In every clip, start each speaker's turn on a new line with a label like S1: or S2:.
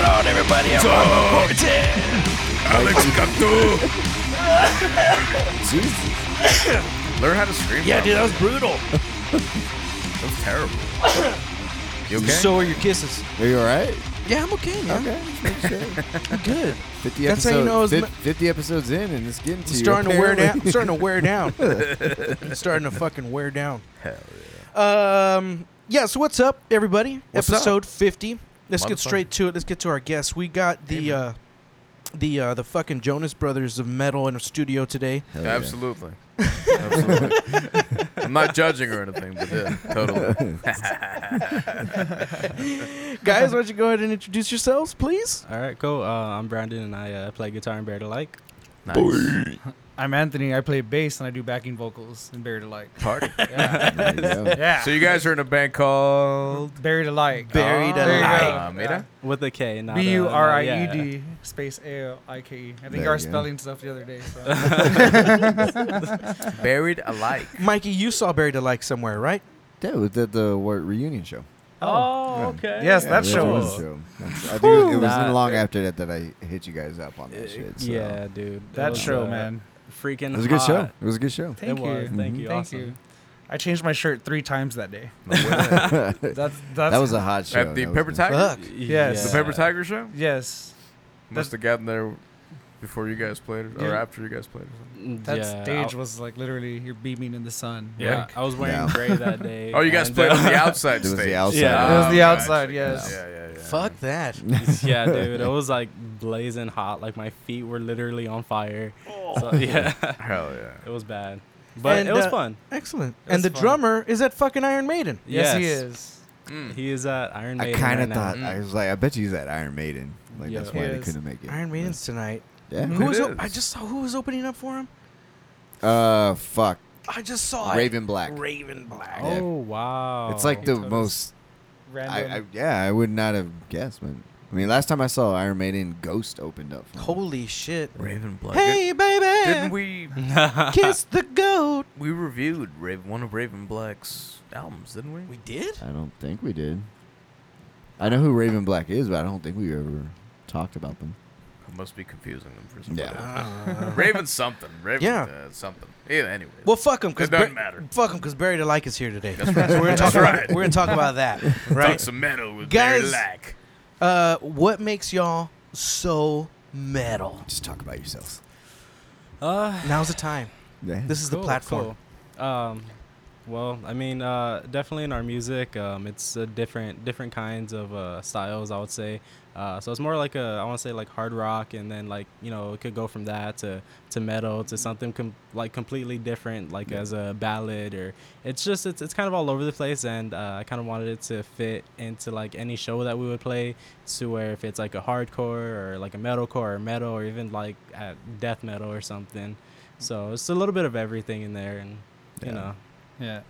S1: Maria Forte.
S2: Alex Cacto.
S3: Jesus.
S2: Learn how to scream.
S1: Yeah,
S2: properly.
S1: dude, that was brutal.
S2: that was terrible. You okay?
S1: So are your kisses?
S3: Are you all right?
S1: Yeah, I'm okay, man.
S3: Okay. just making sure.
S1: I'm good.
S3: 50
S1: That's how you
S3: episodes-
S1: know it's
S3: fif-
S1: ma-
S3: 50 episodes in and it's getting to
S1: I'm
S3: you,
S1: starting to wear down. I'm
S3: apparently.
S1: starting to wear down. I'm starting to fucking wear down. Um. Yeah. So what's up, everybody?
S2: What's up?
S1: Episode fifty. Let's
S2: Motherfucker.
S1: get straight to it. Let's get to our guests. We got the uh, the uh, the fucking Jonas Brothers of metal in our studio today.
S3: Hell yeah.
S2: Absolutely. Absolutely. I'm not judging or anything, but yeah, totally.
S1: Guys, why don't you go ahead and introduce yourselves, please?
S4: All right, cool. Uh, I'm Brandon, and I uh, play guitar and Bear to Like.
S2: Nice.
S5: I'm Anthony. I play bass and I do backing vocals in Buried Alike.
S2: Party.
S5: Yeah.
S3: There you go.
S5: yeah.
S2: So you guys are in a band called
S5: Buried Alike.
S1: Buried
S5: There you go.
S1: Alike.
S2: Ah, mira.
S4: With a K, not a-
S5: B U R
S4: not-
S5: I E
S4: yeah.
S5: D space A L I K E. I
S3: There
S5: think you
S3: you
S5: are
S3: go.
S5: spelling stuff the other day. So.
S2: Buried alike.
S1: Mikey, you saw Barry to Like somewhere, right?
S3: Yeah, we did the what, reunion show.
S4: Oh, okay.
S5: Yes,
S3: Yeah,
S5: that
S3: the
S5: show.
S3: reunion That's- I think it was, it
S4: Nah.
S3: wasn't long after that that I hit you guys up on that shit. So.
S4: Uh, Yeah, dude. It
S5: that
S4: was,
S5: show,
S4: uh,
S5: man.
S4: Freaking.
S3: It was a good show.
S4: hot.
S3: It was a good show.
S5: Thank
S4: it
S5: you.
S4: was. Thank
S3: Mhm.
S4: you.
S5: Thank
S4: awesome.
S5: you. I changed my shirt three times that day.
S3: that
S5: That's that's
S3: was a hot show.
S2: At the
S3: That was
S2: Pepper
S3: good.
S2: Tiger?
S1: Fuck.
S5: Yes.
S2: The Pepper Tiger show?
S5: yes.
S2: Must have gotten there before you guys played it or
S5: Yeah.
S2: after you guys played it.
S5: That
S4: yeah,
S5: stage
S4: I,
S5: was like literally you're beaming in the sun.
S4: Yeah,
S5: Like,
S4: I was wearing
S3: Yeah.
S4: gray that day.
S2: Oh, you guys
S4: and,
S2: played on
S4: uh,
S2: the outside
S3: It was the
S2: stage.
S3: outside.
S4: Yeah.
S5: It was the
S2: Ah,
S5: outside,
S2: gotcha.
S5: yes.
S2: Yeah, yeah, yeah.
S1: Fuck that.
S4: yeah, dude. It was like blazing hot. Like my feet were literally on fire. So, yeah,
S2: Hell yeah.
S4: it was bad, but
S1: And,
S4: it was
S1: uh,
S4: fun.
S1: Excellent.
S5: That's
S1: and the
S5: fun.
S1: drummer is at fucking Iron Maiden.
S4: yes,
S5: yes, he is.
S2: Mm.
S4: He is at Iron
S3: I
S4: Maiden.
S3: kind of
S4: right now.
S3: thought
S2: now.
S3: I was like, I bet he's at Iron Maiden. Like
S4: mm. Yeah.
S3: that's why
S5: He
S3: they
S5: is.
S3: couldn't make it.
S1: Iron Maiden's tonight.
S3: Yeah.
S1: Who
S2: It
S1: was? op-
S2: is.
S1: I just saw who was opening up for him.
S4: Mm-hmm.
S3: Uh, fuck.
S1: I just saw it.
S3: Raven Black.
S1: Raven Black.
S3: Yeah.
S4: Oh wow.
S3: It's like the
S5: Totally.
S3: most. I,
S5: Random.
S3: I yeah, I would not have guessed, man. I mean, last time I saw Iron Maiden, Ghost opened up. For them.
S1: Oh, Holy shit.
S2: Raven Blood.
S1: Hey, baby.
S2: Didn't we
S1: kiss the goat?
S2: we reviewed Raven, one of Raven Black's albums, didn't we?
S1: We did?
S3: I don't think we did. I know who Raven Black is, but I don't think we ever talked about them.
S2: I must be confusing them for something.
S3: Yeah.
S5: Uh,
S2: Raven something. Raven
S1: Yeah.
S2: uh, something. Yeah, anyway.
S1: Uh, well, fuck him. Cause
S2: It doesn't
S1: Bar-
S2: matter.
S1: Fuck him, because Barry DeLike is here today.
S2: That's right.
S1: So we're gonna
S2: That's
S1: talk about,
S2: right.
S1: We're gonna talk about that,
S2: Talk
S1: right?
S2: some metal with
S1: Guys-
S2: Barry Lack.
S1: Uh, what makes y'all so metal?
S3: Just talk about yourselves.
S4: Uh,
S1: Now's the time.
S3: Yeah.
S1: This is
S4: cool,
S1: the platform.
S4: cool. Um, well, I mean, uh, definitely in our music, um, it's uh, different different kinds of uh, styles. I would say. Uh, so it's more like a I want to say like hard rock, and then like you know it could go from that to to metal to something com- like completely different, like as a ballad or it's just it's, it's kind of all over the place, and uh, I kind of wanted it to fit into like any show that we would play, to where if it's like a hardcore or like a metalcore or metal or even like uh death metal or something, so it's a little bit of everything in there, and you
S3: Yeah.
S4: know,
S5: yeah.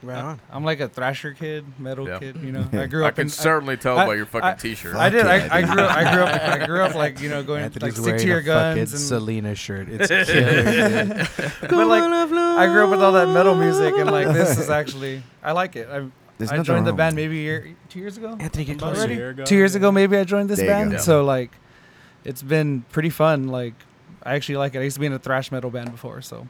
S1: Right on.
S5: I'm like a thrasher kid, metal
S2: Yeah.
S5: kid. You know, I grew
S2: I
S5: up
S2: can
S5: in.
S2: certainly tell
S5: I-
S2: by your fucking
S5: I-
S2: t-shirt.
S5: I did. I, I
S3: Yeah,
S5: grew up. I grew up. I grew up like you know going like stick to your guns and
S1: Selena shirt. It's killing me.
S5: but like I grew up with all that metal music and like this is actually I like it. I
S3: There's
S5: I
S3: nothing
S5: joined the
S3: wrong
S5: band
S3: with it.
S5: maybe a year, two years ago.
S1: Anthony, get
S4: About a
S1: closer.
S5: Already?
S4: year ago,
S5: Two years
S4: yeah.
S5: ago, maybe I joined this
S3: There you
S5: band.
S3: go.
S5: So like, it's been pretty fun. Like I actually like it. I used to be in a thrash metal band before. So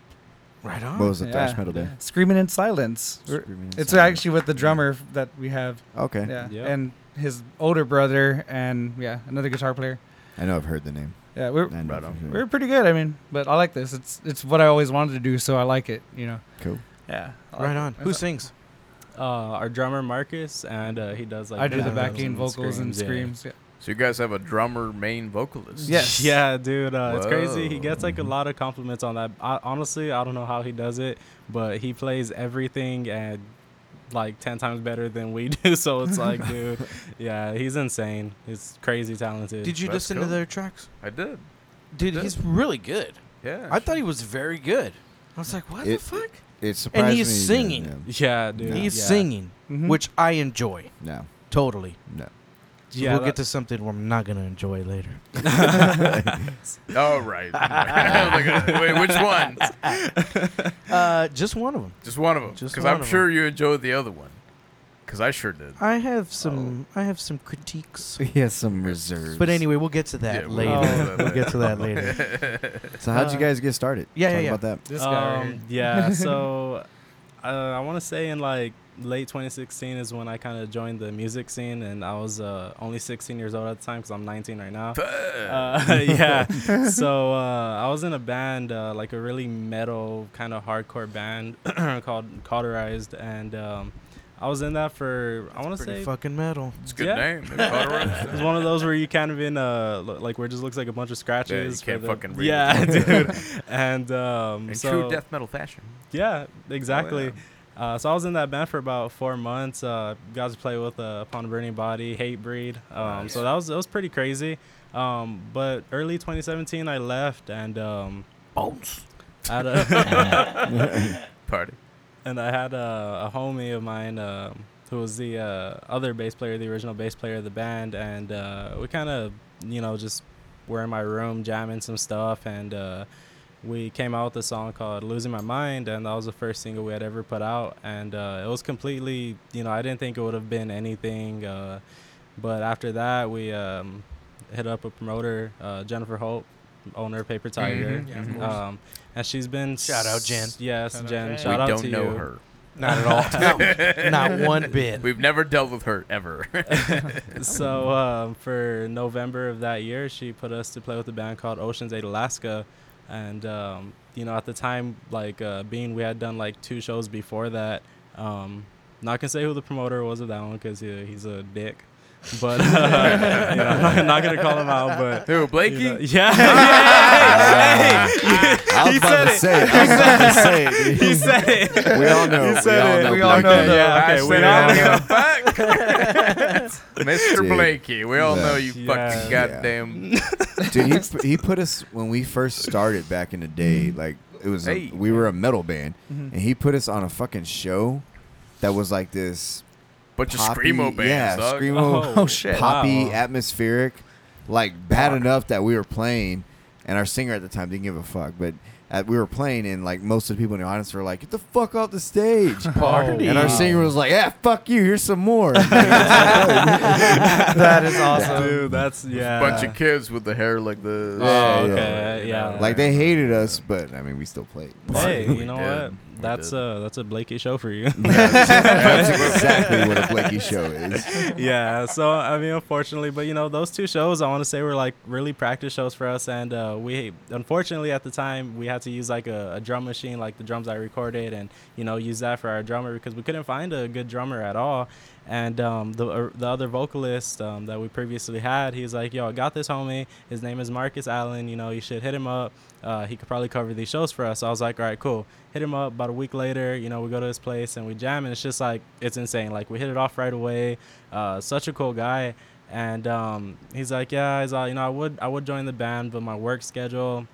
S1: Right on.
S3: What was the
S5: Yeah.
S3: thrash metal day?
S5: screaming in silence. We're-
S3: Screaming
S5: It's
S3: Inside.
S5: actually with the drummer f- that we have.
S3: okay.
S5: Yeah,
S4: Yeah.
S5: and his older brother and yeah another guitar player.
S3: I know I've heard the name.
S5: Yeah, we're
S3: I know
S2: Right on.
S3: for sure.
S5: we're pretty good. I mean, but I like this. It's it's what I always wanted to do, so I like it. You know.
S3: cool.
S5: Yeah. I
S1: Right on.
S5: like it.
S1: Who sings?
S4: uh, our drummer Marcus, and uh, he does like
S5: I do the
S4: drums
S5: backing
S4: and
S5: vocals and
S4: yeah.
S5: screams. Yeah.
S2: So you guys have a drummer main vocalist.
S5: Yeah. Yes.
S4: Yeah, dude, uh, it's crazy. He
S2: Whoa.
S4: gets
S1: Mm.
S4: like a lot of compliments on that. I, honestly, I don't know how he does it, but he plays everything and like ten times better than we do. So it's like, dude, yeah, he's insane. He's crazy talented.
S1: Did you
S2: That's
S1: listen to
S2: cool.
S1: their tracks?
S2: I did.
S1: Dude,
S2: Yeah.
S1: he's really good.
S2: Yeah.
S1: I thought he was very good. I was like, what the
S3: It-
S1: fuck?
S3: It surprised
S1: he's
S3: me that-
S1: singing.
S3: yeah.
S4: Yeah, dude.
S1: He's
S4: yeah.
S1: singing,
S5: Mhm.
S1: which I enjoy
S3: No,
S1: totally.
S3: no.
S4: Yeah,
S1: we'll get
S4: that-
S1: to something we're not gonna enjoy later.
S2: Oh right. I was like, Wait, which one?
S1: Uh, just one of them.
S2: Just one of them.
S1: Just
S2: Because
S1: one
S2: I'm
S1: of 'em.
S2: sure you enjoyed the other one. Because I sure did.
S1: I have some. I have some critiques.
S3: He has some reserves.
S1: But anyway, we'll get to that
S2: Yeah,
S1: later.
S2: we'll
S5: get
S2: to that
S1: we'll get to that later.
S3: so how'd you
S1: uh,
S3: guys get started?
S1: yeah,
S3: Talk
S1: yeah, yeah.
S3: About that.
S5: This guy. right
S4: Um,
S5: here.
S4: yeah, so uh, I want to say in like late 2016 is when I kind of joined the music scene, and I was uh, only 16 years old at the time because I'm 19 right now. Uh, yeah, so uh, I was in a band, uh, like a really metal kind of hardcore band called Cauterized, and um, I was in that for I want to
S1: Pretty
S4: say
S1: fucking metal.
S2: It's a good
S4: Yeah.
S2: name. It's Colorado.
S4: it's one of those where you can't even uh lo- like where it just looks like a bunch of scratches. for
S2: can't
S4: the-
S2: fucking read it.
S4: Yeah, dude. And um,
S2: In
S4: so
S2: true death metal fashion.
S4: yeah, exactly. Uh, so I was in that band for about four months. Uh, got to play with uh, Upon Burning Body, Hate Breed. Um, So that was that was pretty crazy. Um, but early 2017, I left and um,
S2: Bones.
S4: had a
S2: Party.
S4: and I had a, a homie of mine um who was the uh, other bass player, the original bass player of the band, and uh, we kind of you know just were in my room jamming some stuff and. Uh, we came out with a song called "Losing My Mind," and that was the first single we had ever put out. And uh, it was completely, you know, I didn't think it would have been anything. Uh, but after that, we um, hit up a promoter, uh, Jennifer Hope, owner of Paper Tiger,
S2: Mhm, Yeah, of mhm. course.
S4: um, and she's been
S1: Shout out, Jen.
S4: s- Yes,
S5: Shout out
S4: Jen.
S5: Jen.
S4: Shout
S2: we
S4: out
S2: don't
S4: to
S2: know
S4: you.
S2: her.
S1: Not at all. Not one bit.
S2: We've never dealt with her ever.
S4: so um, for November of that year, she put us to play with a band called Oceans Eight Alaska, and um, you know at the time, like uh, being we had done like two shows before that. Um, not gonna say who the promoter was of that one because he, he's a dick, but uh, you know, I'm not, not gonna call him out. But
S2: Who, Blakey? Ah,
S4: you know- yeah, Hey, hey, hey, hey.
S3: I was
S4: He
S3: about to
S4: said it.
S3: say. it. I was about to say. it, dude.
S4: he said it.
S3: We all know.
S4: He said it.
S5: We all know
S3: Black Dahlia.
S5: that.
S4: Yeah, okay,
S2: I
S4: we
S2: said
S4: all
S2: I don't give
S4: know.
S2: a fuck. Mr.
S3: Dude.
S2: Blakey, we all
S3: Yeah.
S2: know you
S4: Yeah.
S2: fucking
S3: Yeah.
S2: goddamn.
S3: Dude, he, he put us when we first started back in the day. Like it was, a-
S2: Hey.
S3: we were a metal band,
S5: Mhm.
S2: mm-hmm.
S3: and he put us on a fucking show that was like this
S2: Bunch of
S3: poppy-
S2: screamo bands.
S3: Yeah,
S2: dog.
S3: screamo,
S5: Oh, shit.
S3: poppy,
S4: Wow.
S3: atmospheric, like bad enough that we were playing, and our singer at the time didn't give a fuck, but. At, we were playing, and like most of the people in the audience were like, "Get the fuck off the stage!"
S1: Party.
S3: And our singer was like, "Yeah, fuck you. Here's some more." Dude,
S5: that is awesome.
S4: Dude, that's yeah.
S2: Bunch of kids with the hair like this.
S4: Oh,
S3: Yeah, yeah.
S4: okay, yeah.
S3: like they hated us, but I mean, we still played.
S4: Hey,
S2: We
S4: you know
S2: did. We
S4: what? That's
S2: did.
S4: uh that's a Blakey show for you.
S3: That's exactly what a Blakey show is.
S4: yeah. So I mean, unfortunately, but you know, those two shows I want to say were like really practice shows for us, and uh, we unfortunately at the time we had to use like a, a drum machine, like the drums I recorded, and you know use that for our drummer because we couldn't find a good drummer at all. And um, the uh, the other vocalist um, that we previously had, he's like, "Yo, I got this homie. His name is Marcus Allen. You know, you should hit him up. Uh, he could probably cover these shows for us." So I was like, "All right, cool." Hit him up. About a week later, you know, we go to his place and we jam, and it's just like it's insane. Like we hit it off right away uh, such a cool guy. And um, he's like, yeah, he's all, you know, I would I would join the band, but my work schedule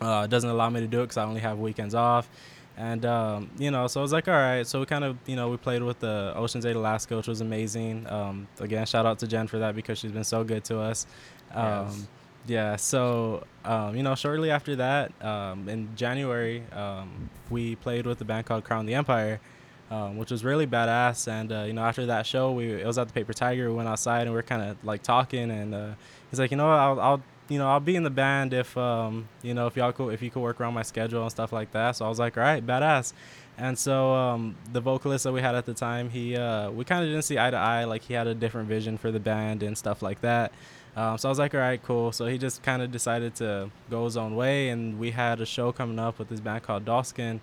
S4: uh, doesn't allow me to do it because I only have weekends off. And um, you know, so I was like, all right. So we kind of, you know, we played with the Ocean's Eight Alaska, which was amazing. Um, again, shout out to Jen for that because she's been so good to us. Um,
S2: Yes.
S4: Yeah. So um, you know, shortly after that, um, in January, um, we played with the band called Crown the Empire. Um, which was really badass, and uh, you know, after that show, we it was at the Paper Tiger. We went outside and we were kind of like talking, and uh, he's like, you know, what, I'll, I'll you know, I'll be in the band if um, you know, if y'all could if you could work around my schedule and stuff like that. So I was like, all right, badass. And so um, the vocalist that we had at the time, he uh, we kind of didn't see eye to eye. Like he had a different vision for the band and stuff like that. Um, so I was like, all right, cool. So he just kind of decided to go his own way, and we had a show coming up with this band called Dawskin.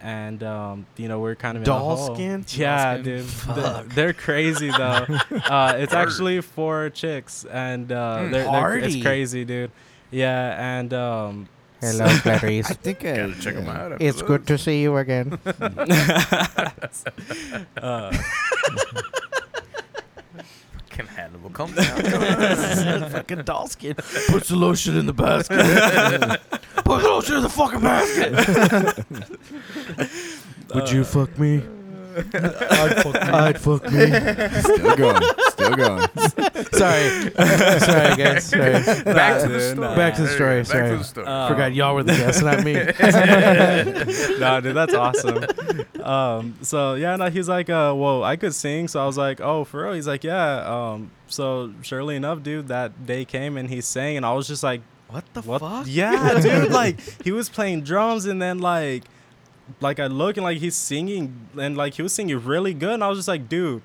S4: And um, you know we're kind of in a hole.
S1: Dawskin?
S4: yeah,
S5: Dawskin.
S4: dude. They're, they're crazy though. uh, it's actually four chicks, and uh,
S2: Mm.
S4: they're, they're, it's
S1: Party.
S4: crazy, dude. Yeah, and um,
S6: Hello, Clarice.
S3: I think I,
S2: Gotta check 'em out. after
S6: it's good to see you again.
S4: uh,
S2: this. Can Hannibal come down?
S1: fucking dollskin. Put the lotion in the basket. Put the lotion in the fucking basket. Would you fuck me? I'd fuck me.
S3: Still going. Still going.
S1: Sorry, sorry guys. Sorry,
S2: Back to the
S4: Nah,
S2: story.
S1: Back to the
S2: There you go.
S1: story,
S2: Back
S1: sorry.
S2: to the story.
S4: Uh,
S1: forgot y'all were the guests, not me.
S4: no, dude, that's awesome. Um, so yeah, no, he's like, uh, whoa, I could sing. So I was like, oh, for real? He's like, yeah. Um, so surely enough, dude, that day came and he sang, and I was just like,
S1: What the
S4: what?
S1: fuck?
S4: Yeah, dude, like he was playing drums, and then like, like I look and like he's singing, and like he was singing really good, and I was just like, dude.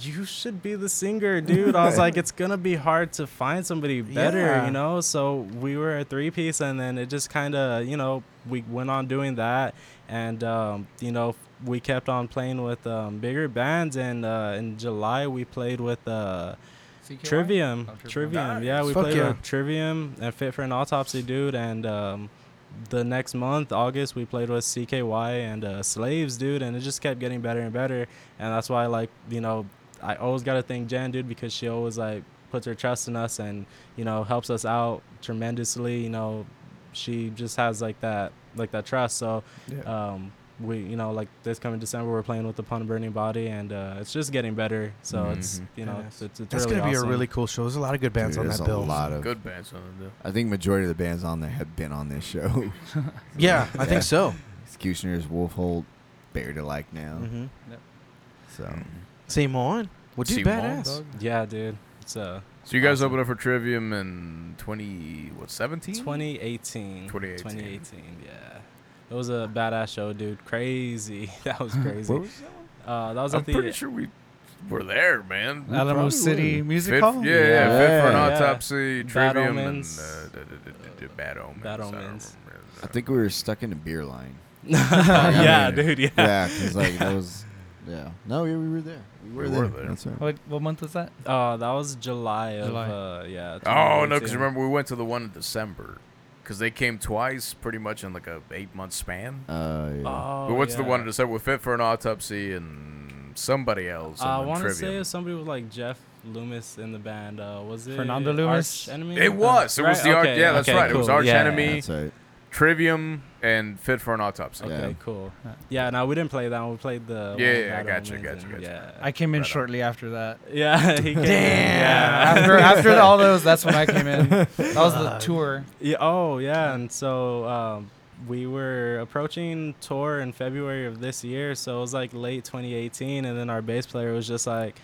S4: You should be the singer, dude. I was like, it's gonna be hard to find somebody better,
S1: Yeah.
S4: you know. So we were a three piece, and then it just kind of, you know, we went on doing that, and um, you know, we kept on playing with um, bigger bands, and uh, in July we played with uh, Trivium.
S5: Oh, Trivium.
S4: Trivium. Yeah, we
S1: Fuck
S4: played
S1: yeah.
S4: with Trivium and Fit for an Autopsy, dude. And um, the next month, August, we played with CKY and uh, Slaves, dude. And it just kept getting better and better. And that's why, like, you know, I always got to thank Jen, dude, because she always, like, puts her trust in us and, you know, helps us out tremendously. You know, she just has, like, that, like, that trust. So,
S1: Uh,
S4: um, we you know like this coming December we're playing with the Pun Burning Body and uh, it's just getting better so it's
S2: Mhm.
S4: you know
S1: Nice.
S4: it's, it's, it's
S1: Mm-hmm. That's
S4: really
S1: gonna be
S4: awesome.
S1: a really cool show. There's a lot of good
S3: Dude,
S1: bands on
S3: there's
S1: that
S3: a
S1: bill.
S3: lot of.
S2: Good bands on it, though.
S3: I think majority of the bands on there have been on this show.
S1: Yeah, I
S3: Yeah.
S1: think so.
S3: Executioners, Wolfhold, Buried Alike now.
S1: Mm-hmm.
S4: Mhm.
S3: So
S1: Same on. Well, dude,
S2: Same on,
S1: badass.
S2: dog.
S4: yeah dude it's uh
S2: So you guys
S4: Awesome.
S2: opened up for Trivium in 20, what, 17?
S4: 2018
S2: 2018.
S4: 2018, yeah it was a badass show dude crazy that was crazy uh, that was
S2: I'm
S4: at
S2: pretty
S4: the
S2: sure we were there, man.
S3: Uh,
S5: Alamo
S3: Probably.
S5: City Music
S2: Fit, yeah,
S5: Hall.
S2: yeah, Fit for an
S4: Yeah.
S2: autopsy,
S4: Bad
S2: Trivium, and
S4: Omens.
S2: uh, d- d- d- d- Bad Omens.
S4: Bad
S2: I don't
S4: Omens.
S2: remember.
S3: I think we were stuck in a beer line.
S4: yeah
S3: mean,
S4: dude yeah,
S3: Yeah, because like that was. Yeah. No, yeah, we were there. We were,
S2: We
S3: there.
S2: were there.
S3: That's right.
S5: What, what month was that?
S4: Uh, that was July of
S5: July.
S4: uh yeah
S2: Oh no, because
S4: 2018.
S2: remember we went to the one in December, because they came twice, pretty much in like a eight month span.
S3: Uh, yeah.
S4: oh,
S2: we went to the
S4: yeah.
S2: one in December with Fit for an autopsy and somebody else.
S4: I
S2: and then
S4: want to
S2: Trivium.
S4: say if somebody was like Jeff Loomis in the band, uh, was it
S5: Fernando Loomis?
S4: Arch Enemy? Uh,
S2: It was. It was the Arch- yeah, that's right. It was Arch
S4: yeah.
S2: Enemy.
S3: That's right.
S2: Trivium and Fit for an autopsy.
S4: Okay,
S3: Yeah.
S4: cool. Yeah, no, we didn't play that one. We played the.
S2: Yeah,
S4: one
S2: yeah, I
S4: Bad
S2: gotcha,
S4: Omens
S2: gotcha,
S4: and-
S2: gotcha.
S5: I came in
S2: Right on.
S5: shortly after that.
S4: Yeah. Yeah, he came. Yeah.
S5: after after all those, that's when I came in. That was
S2: Uh,
S5: the tour.
S4: Yeah, oh yeah, and so um, we were approaching tour in February of this year, so it was like late 2018, and then our bass player was just like,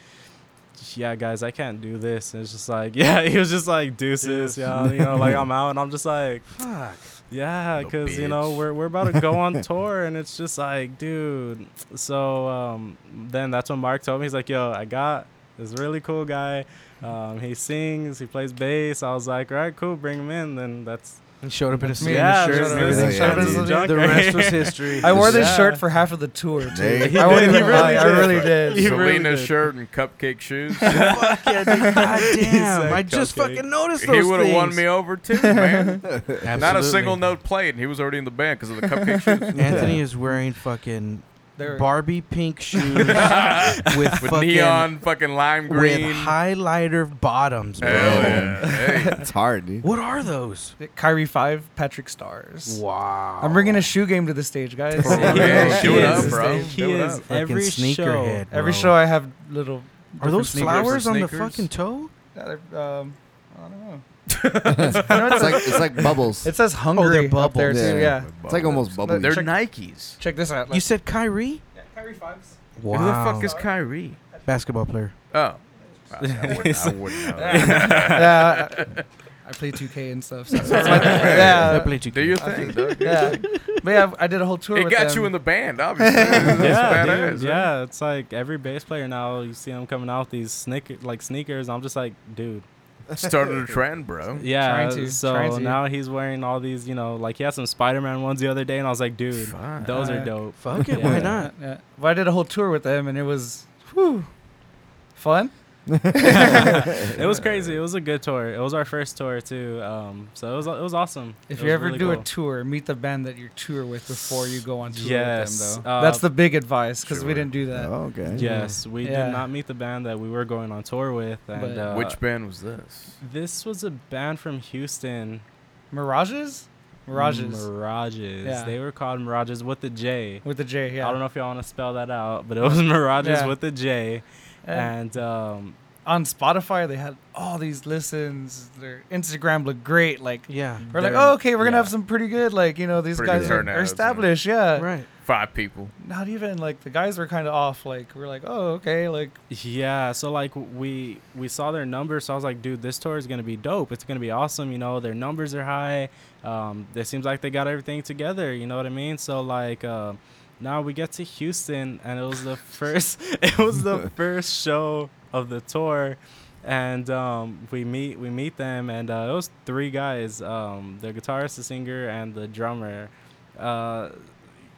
S4: "Yeah, guys, I can't do this." And it's just like, yeah, he was just like, "Deuces, yeah, you know, like I'm out," and I'm just like,
S1: Fuck.
S4: Yeah,
S2: Little
S4: because you know
S2: bitch.
S4: we're we're about to go on tour, and it's just like, dude. So um, then that's when Mark told me he's like, "Yo, I got this really cool guy. Um, he sings, he plays bass." I was like, "All right, cool, bring him in." Then that's
S1: And showed up in a
S5: That's me.
S1: suit
S4: yeah,
S1: and a shirt
S4: showed
S1: and
S4: up in a
S1: everything.
S4: suit
S3: Yeah,
S4: and a
S3: dude.
S4: junk
S1: The
S4: right
S1: rest was
S4: here.
S1: history.
S5: I wore
S4: the
S5: this
S4: Yeah.
S5: shirt for half of the tour too.
S3: They-
S5: I won't
S4: did,
S5: even
S4: he really
S5: lie. I
S4: did.
S5: really did.
S4: He really
S2: Selena's
S4: did.
S2: shirt and cupcake shoes.
S1: God damn!
S4: said
S1: I just
S4: cupcake.
S1: fucking noticed those
S2: he would have won
S1: things.
S2: me over too, man. Not a
S1: Absolutely.
S2: single note played, and he was already in the band because of the cupcake shoes.
S1: Anthony is wearing fucking
S5: They were-
S1: Barbie pink shoes with
S2: With
S1: fucking
S2: neon, fucking lime green.
S1: with highlighter bottoms.
S2: Hell
S1: man.
S2: yeah. Hey.
S3: It's hard, dude.
S1: What are those?
S5: Kyrie Five, Patrick Stars.
S1: Wow!
S5: I'm bringing a shoe game to the stage, guys.
S2: real. Yeah, do
S4: he
S2: it up,
S4: is-
S2: bro.
S4: He
S2: Do it
S4: is
S2: up.
S1: Fucking
S4: every show.
S1: sneakerhead,
S5: Every
S1: bro.
S5: show I have little.
S1: Are those
S5: different
S1: flowers on the
S2: sneakers.
S1: fucking toe?
S5: sneakers. Yeah, they're, um, I don't know.
S3: It's like it's like bubbles.
S5: It says hungry up there
S3: bubbles.
S5: too.
S3: Yeah.
S5: Yeah.
S3: It's like almost bubbly.
S2: They're
S5: Check-
S2: Nikes.
S5: Check this out.
S1: You said Kyrie?
S5: yeah, Kyrie Fives.
S1: Wow!
S2: Who the fuck is Kyrie?
S1: basketball player?
S2: Oh. I wouldn't, I wouldn't know.
S5: yeah. I- I play 2K and stuff. So that's my,
S1: I
S5: yeah.
S1: play two.
S2: Do your thing, dog.
S5: Yeah. But yeah, I did a whole tour
S2: It
S5: with
S2: got
S5: them.
S2: you in the band, obviously. That's
S4: yeah,
S2: badass,
S4: dude,
S2: huh?
S4: yeah. It's like every bass player now. You see them coming out with these sneaker like sneakers. I'm just like, dude.
S2: Started a trend, bro.
S4: Yeah.
S5: Trying to,
S4: so
S5: trying to.
S4: now he's wearing all these. You know, like he had some Spider-Man ones the other day, and I was like, dude,
S2: Fine.
S4: those are
S5: Fuck.
S4: dope.
S1: Fuck it,
S4: Yeah.
S1: why not?
S5: Yeah. But I did a whole tour with them, and it was whew, fun.
S4: it was crazy. It was a good tour. It was our first tour too. Um, so it was it was awesome.
S5: If
S4: It
S5: you
S4: was
S5: ever
S4: really
S5: do a
S4: cool.
S5: tour, meet the band that you tour with before you go on tour
S4: Yes,
S5: with them, though.
S4: uh,
S5: That's the big advice because
S2: sure.
S5: we didn't do that.
S3: Oh, okay.
S4: yes, we
S5: Yeah.
S4: did not meet the band that we were going on tour with, and
S5: But-
S4: uh,
S2: Which band was this?
S4: this was a band from Houston.
S5: Mirages? Mirages
S4: Mirages.
S5: Yeah.
S4: They were called Mirages with the J.
S5: with the J. Yeah.
S4: I don't know if y'all want to spell that out, but it was Mirages
S5: Yeah.
S4: with the J.
S5: And
S4: And um,
S5: on Spotify, they had all these listens. Their Instagram looked great. Like
S1: Yeah.
S5: we're like,
S4: They're-
S5: oh, okay, we're gonna
S4: yeah.
S5: have some pretty good. Like you know, these
S2: Pretty good
S5: guys are,
S2: turnouts,
S5: are
S2: yeah.
S5: established. Yeah.
S1: Right.
S2: Five people.
S5: Not even like the guys were kind of off. Like we're like, oh, okay, like
S4: Yeah, so like we we saw their numbers, so I was like, dude, this tour is gonna be dope. It's gonna be awesome. You know, their numbers are high. Um, it seems like they got everything together. You know what I mean? So like, uh, now we get to Houston, and it was the first it was the first show of the tour, and um, we meet we meet them, and uh, it was three guys: um, the guitarist, the singer, and the drummer. Uh,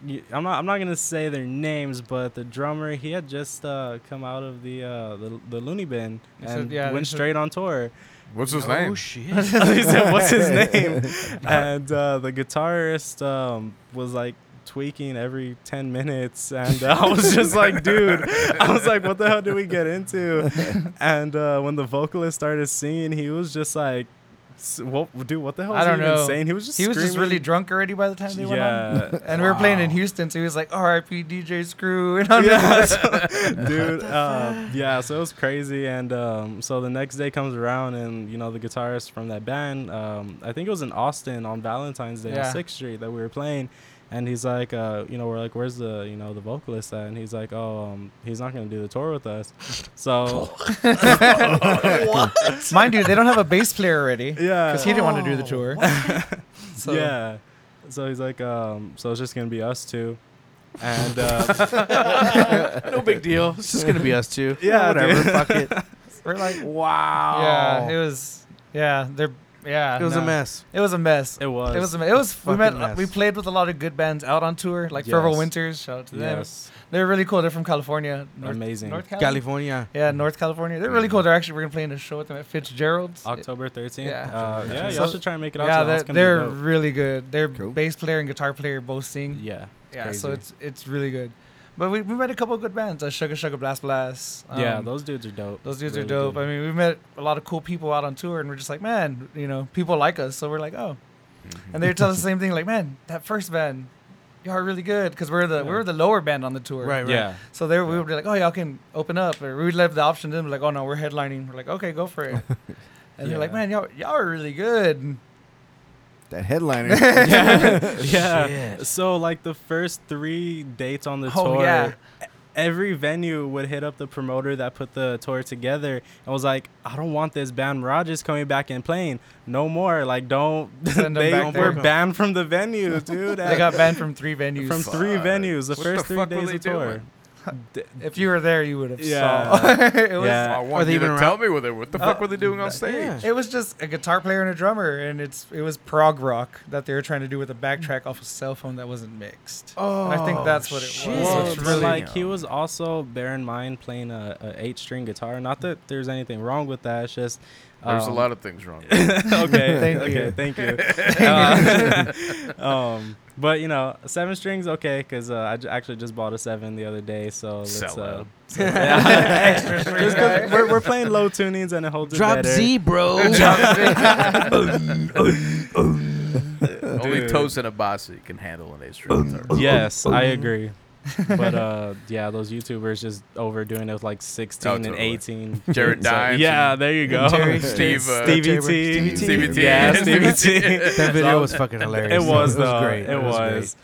S4: you- I'm not. I'm not gonna say their names, but the drummer he had just uh, come out of the uh, the, the loony bin
S5: He said-
S4: and
S5: yeah, they
S4: went
S5: said-
S4: straight on tour.
S2: What's his
S1: Oh
S2: name?
S1: shit.
S4: he said, "What's his name?" and uh, the guitarist um, was like tweaking every 10 minutes and i was just like dude i was like what the hell did we get into and uh, when the vocalist started singing he was just like s- what dude what the hell
S5: I
S4: was
S5: don't
S4: he even
S5: know.
S4: saying he was just
S5: he was just
S4: screaming.
S5: really drunk already by the time they went on.
S4: yeah
S5: And we were playing in Houston, so he was like, "R.I.P. DJ Screw." And I'm just
S4: yeah, so- dude. Uh, yeah, so it was crazy, and um, so the next day comes around, and you know the guitarist from that band, um, I think it was in Austin on Valentine's Day
S5: Yeah.
S4: on Sixth Street that we were playing, and he's like, uh, you know, we're like, where's the, you know, the vocalist at? And he's like, oh, um, he's not gonna do the tour with us, so
S5: like, mind you, they don't have a bass player already
S4: yeah, Oh,
S5: because he didn't want to do the tour. so
S4: yeah. So he's like, um, so it's just gonna be us two, and uh,
S1: no big deal. It's just gonna be us two.
S4: yeah,
S1: Whatever.
S4: dude.
S1: Fuck it.
S5: we're like,
S1: Wow.
S5: yeah, it was, yeah, they're, yeah,
S1: It was
S5: nah.
S1: a mess.
S5: It was a mess.
S4: It was.
S5: It was. It was. We
S1: Fucking
S5: met.
S1: mess.
S5: We played with a lot of good bands out on tour, like Feral
S4: Yes.
S5: Winters. Shout out to them.
S4: Yes.
S5: They're really cool. They're from California. North,
S4: Amazing.
S5: North Cali?
S1: California.
S5: Yeah, North California. They're really cool. They're actually we're gonna play in a show with them at Fitzgerald's.
S4: October 13th.
S5: Yeah.
S4: Uh, yeah,
S5: So-
S4: y'all should try and make it out.
S5: yeah,
S4: to that. It's
S5: they're,
S4: gonna be
S5: they're
S4: dope.
S5: really good. Their
S3: Cool.
S5: bass player and guitar player both sing. Yeah,
S4: Yeah.
S5: so
S4: crazy.
S5: it's it's really good. But we, we met a couple of good bands. Uh, Sugar Sugar Blast Blast.
S4: yeah,
S5: um,
S4: those dudes are dope.
S5: Those dudes
S4: Really
S5: are dope.
S4: good.
S5: I mean, we met a lot of cool people out on tour, and we're just like, man, you know, people like us, so we're like, oh.
S2: Mm-hmm.
S5: And they tell us the same thing, like, man, that first band, y'all are really good, because we're the we we're the lower band on the tour.
S1: Right. Right.
S4: yeah.
S5: So they we would be like, oh, y'all can open up, or we would leave the option to them, like, oh no, we're headlining. We're like, okay, go for it. And they're like,
S4: Yeah.
S5: man, y'all y'all are really good.
S3: That headliner.
S4: yeah. yeah.
S1: Shit.
S4: So like the first three dates on the
S5: Oh,
S4: tour, e-,
S5: yeah.
S4: every venue would hit up the promoter that put the tour together and was like, "I don't want this band Rogers coming back and playing no more. Like, don't
S5: Send 'em
S4: they
S5: back
S4: were
S1: there.
S4: banned from the venue, dude.
S5: They got banned from three venues.
S4: from three
S2: Fuck.
S4: venues the
S2: What
S4: first
S2: the
S4: three
S2: fuck were
S4: days
S2: they Oh,
S4: of tour. Uh, D-
S5: if you were there, you would have
S4: Yeah.
S5: saw. it was
S4: Yeah.
S2: I
S4: Are
S2: want
S1: they
S2: you to
S1: even
S2: tell
S1: around?
S2: me what they what the
S4: Uh,
S2: fuck were they doing on stage?
S1: yeah.
S5: It was just a guitar player and a drummer, and it's it was prog rock that they were trying to do with a backtrack off a cell phone that wasn't mixed.
S1: Oh.
S5: I think that's what it was.
S1: shit.
S4: Well,
S5: It's
S4: but,
S5: really-
S4: like he was also bear in mind playing a, a eight string guitar. Not that there's anything wrong with that. It's just
S2: There's a
S4: um,
S2: lot of things wrong. with it.
S4: okay,
S5: Thank
S4: okay,
S5: you.
S4: thank you. Uh, um, but you know, seven strings okay because uh, I j- actually just bought a seven the other day, so let's. Uh,
S2: Sellout.
S4: so- yeah.
S5: Extra string
S4: Just 'cause
S5: guy.
S4: we're, we're playing low tunings and it holds it
S1: Drop
S4: better.
S1: Z, bro.
S2: Only
S4: Dude. Um,
S2: Toes and Abasi can handle an A string guitar.
S4: Yes, I agree. but uh, yeah, those YouTubers just overdoing it with like 16
S2: Oh,
S4: and
S2: totally.
S4: 18.
S2: Jared
S4: So-
S2: Dines
S4: yeah,
S2: and-
S4: there you go.
S5: Jerry
S2: Steve, uh,
S4: Stevie
S1: Jaber-
S4: T.
S2: Stevie T.
S4: Yeah, Stevie T.
S1: that video was fucking hilarious.
S4: It was though.
S1: great.
S4: It, was.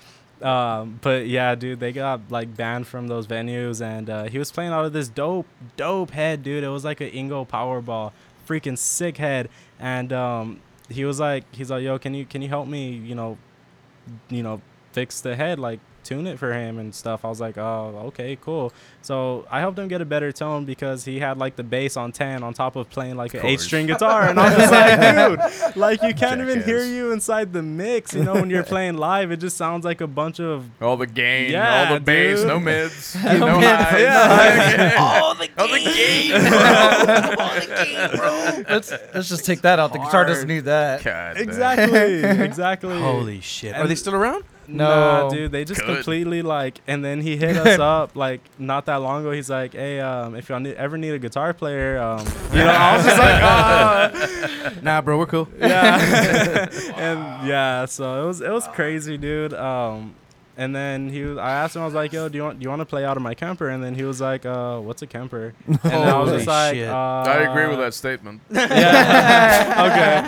S4: Um, but yeah, dude, they got like banned from those venues, and uh, he was playing out of this dope, dope head, dude. It was like an Ingo Powerball, freaking sick head, and um, he was like, he's like, yo, can you can you help me, you know, you know, fix the head, like tune it for him and stuff. I was like, oh, okay, cool. So I helped him get a better tone because he had like the bass on ten on top of playing like an eight
S2: course.
S4: string guitar, and I was like, dude, like you can't even hear
S2: Jackass.
S4: you inside the mix. You know, when you're playing live, it just sounds like a bunch of
S2: All the gain,
S4: Yeah,
S2: all the bass,
S4: dude.
S2: no mids, no
S4: mids,
S2: highs.
S4: yeah.
S2: all the gain.
S1: Oh,
S2: All the gain.
S5: let's let's just take that out. The guitar doesn't need that.
S2: God damn.
S4: exactly, exactly.
S1: Holy shit! Are
S4: And-
S1: they still around?
S4: Nah,
S5: No.
S4: dude, they just
S2: Good.
S4: completely like, and then he hit us up like not that long ago. He's like, "Hey, um, if y'all need, ever need a guitar player, um, you know." I was just like, "Ah,
S1: Nah, bro, we're cool.
S4: yeah," and yeah, so it was it was crazy, dude. Um, and then he, was, I asked him, I was like, "Yo, do you want do you want to play out of my Kemper?" And then he was like, "Uh, what's a Kemper?" And then I was
S1: Holy
S4: just like,
S1: shit.
S4: uh,
S2: I agree with that statement.
S4: yeah.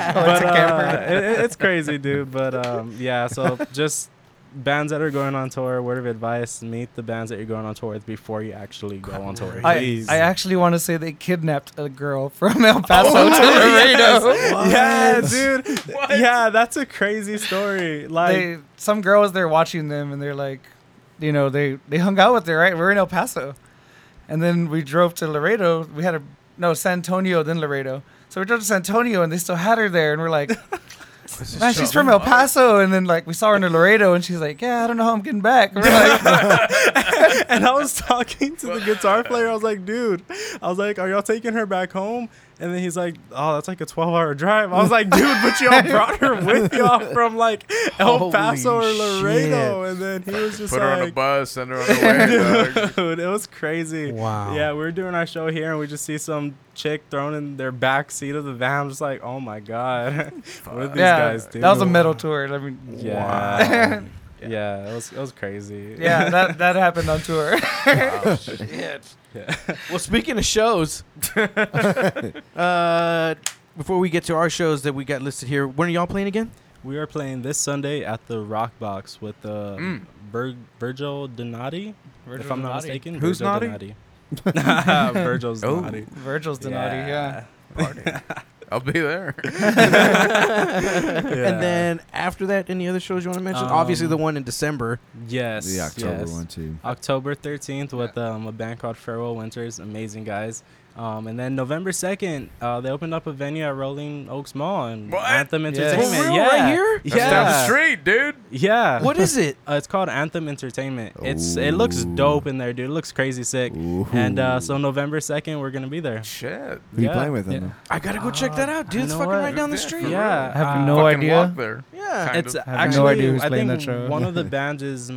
S4: okay.
S5: Oh, it's
S4: but,
S5: a camper.
S4: uh, it- it- it's crazy, dude. But um, yeah, so just bands that are going on tour, word of advice, meet the bands that you're going on tour with before you actually go on tour.
S5: I,
S4: Please.
S5: I actually want to say they kidnapped a girl from El Paso
S4: Oh,
S5: to
S4: yes.
S5: Laredo.
S4: Yeah, dude. Yeah, that's a crazy story. Like,
S5: They, some girl was there watching them, and they're like, you know, they they hung out with her, right? We're in El Paso, and then we drove to Laredo. We had a no San Antonio, then Laredo. So we drove to San Antonio, and they still had her there, and we're like, man, she's from El Paso, and then like we saw her in Laredo, and she's like, yeah, I don't know how I'm getting back. And we're like,
S4: and I was talking to the guitar player. I was like, dude, I was like, are y'all taking her back home? And then he's like, oh, that's like a 12 hour drive. I was like, dude, but y'all brought her with y'all from like El
S1: Holy
S4: Paso or
S1: shit.
S4: Laredo. And then he was just
S2: Put her on a
S4: like,
S2: bus, send her on the way. dog.
S4: dude, it was crazy.
S1: Wow.
S4: Yeah, we were doing our show here and we just see some chick thrown in their back seat of the van. I'm just like, oh my God. what did these
S5: yeah,
S4: guys do?
S5: that was a metal tour. I mean,
S4: Yeah. yeah, it was, it was crazy.
S5: yeah, that that happened on tour.
S1: Well, speaking of shows, uh, before we get to our shows that we got listed here, when are y'all playing again?
S4: We are playing this Sunday at the Rock Box with uh,
S2: Mm.
S4: Vir- Virgil Donati, if
S5: Virgil
S4: I'm not
S5: Donati.
S4: mistaken.
S1: Who's
S4: Virgil
S1: naughty?
S4: Donati. Virgil's
S2: Oh.
S4: Donati.
S5: Virgil's Donati, yeah.
S2: I'll be there.
S1: And then after that, any other shows you want to mention? Obviously,
S4: Um,
S1: the one in December.
S4: yes,
S3: The October
S4: yes.
S3: one too.
S4: October 13th with um, a band called Farewell Winters, amazing guys. Um, and then November 2nd, uh, they opened up a venue at Rolling Oaks Mall and
S2: What?
S4: Anthem
S5: Yes.
S4: Entertainment.
S1: For real,
S4: yeah,
S1: right here?
S2: That's down the
S4: Yeah.
S2: street, dude.
S4: Yeah.
S1: What is it?
S4: Uh, it's called Anthem Entertainment. It's it looks
S3: Ooh.
S4: dope in there, dude. It looks crazy sick. And uh, so November 2nd, we're going to be there.
S2: Shit.
S3: Who you
S4: yeah,
S3: playing with?
S4: yeah.
S3: Him?
S1: I gotta go check that out, dude.
S4: Uh, you
S1: It's
S4: know
S1: fucking
S4: what?
S1: right down the
S2: Yeah,
S1: street.
S2: for
S4: Yeah.
S5: I have
S4: uh,
S5: no
S2: Fucking
S5: idea.
S2: Walk there.
S1: Yeah.
S2: Kind
S4: It's
S2: of.
S5: I have no
S4: actually-
S5: idea who's
S4: I
S5: playing
S4: think
S5: that show.
S4: One of the bands is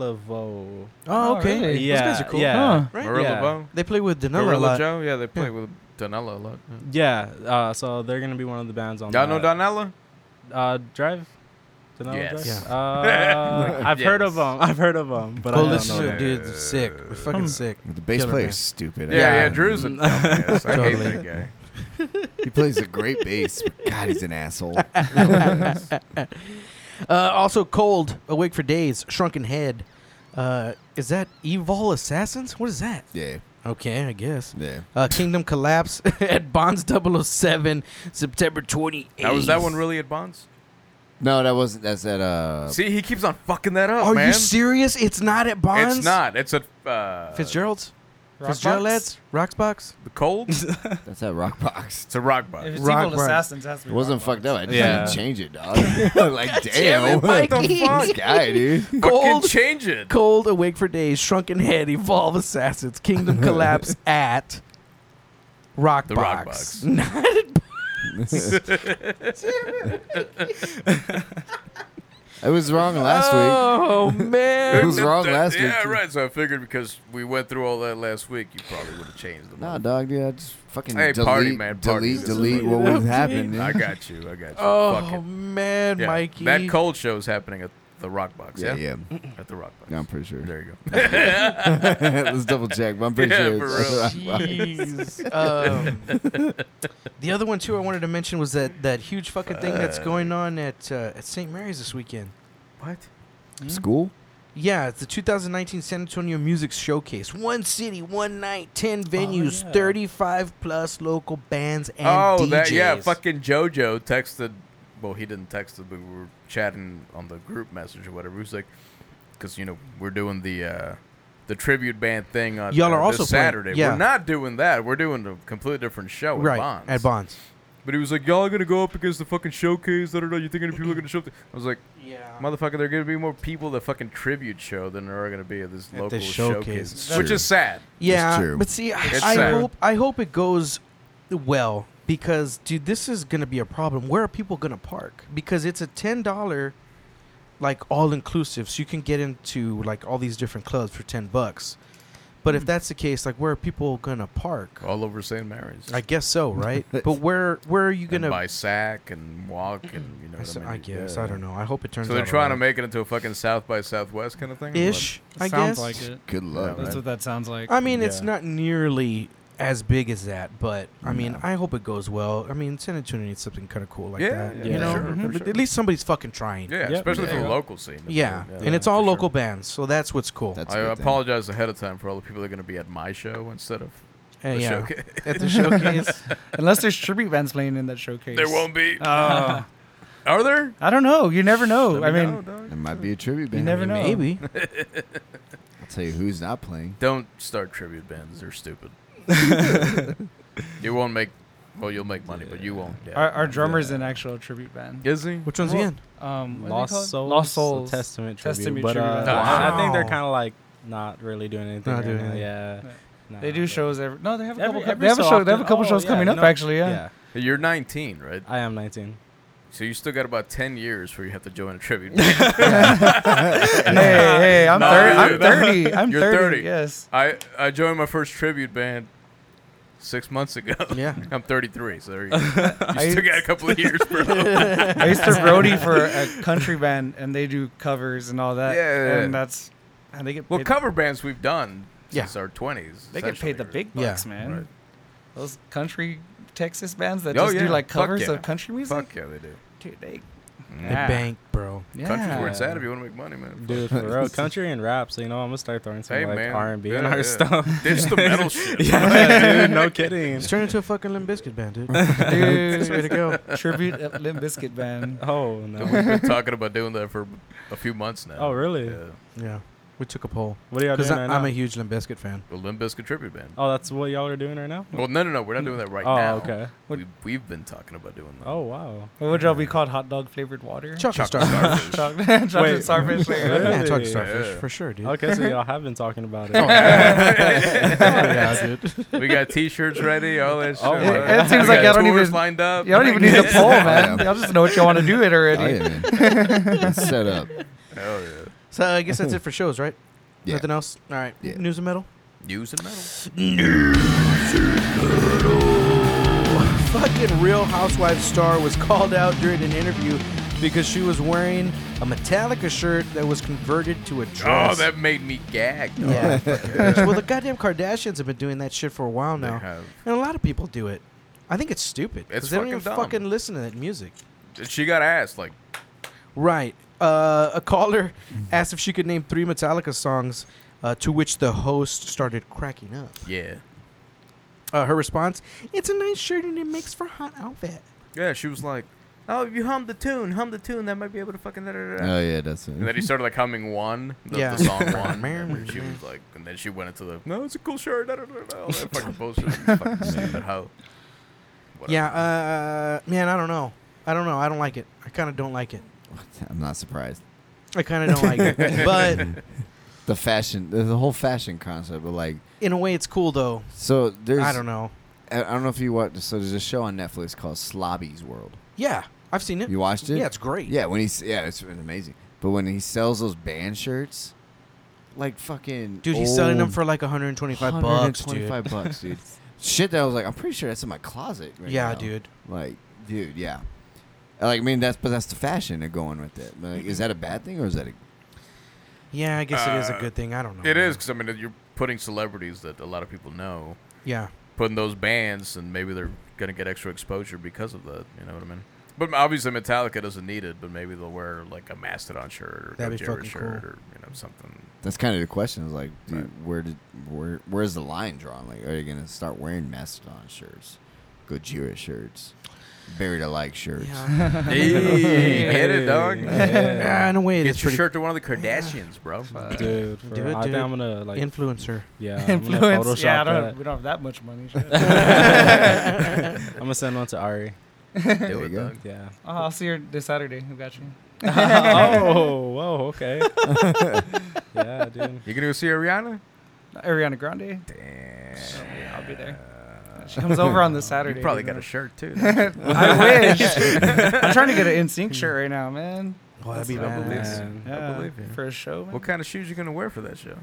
S4: Marlevo.
S1: Oh,
S5: Oh,
S1: okay.
S5: really?
S1: Those
S4: Yeah,
S1: guys are cool.
S4: yeah.
S5: Huh.
S1: Right?
S2: Marilla
S4: yeah.
S2: Bone.
S1: They play with Danella a
S2: Gorilla
S1: lot.
S2: Joe. Yeah, they play with Donella a lot.
S4: Yeah, uh, so they're gonna be one of the bands on.
S2: Y'all know
S4: that.
S2: Donella?
S4: Uh, Drive. Denali
S2: Yes.
S4: Drive? Uh, I've heard of
S2: Yes.
S4: them. I've heard of them, but
S1: Go
S4: I don't
S1: listen
S4: know.
S1: to
S2: that.
S1: it, dude. It's sick. We're fucking
S5: Hmm.
S1: sick.
S3: The bass
S1: Killer
S3: player
S1: band.
S3: is stupid.
S2: Yeah, yeah,
S3: Yeah.
S2: Drew's a dumbass. I hate
S1: Totally.
S2: that guy.
S3: He plays a great bass. but God, he's an asshole.
S1: Uh, also, Cold, Awake for Days, Shrunken Head. Uh, is that Evil Assassins? What is that?
S3: Yeah,
S1: Okay, I guess.
S3: yeah.
S1: Uh, Kingdom Collapse at Bonds 007, September 28th.
S2: Now, was that one really at Bonds?
S3: No, that wasn't. That's at uh.
S2: See, he keeps on fucking that up,
S1: Are
S2: man.
S1: you serious? It's not at Bonds?
S2: It's not. It's at uh,
S1: Fitzgerald's?
S5: Rockbox?
S1: Fitzgerald's? Roxbox?
S2: The cold. it's
S3: That's at Rockbox.
S2: a rock box.
S5: If it's
S1: Rock
S5: Evil
S1: Band.
S5: Assassins, it has to be
S3: It wasn't
S5: Rockbox.
S3: fucked up. I just
S4: Yeah.
S3: had to change it, dog. like, damn, what the
S1: Mikey.
S3: fuck, guy, dude.
S2: Fucking
S1: Cold.
S2: change it.
S1: Cold, Awake for Days, Shrunken Head, Evolve Assassins, Kingdom Collapse at Rockbox.
S2: The Rockbox.
S1: Not at
S3: I was wrong last week.
S1: Oh,
S3: It
S1: man.
S3: was wrong
S2: That-
S3: last
S2: Yeah,
S3: week. too.
S2: right. So I figured because we went through all that last week, you probably would have changed the
S3: Nah,
S2: mother-
S3: dog, dude. I just fucking
S2: Hey,
S3: delete,
S2: party, man, party.
S3: delete, delete what was happening.
S2: I
S3: dude.
S2: got you. I got you. Fuck
S1: Oh,
S2: it.
S1: man,
S2: Yeah.
S1: Mikey.
S2: That cold show is happening at the Rock Box.
S3: Yeah,
S2: Yeah,
S3: yeah.
S2: at the Rock Box.
S3: Yeah, I'm pretty sure.
S2: There you go.
S3: Let's double check, but I'm pretty
S2: Yeah,
S3: sure.
S2: for
S3: it's-
S2: real.
S1: Jeez. um, the other one too I wanted to mention was that that huge fucking thing that's going on at uh, at St. Mary's this weekend.
S2: What?
S3: School?
S1: Yeah, it's the 2019 San Antonio Music Showcase. One city, one night, 10 venues,
S4: yeah.
S1: 35 plus local bands and
S2: oh,
S1: DJs.
S2: that yeah. Fucking JoJo texted. Well, he didn't text it, but we were chatting on the group message or whatever. He was like, because you know we're doing the uh, the tribute band thing on
S1: Y'all are
S2: uh, this
S1: also playing-
S2: Saturday.
S1: yeah.
S2: We're not doing that. We're doing a completely different show
S1: right
S2: at Bonds.
S1: at Bonds.
S2: But he was like, y'all are gonna go up against the fucking showcase. I don't know. You think any people are gonna show up? I was like,
S1: Yeah.
S2: motherfucker, there are gonna be more people at fucking tribute show than there are gonna be at this
S1: At
S2: local
S1: this showcase.
S2: showcase,
S1: It's
S2: which
S3: true.
S2: is sad.
S1: Yeah,
S3: true.
S1: but see, I,
S2: It's
S1: I
S2: sad.
S1: hope I hope it goes well because dude, this is gonna be a problem. Where are people gonna park? Because it's a ten dollar like all inclusive, so you can get into like all these different clubs for ten bucks. But
S2: Mm.
S1: if that's the case, like where are people gonna park?
S2: all over St. Mary's.
S1: I guess so, right? but where where are you
S2: and
S1: gonna?
S2: buy sack and walk and you know.
S1: I, s-
S2: what I, mean?
S1: I guess
S2: Yeah.
S1: I don't know. I hope it turns.
S2: So they're
S1: out
S2: trying to
S1: alright.
S2: make it into a fucking South by Southwest kind of thing. or what?
S1: ish. I guess.
S5: sounds like it.
S3: Good luck.
S2: Yeah,
S5: That's
S3: man.
S5: what that sounds like.
S1: I mean, it's
S2: Yeah.
S1: not nearly as big as that, but I mean,
S3: No.
S1: I hope it goes well. I mean, San Antonio needs something kind of cool like
S2: Yeah,
S1: that.
S2: yeah,
S1: you
S2: for
S1: know,
S2: sure, for
S1: But
S2: sure.
S1: at least somebody's fucking trying.
S2: Yeah,
S4: Yeah.
S2: especially for
S3: Yeah.
S2: the local scene. that's
S1: Yeah,
S2: what-
S1: and it's all
S2: for sure.
S1: local bands, so that's what's cool.
S3: That's
S2: I
S3: a good thing.
S2: apologize ahead of time for all the people that are going to be at my show instead of
S1: Uh,
S2: the
S1: yeah,
S2: showcase.
S1: at the showcase.
S5: Unless there's tribute bands playing in that showcase.
S2: there won't be.
S5: Oh.
S2: Are there?
S5: I don't know. You never know. Oh, I
S2: Let me
S5: mean,
S2: know, dog.
S3: It might be a tribute band.
S5: never know.
S1: Maybe.
S3: I'll tell you who's not playing.
S2: Don't start tribute bands. They're stupid. you won't make. Well, you'll make money, but you won't. Yeah.
S5: our, our drummer's an actual tribute band.
S2: Is he?
S1: Which one's he in?
S5: Um, what are they
S4: Lost
S5: called?
S4: Souls,
S5: Lost
S4: a
S5: Souls.
S4: Testament tribute.
S5: Testament
S4: but
S5: tribute.
S4: uh,
S2: Wow.
S4: I think they're kind of like not really doing anything.
S1: Not
S4: right
S1: doing
S4: now.
S1: anything.
S4: Yeah, Nah,
S5: They do
S4: but-
S5: shows every. No, they have a
S4: Every-
S5: couple.
S4: every
S5: they have a
S4: so
S5: show. They have a
S4: often.
S5: couple
S4: Oh,
S5: shows
S4: yeah,
S5: coming
S4: you
S5: up
S4: know-
S5: actually. Yeah.
S2: You're 19, right?
S4: I am 19.
S2: So you still got about 10 years where you have to join a tribute band.
S5: Hey, hey, I'm,
S2: No,
S5: thir- I'm
S2: dude, no.
S5: 30. I'm
S2: You're
S5: 30.
S2: 30.
S5: Yes.
S2: I, I joined my first tribute band six months ago.
S1: Yeah.
S2: I'm 33, so there you go. You still got a couple of years, bro.
S5: I used to roadie for a country band, and they do covers and all that.
S2: Yeah, yeah, yeah.
S5: and that's and they get
S2: well,
S5: paid,
S2: cover bands we've done
S1: Yeah.
S2: since our 20s.
S5: they get paid the
S2: essentially,
S5: big
S1: Yeah,
S5: bucks, man.
S2: right.
S5: Those country Texas bands that
S2: Oh,
S5: just
S2: yeah.
S5: do like
S2: Fuck
S5: covers
S2: yeah.
S5: of country
S2: right?
S5: music,
S2: Fuck yeah, they do.
S5: dude, they
S1: The bank, bro.
S5: yeah.
S2: Country's where it's at if you want to make money, man.
S4: Dude, for real, country and rap. So you know, I'm gonna start throwing some
S2: Hey,
S4: like
S2: man.
S4: R&B
S2: Yeah,
S4: and our
S2: yeah.
S4: stuff.
S2: Ditch the metal shit.
S4: yeah, dude, no kidding.
S1: It's turned into a fucking Limp Bizkit band, dude. That's the way to
S5: Dude,
S1: go.
S5: tribute at Limp Bizkit band.
S4: Oh
S2: We've
S4: no.
S2: been talking about doing that for a few months now.
S4: Oh really?
S2: Yeah.
S1: Yeah, we took a poll
S4: What are y'all
S1: because
S4: doing right now?
S1: I'm a huge Limp Bizkit fan.
S2: A Limp Bizkit tribute band.
S4: oh, that's what y'all are doing right now.
S2: Well, no, no, no. We're not doing that right
S4: oh,
S2: now.
S4: okay.
S2: We, we've been talking about doing that.
S4: Oh wow.
S5: What would y'all be called? Hot dog flavored water?
S1: Chocolate Star.
S2: Starfish.
S5: Chocolate, chocolate
S4: Wait.
S5: starfish
S4: Really?
S5: flavor.
S1: Yeah, Chocolate Starfish
S2: Yeah.
S1: for sure, dude.
S4: Okay, so y'all have been talking about it.
S1: yeah, dude.
S2: we got T-shirts ready, all that shit.
S4: Oh, my
S5: God. It seems like
S2: We got
S5: y'all don't
S2: tours
S5: even-
S2: lined up.
S5: Y'all don't even need the poll, man.
S3: Yeah.
S5: Y'all just know what you want to do it
S3: Oh,
S5: already.
S3: yeah, man. It's set up.
S2: Hell yeah.
S1: So I guess that's it for shows, right?
S3: Yeah.
S1: Nothing else. All right.
S3: Yeah.
S1: News and metal.
S2: News and metal.
S1: Fucking Real Housewives star was called out during an interview because she was wearing a Metallica shirt that was converted to a dress.
S2: Oh, that made me gag. dog.
S1: Yeah. Bitch, well, the goddamn Kardashians have been doing that shit for a while
S2: They
S1: now,
S2: have-
S1: and a lot of people do it. I think it's stupid. 'cause
S2: It's
S1: they don't
S2: fucking
S1: even
S2: dumb.
S1: fucking listen to that music.
S2: She got asked, like,
S1: Right. Uh, a caller asked if she could name three Metallica songs, uh, to which the host started cracking up.
S2: yeah.
S1: Uh, her response: "It's a nice shirt and it makes for a hot outfit."
S2: Yeah, she was like, oh, if you hum the tune, hum the tune, that might be able to fucking da da da.
S3: Oh yeah, that's
S2: And then
S3: it.
S2: he started like humming one, the,
S1: Yeah.
S2: the song one. and then she was like, and then she went into the no, it's a cool shirt. Da, da, da, da, all that fucking bullshit. fucking stupid hoe. Whatever.
S1: Yeah, uh, man, I don't know. I don't know. I don't like it. I kind of don't like it.
S3: I'm not surprised.
S1: I kind of don't like it. But
S3: The fashion, the the whole fashion concept, but like,
S1: in a way, it's cool though.
S3: so there's.
S1: I don't know.
S3: I I don't know if you watched. So there's a show on Netflix called Slobby's World.
S1: Yeah, I've seen it.
S3: You watched it?
S1: Yeah, it's great.
S3: Yeah, when he's yeah, it's amazing. But when he sells those band shirts, like fucking
S1: dude, he's selling them
S3: old
S1: for like 125 bucks, dude.
S3: 125 bucks, dude. Shit, that I was like, I'm pretty sure that's in my closet. Right
S1: Yeah,
S3: now.
S1: dude.
S3: Like, dude, yeah. Like, I mean, that's but that's the fashion of going with it. Like, is that a bad thing or is that a
S1: Yeah, I guess it is a
S2: Uh,
S1: good thing. I don't know.
S2: It is
S1: man.
S2: because I mean you're putting celebrities that a lot of people know,
S1: Yeah.
S2: putting those bands, and maybe they're gonna get extra exposure because of that. You know what I mean? But obviously Metallica doesn't need it, but maybe they'll wear like a Mastodon shirt or
S1: That'd
S2: a
S1: be
S2: Gojira
S1: fucking
S2: shirt
S1: cool.
S2: or you know something.
S3: that's kind of the question? Is like, dude,
S2: Right.
S3: where did where where's the line drawn? Like, are you gonna start wearing Mastodon shirts, Gojira shirts, buried alike shirts?
S1: Yeah.
S2: hey, get it, dog.
S1: yeah, in a way,
S2: Get
S1: it's
S2: your
S1: pretty
S2: shirt to one of the Kardashians, bro.
S4: Dude, for
S1: Do
S4: real.
S1: it,
S4: I
S1: dude.
S4: think I'm gonna like
S1: influencer.
S4: yeah, I'm gonna
S5: Influence.
S4: Photoshop
S5: Yeah, I don't
S4: that.
S5: have, we don't have that much money. Uh-huh, shit.
S4: I'm gonna send one to Ari.
S2: Do
S3: you
S2: it,
S3: go.
S2: dog.
S4: Yeah.
S5: Oh, I'll see you this Saturday. I got you.
S4: oh, whoa, okay. yeah, dude.
S2: You gonna go see Ariana?
S5: Uh, Ariana Grande.
S2: Damn.
S5: Yeah, I'll be there. She comes over on this Saturday.
S2: You probably
S5: you
S2: got
S5: know.
S2: a shirt too.
S5: I wish. I'm trying to get an NSYNC shirt right now, man.
S1: Oh, that'd
S5: That's
S1: be
S2: not
S1: bad.
S2: believable.
S4: Man.
S5: Yeah,
S2: believe you.
S5: For a show, man?
S2: What kind of shoes you gonna wear for that show?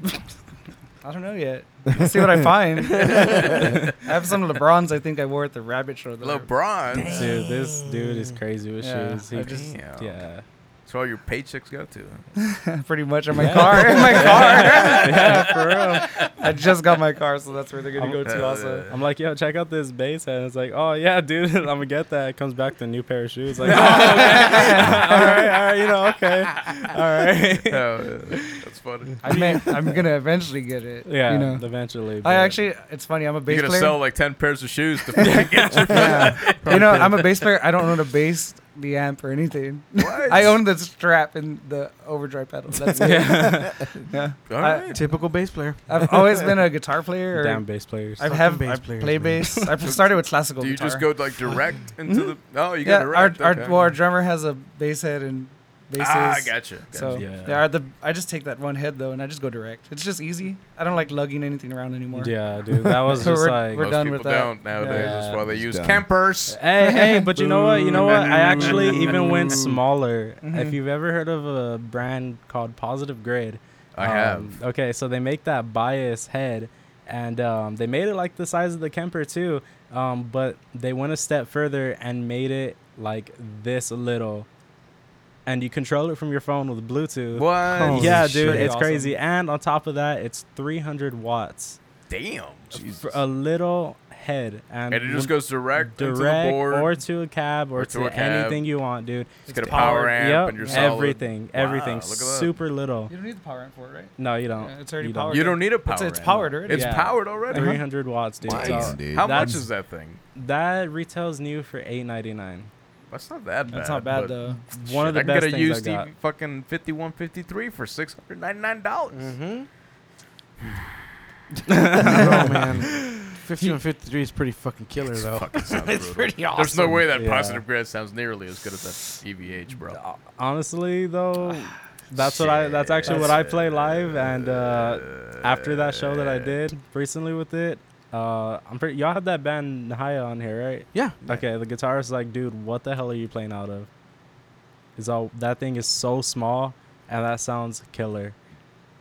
S5: I don't know yet. Let's see what I find. I have some LeBrons I think I wore at the rabbit show. that I-
S2: LeBron.
S4: Dude, this dude is crazy with
S5: Yeah,
S4: shoes. He
S5: I
S4: just,
S2: Damn.
S4: yeah.
S2: That's all your paychecks go to.
S5: pretty much in my
S4: Yeah.
S5: car. In my car.
S4: yeah, for real.
S5: I just got my car, so that's where they're gonna
S4: I'm-
S5: go to also.
S4: I'm like, yo, check out this base head. It's like, oh yeah, dude, I'm gonna get that. Comes back the new pair of shoes. Like, oh, okay. all right, all right, you know, okay, all right.
S2: Oh, that's funny.
S5: I mean, I'm gonna eventually get it.
S4: Yeah,
S5: you know.
S4: eventually.
S5: I
S4: but-
S5: actually, it's funny. I'm a bass
S2: You're gonna
S5: player.
S2: sell like ten pairs of shoes to fucking get your
S5: yeah. you know, I'm a bass player. I don't own a bass, the amp, or anything.
S2: What?
S5: I own the strap and the overdrive pedal. That's it.
S4: yeah.
S5: Yeah.
S2: All
S5: I-
S2: right.
S1: Typical bass player.
S5: I've always been a guitar player.
S4: Damn
S5: Or
S4: bass players.
S5: I
S1: Fucking
S5: have
S1: bass
S5: I
S1: players,
S5: play
S1: man.
S5: bass. I started with classical
S2: Do you
S5: guitar. Mm-hmm.
S2: just go like direct into the? Oh, you
S5: yeah,
S2: got direct.
S5: our,
S2: okay.
S5: our, well, our drummer has a bass head and basses.
S2: ah, gotcha. gotcha.
S5: So
S4: Yeah.
S5: yeah, the, I just take that one head though, and I just go direct. It's just easy. I don't like lugging anything around anymore.
S4: yeah, dude, that was
S5: So
S4: just
S5: we're-
S4: like.
S5: we're
S2: Most
S5: done
S2: people
S5: with that.
S2: don't nowadays. That's
S4: Yeah.
S2: why they
S3: Just
S2: use
S3: done.
S2: campers.
S4: Hey, hey, but you know what? You know what? I actually even went
S2: Boo.
S4: smaller.
S5: Mhm.
S4: If you've ever heard of a brand called Positive Grade,
S2: I
S4: um,
S2: have.
S4: Okay, so they make that bias head, and um, they made it like the size of the Kemper too, um, but they went a step further and made it like this little, and you control it from your phone with Bluetooth.
S2: What?
S1: Holy
S4: yeah,
S1: shit.
S4: dude, it's
S5: Awesome.
S4: crazy. And on top of that, it's 300 watts
S2: Damn.
S4: for uh, a little head, and
S2: And it
S4: when-
S2: just goes direct, into the
S4: direct
S2: board.
S4: or to a cab or,
S2: or
S4: to,
S2: to a cab.
S4: anything you want, dude.
S2: Just get a power amp
S4: yep,
S2: and you're solid.
S4: everything,
S2: Wow,
S4: everything,
S2: look at that.
S4: super little.
S5: You don't need the power amp for it, right?
S4: No, you don't.
S5: Yeah, it's already
S4: You don't.
S5: powered.
S2: You don't need a power.
S5: It's- it's
S2: amp.
S5: powered already.
S2: It's
S4: Yeah.
S2: powered already.
S4: 300 watts, dude.
S3: Nice,
S4: So
S3: dude.
S2: How much
S4: That's-
S2: is that thing?
S4: that retails new for 8.99.
S2: That's not that bad.
S5: That's not bad
S2: but
S5: though.
S2: shit,
S4: One of the
S2: I can
S4: best
S2: get a
S4: things I
S2: used
S4: got.
S2: TV fucking fifty one fifty three for six hundred ninety nine dollars.
S1: Mm-hmm. oh man, fifteen fifty three is pretty fucking killer
S2: It's
S1: though.
S2: fucking sounds
S1: it's
S2: brutal.
S1: pretty awesome.
S2: There's no way that
S4: Yeah.
S2: positive grad sounds nearly as good as that EVH, bro. Ah,
S4: Uh, Honestly, though, that's what I. That's actually what I play live, and uh, after that show that I did recently with it, uh, I'm pretty. Y'all had that band Nahaya on here, right?
S1: Yeah.
S4: Okay, the guitarist is like, dude, what the hell are you playing out of? Is all that thing is so small, and that sounds killer.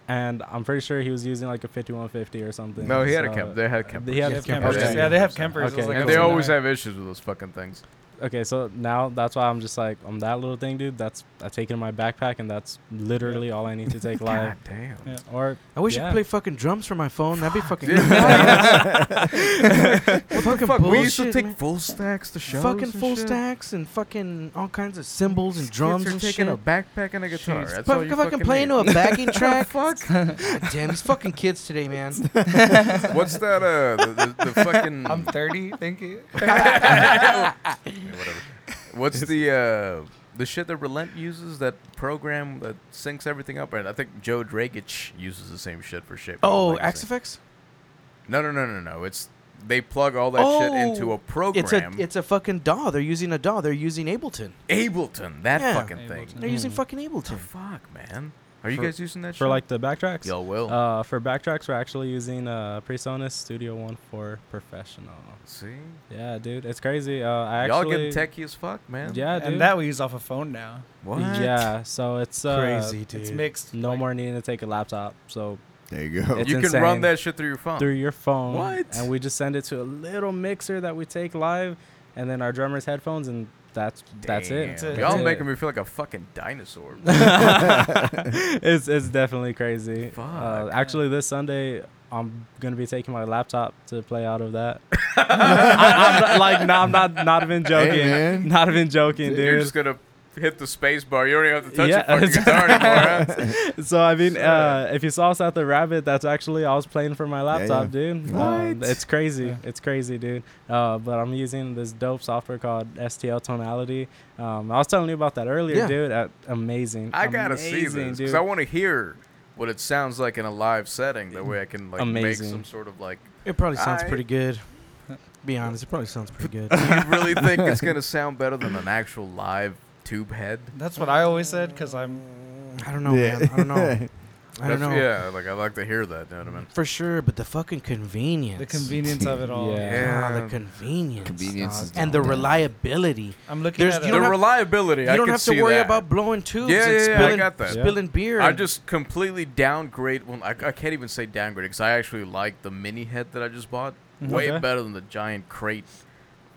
S4: And I'm pretty sure he was using like a 5150 or something.
S2: No, he had a
S4: so-
S2: camp. They had camp.
S4: They have
S5: They have
S4: campers.
S5: Kempers.
S2: Okay.
S5: Yeah, they have
S4: Okay.
S5: Kempers. It's like
S2: and
S5: a
S2: they
S5: little
S2: always
S5: guy.
S2: have issues with those fucking things.
S4: Okay, so now that's why I'm just like, I'm that little thing, dude. That's I take it in my backpack, and that's literally all I need to take live.
S2: damn.
S5: Yeah.
S4: Or
S1: I wish you
S4: yeah.
S1: could play fucking drums for my phone. That'd be fucking.
S2: Dude.
S1: fucking
S2: Fuck,
S1: bullshit,
S2: we used to take
S1: man.
S2: full stacks to shows.
S1: fucking
S2: and
S1: full
S2: shit.
S1: stacks and fucking all kinds of cymbals and drums
S2: Kids are
S1: and
S2: taking
S1: shit.
S2: a backpack and a guitar.
S1: Jeez.
S2: That's all
S1: fucking
S2: you
S1: fucking playing
S2: need.
S1: to a backing track. Fuck. Damn, these fucking kids today, man.
S2: What's that? Uh, the, the, the fucking.
S5: I'm 30. Thank you.
S2: Yeah, whatever. What's the uh, the shit that Relent uses? That program that syncs everything up. And I think Joe Dragic uses the same shit for shape.
S1: Oh,
S2: Legacy.
S1: XFX.
S2: No, no, no, no, no. It's they plug all that shit into
S1: Oh,
S2: a program.
S1: It's a it's a fucking DAW. They're using a DAW. They're using Ableton.
S2: Ableton. That
S1: Yeah.
S2: fucking
S5: Ableton.
S2: thing.
S1: They're using
S4: Mhm.
S1: fucking
S2: What the
S1: Ableton.
S2: fuck, man? Are you
S4: For-
S2: guys using that shit?
S4: for like the backtracks.
S2: y'all will
S4: Uh, for backtracks, we're actually using uh, PreSonus Studio One for Professional.
S2: see.
S4: Yeah, dude, it's crazy. Uh, I
S2: Y'all
S4: actually
S2: getting techie as fuck, man.
S4: Yeah, dude.
S5: and that we use off a phone now.
S2: What?
S4: Yeah, so it's uh,
S1: Crazy dude.
S5: It's mixed.
S4: No
S5: like-
S4: more needing to take a laptop, so
S3: There you go.
S4: It's
S2: you can
S4: insane.
S2: run that shit through your phone.
S4: through your phone.
S2: What?
S4: And we just send it to a little mixer that we take live, and then our drummer's headphones, and that's that's
S2: Damn.
S4: it.
S5: That's it.
S2: Y'all
S4: That's
S2: making
S4: it.
S2: me feel like a fucking dinosaur. bro.
S4: it's it's definitely crazy. Uh,
S2: Fuck.
S4: actually, this Sunday I'm gonna be taking my laptop to play out of that. I, am not, like, no, I'm not not even joking.
S3: man.
S4: Not even joking, dude.
S2: You're just gonna hit the space bar. You don't even have to touch
S4: Yeah,
S2: your fucking guitar anymore. huh?
S4: so I mean,
S2: Shit.
S4: uh, if you saw us at the rabbit, that's actually I was playing for my laptop, dude. Um,
S3: What?
S4: it's crazy,
S5: Yeah.
S4: it's crazy, dude. Uh, but I'm using this dope software called STL Tonality. Um, I was telling you about that earlier,
S1: Yeah.
S4: dude. Uh, amazing.
S2: I gotta see
S4: Amazing,
S2: this
S4: dude.
S2: because I want to hear what it sounds like in a live setting. That way I can like
S4: Amazing.
S2: make some sort of like.
S1: It probably sounds
S2: I-
S1: pretty good. Be honest, it probably sounds pretty good.
S2: You really think it's gonna sound better than an actual live tube head?
S5: That's what I always said because I'm.
S1: I don't know,
S3: Yeah.
S1: man. I don't know. I don't
S2: That's-
S1: know.
S2: Yeah, like I like to hear that. You know what I mean?
S1: For sure, but the fucking convenience.
S5: The convenience of it all.
S4: Yeah.
S1: Ah, the
S2: Yeah.
S1: convenience.
S3: Convenience is
S1: dog. and the
S3: gone down.
S1: reliability.
S5: I'm looking
S1: There's-
S5: at
S1: you
S5: a-
S2: the
S1: don't have-
S2: reliability.
S1: You
S2: I
S1: don't
S2: could
S1: have to
S2: see
S1: worry
S2: that.
S1: about blowing tubes
S2: Yeah,
S1: and
S2: yeah, yeah, I
S1: spilling,
S2: got that.
S1: spilling beer.
S2: I
S1: and-
S2: just completely downgrade. Well, I, I can't even say downgrade because I actually like the mini head that I just bought way
S4: Mm-hmm. Okay.
S2: better than the giant crate,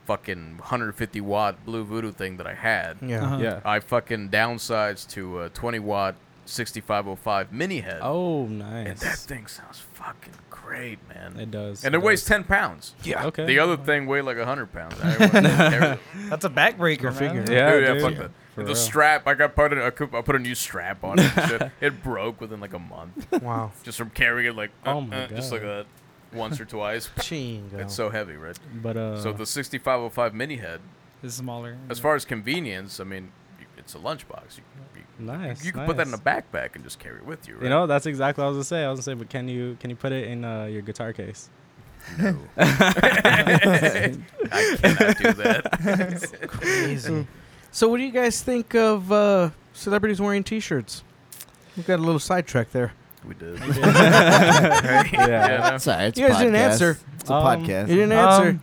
S2: fucking 150 watt blue voodoo thing that I had.
S1: yeah.
S5: Uh-huh.
S4: Yeah.
S2: I fucking downsized to a 20 watt 6505 mini head.
S4: Oh,
S2: and that
S4: nice.
S2: thing sounds fucking great, man.
S4: It does.
S2: and it
S4: does.
S2: weighs 10 pounds.
S1: Yeah.
S4: Okay.
S2: The other thing weighed like 100 pounds. I wasn't there.
S5: That's a backbreaker,
S1: figure.
S5: man.
S4: Yeah,
S2: Dude, yeah,
S4: dude.
S2: fuck that.
S4: For
S2: the
S4: real.
S2: strap, like I put it, I could- I put a new strap on it. and shit. It broke within like a month,
S1: Wow.
S2: just from carrying it like, uh,
S4: Oh my
S2: uh, just like that, once or twice.
S1: Chingo.
S2: It's so heavy, right?
S4: But uh,
S2: so the 6505 mini head,
S5: It's smaller.
S2: as far as convenience, I mean, y- it's a lunchbox. You, you,
S4: nice.
S2: you can put that in a
S4: nice.
S2: backpack and just carry it with you, right?
S4: You know, that's exactly what I was gonna say. I was gonna say, but can you can you put it in uh, your guitar case?
S2: No. I cannot do that.
S1: Crazy. so, what do you guys think of uh, celebrities wearing T-shirts? We got a little sidetrack there.
S2: We did.
S4: Yeah.
S2: no.
S3: It's all right, it's
S1: You guys
S3: a
S1: didn't
S3: podcast.
S1: answer.
S3: It's a
S4: Um,
S1: You
S3: podcast.
S1: didn't answer.
S5: Um,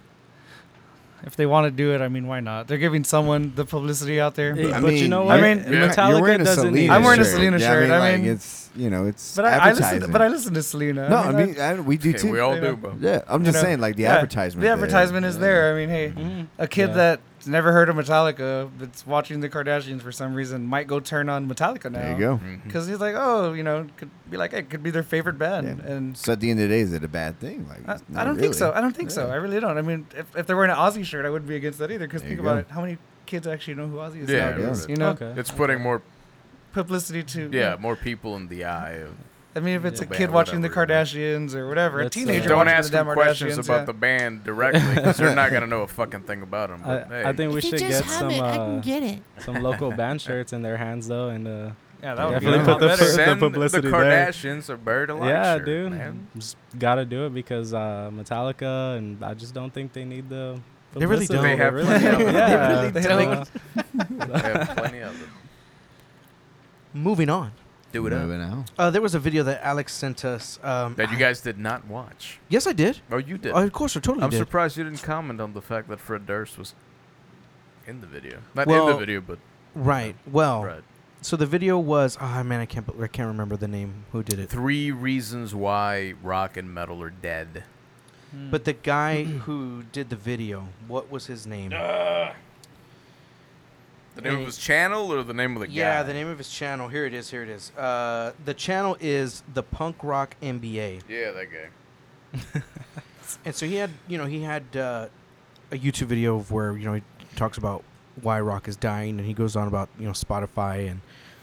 S5: if they want to do it, I mean, why not? They're giving someone the publicity out there.
S4: Hey,
S3: I
S4: but you
S3: mean,
S4: know
S5: I
S4: what?
S5: mean,
S2: Yeah. You're
S4: Metallica doesn't need.
S5: I'm wearing a
S4: it.
S5: Selena
S3: Yeah,
S5: shirt, I
S3: like,
S5: mean-
S3: it's you know, it's
S5: But I, I listen. To,
S3: advertising.
S5: but I listen to Selena.
S3: no, I mean,
S5: that-
S3: I, we do
S2: Okay,
S3: too.
S2: we all
S5: Yeah.
S2: do, bro.
S3: yeah, I'm
S5: you
S3: just
S5: know,
S3: saying, like the
S5: yeah,
S3: advertisement.
S5: the
S3: there.
S5: advertisement is
S3: Yeah.
S5: there. I mean, hey,
S4: Mhm.
S5: a kid
S4: Yeah.
S5: that's never heard of Metallica that's watching the Kardashians for some reason might go turn on Metallica now.
S3: There you go.
S2: Mhm.
S5: Because he's like, oh, you know, could be like, it could be their favorite band,
S3: Yeah.
S5: and
S3: So at the end of the day, is it a bad thing? Like,
S5: I,
S3: it's
S5: I
S3: not
S5: don't think
S3: really.
S5: so. I don't think so.
S3: Yeah.
S5: I really don't. I mean, if, if they're wearing an Ozzy shirt, I wouldn't be against that either. Because
S3: There
S5: think
S3: you
S5: about
S3: go.
S5: it, how many kids actually know who Ozzy is
S2: Yeah,
S5: nowadays?
S2: right.
S5: You know,
S4: Okay.
S2: It's putting more,
S5: publicity to
S2: yeah, more people in the eye of
S5: I mean, if it's
S2: Yeah,
S5: a kid
S2: man,
S5: watching the
S2: whatever, yeah.
S5: Kardashians or whatever,
S4: Let's, uh,
S5: a teenager
S2: Don't
S5: watching
S2: ask
S5: the
S2: them
S5: damn
S2: questions
S5: Kardashians,
S2: about
S5: yeah.
S2: the band directly because they're not gonna know a fucking thing about them. But, hey,
S4: I, I think we
S7: if
S4: should
S7: you just
S4: get
S7: have
S4: some
S7: it, I
S4: uh,
S7: can get it.
S4: some local band shirts in their hands though, and uh,
S5: yeah, that would be
S4: Definitely
S5: a
S4: put
S5: lot
S4: the
S5: better.
S4: first-
S2: send
S4: publicity
S2: the
S4: there.
S2: Kardashians a bird alive.
S4: yeah,
S2: shirt,
S4: dude,
S2: Man.
S4: just gotta do it because uh, Metallica, and I just don't think they need the.
S1: They really
S4: publicity.
S1: don't.
S2: They have plenty of them.
S4: yeah.
S5: They really
S4: They
S5: don't.
S4: have-
S2: They have plenty of them.
S1: Moving on.
S2: Do it up.
S3: Moving out.
S1: Uh, there was a video that Alex sent us. Um,
S2: That you guys did not watch.
S1: yes, I did.
S2: Oh, you did.
S1: Oh, of course, I totally
S2: I'm
S1: did.
S2: surprised you didn't comment on the fact that Fred Durst was in the video. Not in
S1: Well, oh.
S2: the video, but
S1: right. Well,
S2: right.
S1: so the video was. Oh man, I can't. bel- I can't remember the name. Who did it?
S2: Three reasons why rock and metal are dead.
S1: But the guy who did the video, what was his name?
S2: The name of his channel or the name of the
S1: yeah,
S2: guy?
S1: the name of his channel. Here it is. Here it is. Uh, the channel is the Punk Rock NBA.
S2: Yeah, that guy.
S1: And so he had, you know, he had uh, a YouTube video of where you know he talks about why rock is dying, and he goes on about you know Spotify and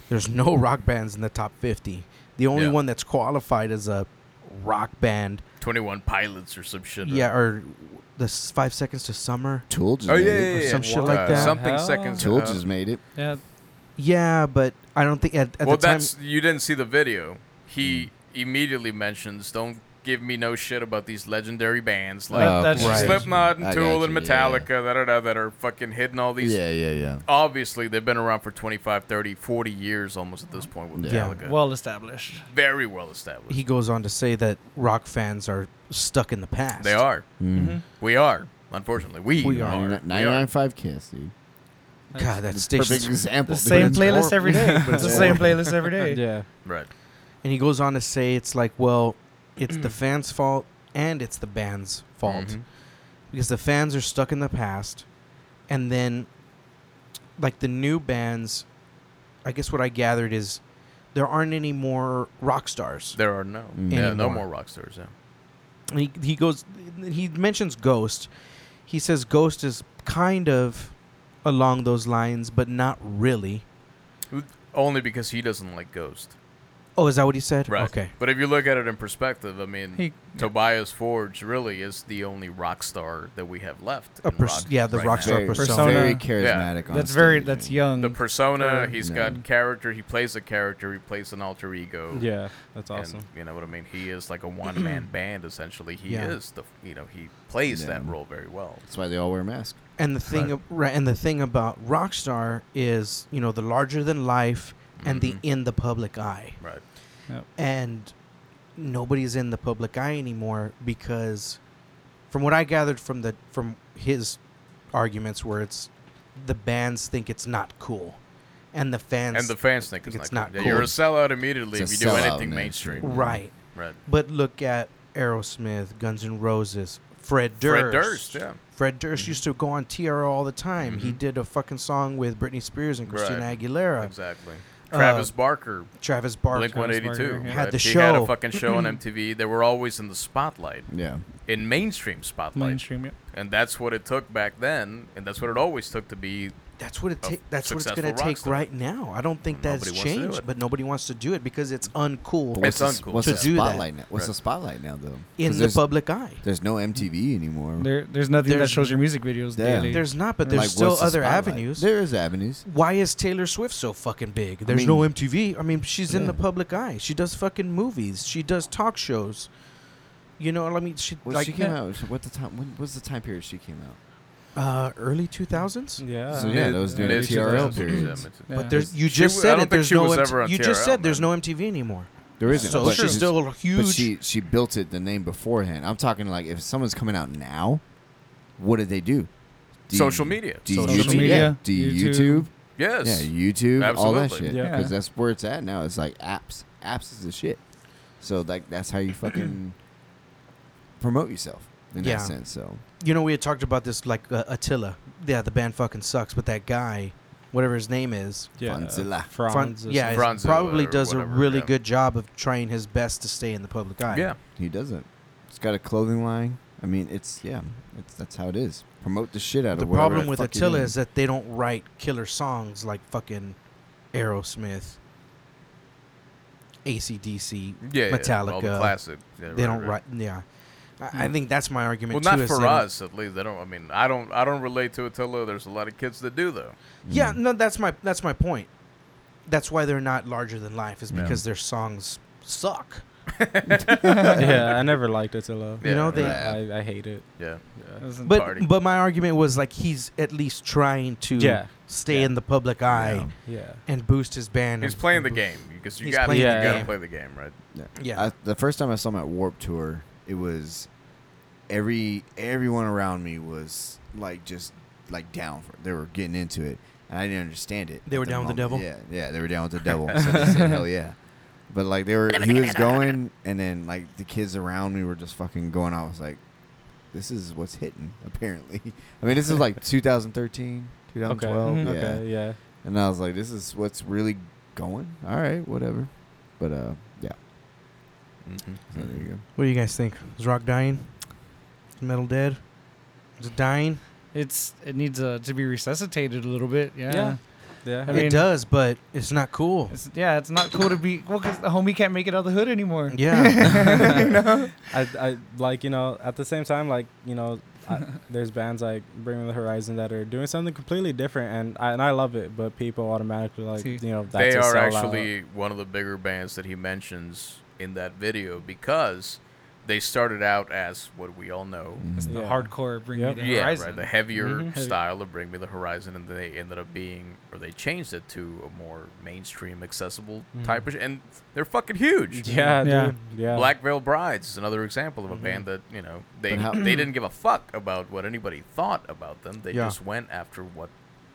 S1: there's no rock bands in the top 50. The only
S2: Yeah.
S1: one that's qualified as a rock band,
S2: 21 Pilots or some shit.
S1: yeah, or the s- Five Seconds to Summer.
S3: Tool just
S2: Oh,
S3: made
S2: yeah,
S3: it.
S2: yeah, yeah.
S1: some shit
S2: Uh,
S1: like that.
S2: Something
S4: Hell.
S2: seconds.
S3: Tool
S2: uh,
S3: just made it.
S5: Yeah,
S1: Yeah, but I don't think at, at
S2: well,
S1: the time.
S2: that's you didn't see the video. He immediately mentions, "Don't give me no shit about these legendary bands like
S5: That- that's
S3: okay.
S5: right.
S2: Slipknot
S3: Oh, I
S2: and Tool
S3: got
S2: and
S3: you, yeah,
S2: Metallica that are that are fucking hidden all these.
S3: Yeah, yeah, yeah.
S2: Obviously, they've been around for 25, 30, 40 years almost at this point with
S1: Yeah.
S2: Metallica.
S5: well established.
S2: very well established.
S1: he goes on to say that rock fans are stuck in the past.
S2: they are.
S1: Mm-hmm.
S3: Mm.
S2: We are. Unfortunately, we,
S1: We are.
S2: are.
S3: Nine-
S2: We are.
S3: 99.5 Kiss, dude.
S1: God, that
S3: Perfect
S1: station.
S3: example.
S5: The
S3: dude.
S5: same
S1: it's
S5: playlist
S1: horrible.
S5: every day. It's the
S3: it's
S5: same playlist every day.
S4: yeah.
S2: Right.
S1: And he goes on to say it's like, well, it's the fans' fault and it's the band's fault
S2: Mhm.
S1: because the fans are stuck in the past, and then, like the new bands, I guess what I gathered is there aren't any more rock stars.
S2: There are no.
S3: Mm.
S2: Yeah, no
S1: Anymore.
S2: more rock stars. Yeah.
S1: And he he goes, he mentions Ghost. He says Ghost is kind of along those lines, but not really.
S2: Only because he doesn't like Ghost.
S1: Oh, is that what he said?
S2: Right.
S1: Okay.
S2: But if you look at it in perspective, I mean,
S5: He-
S2: Tobias Forge really is the only rock star that we have left.
S1: A
S2: in
S1: pers-
S2: rock
S1: yeah, the
S2: right
S1: rock
S2: now.
S1: star
S3: Very,
S1: persona.
S5: Persona.
S3: very
S5: Yeah.
S3: charismatic. on
S5: That's very.
S3: stage,
S5: That's
S3: man.
S5: young.
S2: The persona,
S5: Or-
S2: he's
S3: No.
S2: got character. He plays a character. He plays an alter ego.
S4: Yeah. That's
S2: and
S4: awesome.
S2: you know what I mean? He is like a one man band essentially. He
S1: Yeah.
S2: is the you know he plays
S3: Yeah.
S2: that role very well.
S3: That's why they all wear masks.
S1: And the thing, ab- right. and the thing about Rockstar is, you know, the larger than life and the
S2: Mhm.
S1: in the public eye.
S2: Right.
S4: Yep.
S1: and nobody's in the public eye anymore because, from what I gathered from the from his arguments, where it's the bands think it's not cool, and the fans
S2: and the fans think it's,
S1: it's
S2: not,
S1: not
S2: cool. You're a
S1: cool. Mm.
S2: sellout immediately
S3: It's
S2: if
S3: a
S2: you do
S3: sellout,
S2: anything
S3: man.
S2: mainstream.
S1: right.
S2: Right.
S1: But look at Aerosmith, Guns N' Roses, Fred Durst.
S2: Fred Durst, yeah. Mm-hmm.
S1: Fred Durst used to go on TRL all the time. He
S2: Mhm.
S1: did a fucking song with Britney Spears and Christina
S2: Right.
S1: Aguilera.
S2: Exactly.
S1: Uh,
S2: Travis Barker,
S1: Travis Barker.
S2: Blink One Eighty Two,
S4: Barker, yeah.
S1: Had the
S2: He had a
S1: show.
S2: fucking show on MTV. They were always in the spotlight,
S3: Yeah.
S2: in mainstream spotlight,
S5: Mainstream, yeah.
S2: and that's what it took back then, and that's what it always took to be.
S1: That's what it
S2: a
S1: ta- that's what it's
S2: successful
S1: going to
S2: rock
S1: take
S2: star.
S1: right now. I don't think that's
S2: Nobody wants to do it.
S1: changed,
S2: Mm-hmm.
S1: but nobody wants to do it because it's uncool
S3: But
S2: It's
S3: what's the,
S2: uncool.
S3: What's
S1: To
S3: the
S1: do that.
S3: spotlight now? What's
S2: Right.
S3: the spotlight now though? 'Cause
S1: in the
S3: there's,
S1: public eye.
S3: There's no MTV anymore.
S5: There, there's nothing
S1: There's-
S5: that shows your music videos
S3: Yeah.
S5: daily.
S1: There's not, but
S5: Like,
S1: there's
S3: Like,
S1: still
S3: what's the
S1: other
S3: spotlight?
S1: avenues.
S3: There is avenues.
S1: Why is Taylor Swift so fucking big? There's
S3: mean-
S1: no MTV. I mean, she's in
S3: Yeah.
S1: the public eye. She does fucking movies. She does talk shows. You know, I mean, she
S3: Well,
S1: like
S3: she came out. What the time? When was the time period she came out?
S1: uh, early 2000s.
S4: Yeah.
S3: So, yeah, those during the
S2: mid-
S3: TRL
S2: 2000s,
S3: periods.
S2: yeah, mid-
S5: Yeah.
S1: But there's you
S2: She
S1: just
S2: w- I
S1: said
S2: don't
S1: it.
S2: think
S1: There's
S2: she
S1: no
S2: was
S1: MT
S2: ever on
S1: you just
S2: TRL,
S1: said there's
S2: man.
S1: no MTV anymore.
S3: There isn't.
S1: so
S3: but
S1: she's still huge.
S3: But she she built it the name beforehand. I'm talking like if someone's coming out now, what did they do? Do you-
S2: Social media.
S3: Do you
S1: Social
S3: YouTube,
S1: media,
S3: yeah. Do you
S5: YouTube.
S3: YouTube?
S2: Yes.
S3: Yeah, YouTube, all that
S2: Absolutely.
S3: shit.
S4: Yeah.
S3: Because that's where it's at now. It's like apps. Apps is the shit. So like that's how you fucking promote yourself in
S1: Yeah.
S3: that sense. So
S1: you know, we had talked about this like uh, Attila. Yeah, the band fucking sucks, but that guy, whatever his name is,
S4: Yeah.
S3: Franzilla.
S1: Fran-
S4: Franz.
S1: yeah, is-
S2: Franzilla
S1: probably
S2: or
S1: does
S2: whatever,
S1: a really
S2: yeah.
S1: good job of trying his best to stay in the public eye.
S2: Yeah.
S3: he doesn't. It's got a clothing line. I mean, it's yeah. It's that's how it is. Promote the shit out
S1: The
S3: of whatever
S1: problem
S3: the
S1: with
S3: fuck you're
S1: Attila
S3: doing.
S1: is that they don't write killer songs like fucking Aerosmith, ACDC.
S2: Yeah. yeah, All the
S1: Metallica.
S2: classic. Yeah, right,
S1: They don't
S2: right. Hmm.
S1: write. Yeah, I, I think that's my
S2: Well,
S1: argument. too,
S2: not
S1: is they
S2: for
S1: don't-
S2: us, at least. I don't. I mean, I don't. I don't relate to Attila. There's a lot of kids that do, though.
S1: Yeah,
S3: Mm.
S1: no, that's my that's my point. That's why they're not larger than life is
S3: Yeah.
S1: because their songs suck.
S4: yeah, I never liked Attila.
S1: You
S2: Yeah,
S1: know, they-
S4: I, I hate it.
S2: Yeah.
S4: Yeah.
S5: Doesn't-
S1: But
S2: Party.
S1: but my argument was like he's at least trying to
S4: Yeah.
S1: stay
S4: Yeah.
S1: in the public eye
S3: Yeah.
S4: Yeah.
S1: and boost his band.
S2: He's
S1: and-
S2: playing
S1: and
S2: the
S1: boost-
S2: game because you
S1: He's
S2: got to
S1: playing
S4: the
S2: gotta
S1: game.
S2: play the game, right?
S1: Yeah,
S3: I, the first time I saw him at Warp Tour, it was every everyone around me was like just like down for it. They were getting into it, and I didn't understand it.
S1: They were
S3: at
S1: down with the
S3: moment.
S1: devil?
S3: Yeah, yeah, they were down with the devil. so they said, hell yeah. But like they were, he was going, and then like the kids around me were just fucking going. I was like, this is what's hitting apparently. I mean, this is like 2013, 2012.
S5: Mhm.
S3: Yeah.
S4: Okay. Yeah.
S3: And I was like, this is what's really going. All right, whatever. But uh, yeah. So there you go.
S1: What do you guys think? Is rock dying? Is metal dead? Is it dying?
S5: It's it needs uh, to be resuscitated a little bit. Yeah.
S4: Yeah. Yeah.
S5: I mean-
S1: it does, but it's not cool.
S5: It's, yeah, it's not cool to be well because the homie can't make it out of the hood anymore.
S1: Yeah,
S4: I, I like you know at the same time like you know I, there's bands like Bring Me the Horizon that are doing something completely different and I and I love it but people automatically like
S5: See,
S4: you know that's
S2: They
S4: a
S2: are
S4: sellout.
S2: actually one of the bigger bands that he mentions in that video because they started out as what we all know.
S3: Mm-hmm.
S5: It's the
S4: Yeah.
S5: hardcore bring
S4: Yep.
S5: me the
S2: yeah,
S5: horizon.
S2: right. The Mm-hmm. heavier
S4: Mhm.
S2: style of Bring Me the Horizon, and they ended up being, or they changed it to a more mainstream, accessible type of, sh- and they're fucking huge.
S4: yeah
S5: Yeah.
S4: dude yeah
S2: Black Veil Brides is another example of a band that you know they
S3: But how-
S2: they didn't give a fuck about what anybody thought about them. They
S1: Yeah.
S2: just went after what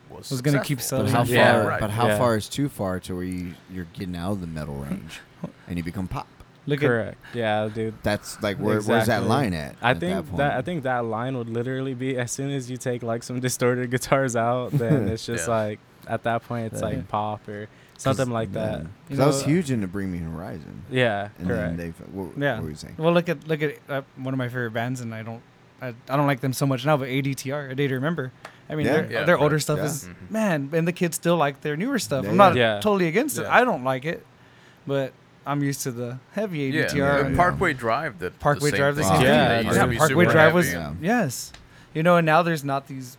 S2: was.
S5: Was gonna keep
S2: successful.
S3: But
S5: selling.
S3: how far?
S2: Yeah, right.
S3: But how
S4: Yeah.
S3: far is too far to where you, you're getting out of the metal range, and you become pop?
S5: Look at
S4: correct yeah dude
S3: That's like where, where's that
S4: Exactly.
S3: line at?
S4: I
S3: at
S4: think
S3: that,
S4: that,
S3: point?
S4: I think that line would literally be as soon as you take like some distorted guitars out then it's just
S2: Yeah.
S4: like at that point it's
S3: Yeah.
S4: like pop or something like that
S3: Because I was
S5: know-
S3: huge into Bring Me Horizon,
S4: yeah
S3: and then
S4: correct
S3: they. f- What,
S5: Yeah.
S3: what were you saying?
S5: well, look at look at uh, one of my favorite bands, and I don't I, I don't like them so much now. But ADTR, A Day to Remember. I mean,
S3: Yeah.
S5: their,
S2: Yeah,
S5: their
S2: right.
S5: older stuff
S3: Yeah.
S5: is
S2: Mhm.
S5: man, and the kids still like their newer stuff.
S3: Yeah,
S5: I'm not
S4: yeah. Yeah.
S5: totally against it.
S4: Yeah.
S5: I don't like it, but I'm used to the heavy
S2: Yeah,
S5: ADTR.
S3: yeah,
S5: and
S2: and Parkway Drive. That
S5: Parkway
S2: the same
S5: Drive, the
S2: thing.
S3: same
S4: Yeah,
S2: They
S4: thing.
S2: used to
S4: Yeah.
S2: be
S5: Parkway
S2: super
S5: Drive was-
S2: heavy.
S3: Yeah.
S5: Yes. You know, and now there's not these,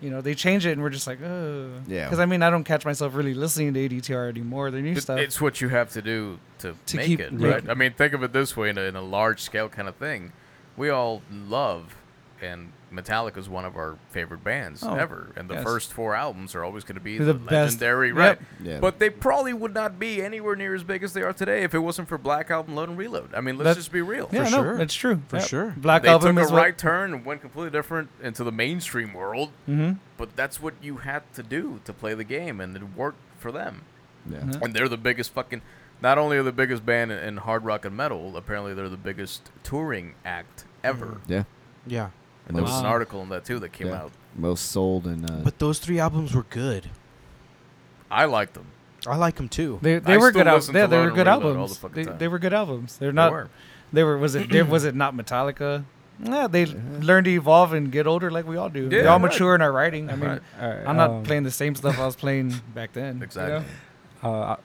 S5: you know, they change it and we're just like, oh.
S3: Yeah.
S5: Because I mean, I don't catch myself really listening to ADTR anymore. Their new
S2: It-
S5: stuff.
S2: It's what you have to do to,
S5: To
S2: make
S5: keep
S2: it,
S5: making
S2: right? I mean, think of it this way in a, in a large scale kind of thing. We all love and Metallica is one of our favorite bands
S5: Oh,
S2: ever. And the
S5: yes.
S2: first four albums are always going to be
S5: They're
S2: the,
S5: the best.
S2: legendary,
S5: Yep.
S2: right?
S3: Yeah.
S2: But they probably would not be anywhere near as big as they are today if it wasn't for Black Album, Load and Reload. I mean, let's
S5: That-
S2: just be real.
S5: yeah, no,
S1: sure.
S5: that's true.
S1: For sure.
S5: Black
S2: they
S5: Album
S2: took
S5: is
S2: a
S5: what-
S2: right turn and went completely different into the mainstream world.
S5: Mhm.
S2: But that's what you had to do to play the game, and it worked for them.
S3: yeah.
S5: Mhm.
S2: And they're the biggest fucking. Not only are the biggest band in, in hard rock and metal, apparently they're the biggest touring act
S1: Mm-hmm.
S2: ever.
S3: Yeah.
S1: Yeah.
S2: And there was an
S4: Mm-hmm. Wow.
S2: article on that too that came
S3: Yeah.
S2: out.
S3: Most sold and uh,
S1: But those three albums were good.
S2: I liked them.
S1: I like them too.
S5: They, they
S2: I
S5: were
S2: still
S5: good albums.
S2: listen to
S5: Yeah, they
S2: Load
S5: were
S2: and
S5: good
S2: Reload all the
S5: albums.
S2: fucking
S5: They,
S2: time.
S5: they were good albums. They're
S2: They
S5: not. They were.
S2: were.
S5: was it? there- was it not Metallica? No, they learn to evolve and get older like we all do. we
S2: Yeah,
S5: all
S2: right.
S5: mature in our writing. I mean,
S2: Right.
S5: I'm
S4: um,
S5: not playing the same stuff I was playing back then. you know?
S2: Exactly.
S4: Uh, I-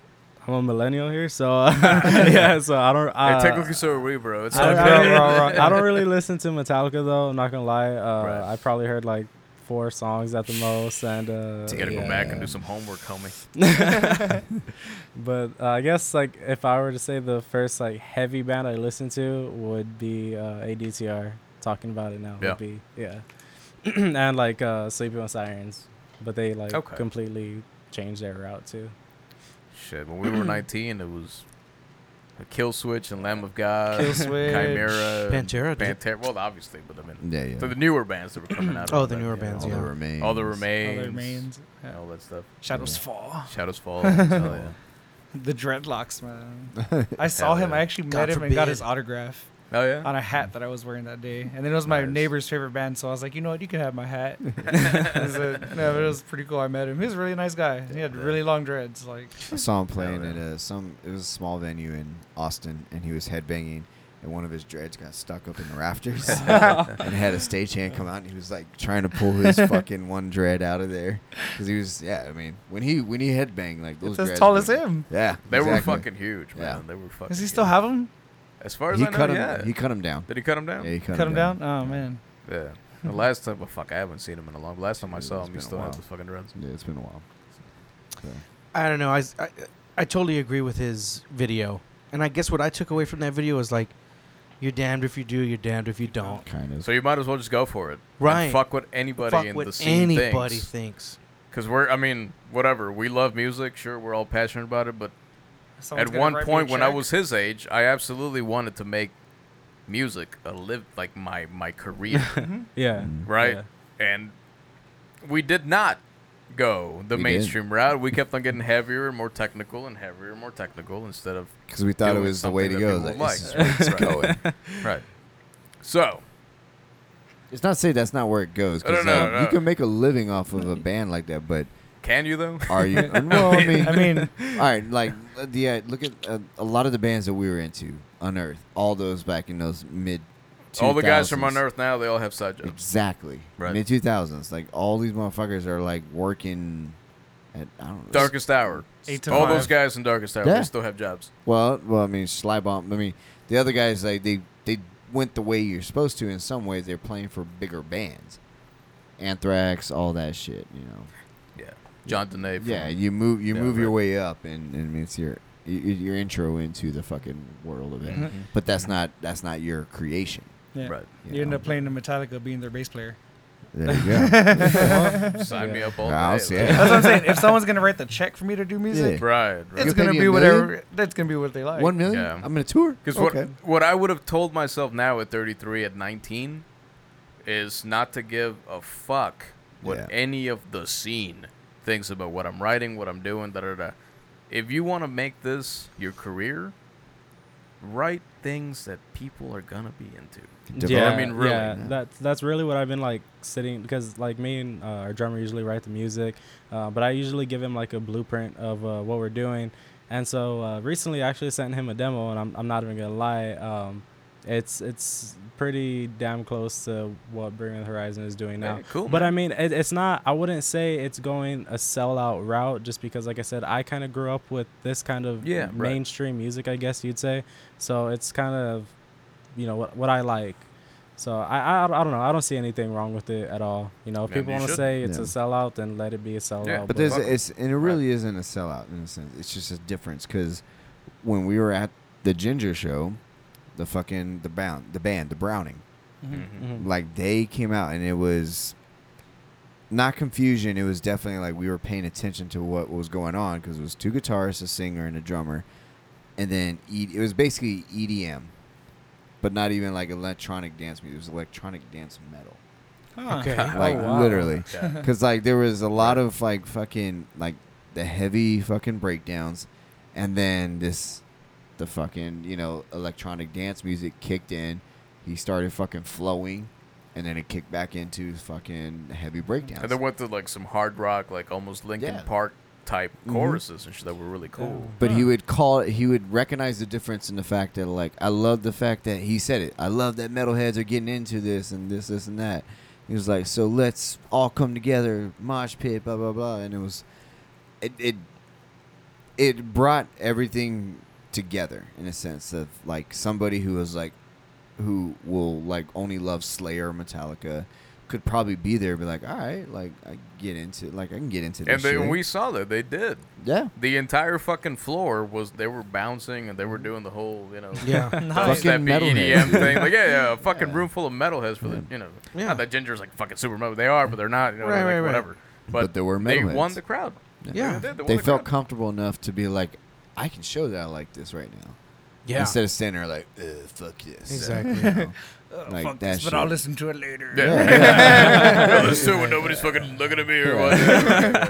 S4: I'm a millennial here, so yeah. So I don't. Uh,
S2: hey, technically, so are we, bro. It's
S4: I
S2: not
S4: don't,
S5: Okay.
S4: I don't-
S5: We're all wrong.
S4: I don't really listen to Metallica though. I'm not gonna lie. Uh,
S2: Right.
S4: I probably heard like four songs at the most, and uh,
S2: You gotta
S4: yeah.
S2: go back and do some homework, homie.
S4: But uh, I guess like if I were to say the first like heavy band I listened to would be uh, ADTR. Talking about it now
S2: Yeah.
S4: would be yeah, and like uh, Sleeping with Sirens, but they like
S2: Okay.
S4: completely changed their route too.
S2: Shit, when we were 19, it was a Kill Switch and Lamb of God,
S5: Kill Switch.
S2: Chimera, and
S1: Pantera, did-
S2: Pantera. Well, obviously, but I mean,
S3: yeah, yeah.
S2: so the newer bands that were coming out.
S1: Oh,
S2: around
S1: the
S2: that,
S1: newer
S2: you know,
S1: bands,
S3: all
S1: yeah.
S3: the remains.
S2: All the remains.
S5: Other mains.
S2: and
S5: Yeah.
S2: All that stuff.
S5: Shadows Fall.
S2: Shadows Fall. hell yeah.
S5: The dreadlocks, man. I
S2: Hell
S5: saw him.
S2: yeah.
S5: I actually
S1: God
S5: met him and got
S1: forbid.
S5: his autograph
S2: Oh yeah.
S5: on a hat that I was wearing that day. And then it was my
S2: Nice.
S5: neighbor's favorite band, so I was like, you know what, you can have my hat. I said, no, but it was pretty cool. I met him. He was a really nice guy. He had
S2: Yeah.
S5: really long dreads. Like,
S3: I saw him playing
S2: yeah.
S3: at a, some. It was a small venue in Austin, and he was headbanging, and one of his dreads got stuck up in the rafters, and had a stagehand come out, and he was like trying to pull his fucking one dread out of there, because he was yeah. I mean, when he when he headbanged, like those
S5: it's as
S3: dreads
S5: tall
S3: were-
S5: as him.
S3: Yeah,
S2: They were
S3: exactly.
S2: fucking huge, man.
S3: Yeah.
S2: They were fucking.
S5: Does he still
S2: huge.
S5: have him?
S2: As far as
S3: He
S2: I know,
S3: cut him.
S2: yeah.
S3: He cut him down.
S2: Did he cut him down?
S3: Yeah, he cut,
S5: Cut him down? Oh, man.
S2: Yeah. The last time, well, fuck, I haven't seen him in a long. Last time I
S3: It's
S2: saw him,
S3: been
S2: he
S3: a
S2: still had
S3: while.
S2: the fucking dreads.
S3: Yeah, it's been a while. So,
S1: I don't know. I, s- I I totally agree with his video, and I guess what I took away from that video is like, you're damned if you do, you're damned if you don't.
S3: kind of.
S2: So you might as well just go for it,
S1: Right.
S2: And fuck what anybody
S1: Fuck
S2: in the
S1: what
S2: scene
S1: anybody
S2: thinks.
S1: thinks.
S2: Because we're, I mean, whatever. We love music. Sure, we're all passionate about it. But
S5: Someone's
S2: at
S5: gonna
S2: one
S5: write me Oh, a
S2: point, when I
S5: check.
S2: was his age, I absolutely wanted to make music a live like my my career,
S4: Yeah,
S3: Mm.
S2: right?
S4: Yeah.
S2: And we did not go the
S3: We didn't.
S2: mainstream route. We kept on getting heavier and more technical and heavier and more technical instead of
S3: Because we thought it
S2: doing
S3: was the way to
S2: something
S3: go.
S2: that
S3: Like,
S2: people
S3: this is
S2: like.
S3: where it's going.
S2: right. So
S3: It's not to say that's not where it goes.
S2: No, no,
S3: 'cause,
S2: no,
S3: uh,
S2: no.
S3: You can make a living off of a band like that, but
S2: can you though?
S3: Are you? Well, I mean,
S5: I mean,
S3: all right. Like the uh, look at uh, a lot of the bands that we were into, Unearth, all those back in those mid.
S2: All the guys from
S3: 2000s.
S2: Unearth now, they all have side jobs.
S3: Exactly.
S2: Right.
S3: Mid two thousands, like all these motherfuckers are like working at I don't know.
S2: Darkest Hour.
S5: Eight to
S2: All those
S5: five.
S2: guys in Darkest Hour,
S3: Yeah.
S2: they still have jobs.
S3: Well, well, I mean, Slybomb. I mean, the other guys like they they went the way you're supposed to. In some ways, they're playing for bigger bands, Anthrax, all that shit. You know.
S2: Yeah. John Dene. from-
S3: Yeah, you move you
S2: Yeah,
S3: move your
S2: right.
S3: way up, and, and it's your y- y- your intro into the fucking world of it.
S5: Mhm.
S3: But that's not that's not your creation.
S5: yeah.
S2: Right.
S5: You end up playing the Metallica being their bass player.
S3: There you go.
S2: Sign me up all
S3: I'll
S2: day.
S3: see
S2: like-
S3: it.
S5: That's what I'm saying. If someone's gonna write the check for me to do music,
S3: Yeah.
S2: Right, right.
S5: it's
S3: You pay
S5: gonna
S3: me a
S5: be whatever.
S3: million?
S5: That's gonna be what they like.
S3: One million.
S2: Yeah.
S3: I'm gonna tour.
S2: Because
S3: Okay.
S2: what what I would have told myself now at 33, at 19, is not to give a fuck what
S3: Yeah.
S2: any of the scene thinks about what I'm writing, what I'm doing, da da da. If you want to make this your career, write things that people are gonna be into.
S4: Yeah,
S2: I mean, really.
S4: Yeah,
S3: Yeah.
S4: that's that's really what I've been like sitting because like me and uh, our drummer usually write the music, uh, but I usually give him like a blueprint of uh, what we're doing. And so uh, recently, I actually sent him a demo, and I'm, I'm not even gonna lie, um, it's it's pretty damn close to what Bring Me the Horizon is doing now.
S2: Hey, cool,
S4: But
S2: man.
S4: I mean, it, it's not. I wouldn't say it's going a sellout route, just because, like I said, I kind of grew up with this kind of
S2: Yeah, right.
S4: mainstream music, I guess you'd say. So it's kind of, you know, what what I like. So I, I I don't know. I don't see anything wrong with it at all. You know, if
S2: And
S4: people
S2: you
S4: want to
S2: should.
S4: say it's
S3: Yeah.
S4: a sellout, then let it be a sellout.
S3: But there's
S2: Fuck 'em.
S3: it's and it really isn't a sellout in a sense. It's just a difference because when we were at the Ginger show, the fucking the bound the band the Browning,
S5: Mm-hmm.
S2: Mm-hmm.
S3: like they came out and it was not confusion it was definitely like we were paying attention to what was going on because it was two guitarists a singer and a drummer and then e- it was basically edm but not even like electronic dance music it was electronic dance metal Mm.
S1: Okay.
S4: Oh,
S3: like
S5: wow.
S3: literally
S2: Yeah.
S3: because like there was a lot of like fucking like the heavy fucking breakdowns and then this the fucking you know electronic dance music kicked in he started fucking flowing and then it kicked back into fucking heavy breakdowns
S2: And they went to like some hard rock, like almost Linkin
S3: Yeah.
S2: Park type
S3: Mhm.
S2: choruses and shit that were really cool.
S3: but he would call it he would recognize the difference in the fact that like i love the fact that he said it i love that metalheads are getting into this and this this and that he was like so let's all come together mosh pit blah blah blah and it was it it, it brought everything together in a sense of like somebody who was like who will like only love slayer or metallica could probably be there be like all right like i get into like i can get into this
S2: And they,
S3: shit.
S2: we saw that they did.
S3: yeah
S2: The entire fucking floor was they were bouncing and they were doing the whole you know
S1: Mm-hmm. Yeah.
S2: dubstep
S3: Fucking metalheads.
S2: EDM E thing. Like yeah, yeah, a fucking
S3: Yeah.
S2: room full of metalheads for the you know
S1: Yeah.
S2: not that gingers like fucking super metal they are but they're not you know
S1: Right,
S2: like
S1: right, right.
S2: whatever. But,
S3: But they were
S2: They won
S3: metalheads.
S2: the crowd.
S1: Yeah.
S2: did. won
S3: they
S2: the
S3: felt
S2: crowd.
S3: comfortable enough to be like, I can show that I like this right now.
S1: Yeah.
S3: Instead of standing there like, Ugh, fuck this.
S1: Exactly.
S3: You know?
S5: Oh,
S3: Like
S5: fuck
S3: that
S5: this, but I'll
S3: shit.
S5: listen to it later.
S2: Yeah. Well, Let's do it when nobody's fucking looking at me or what.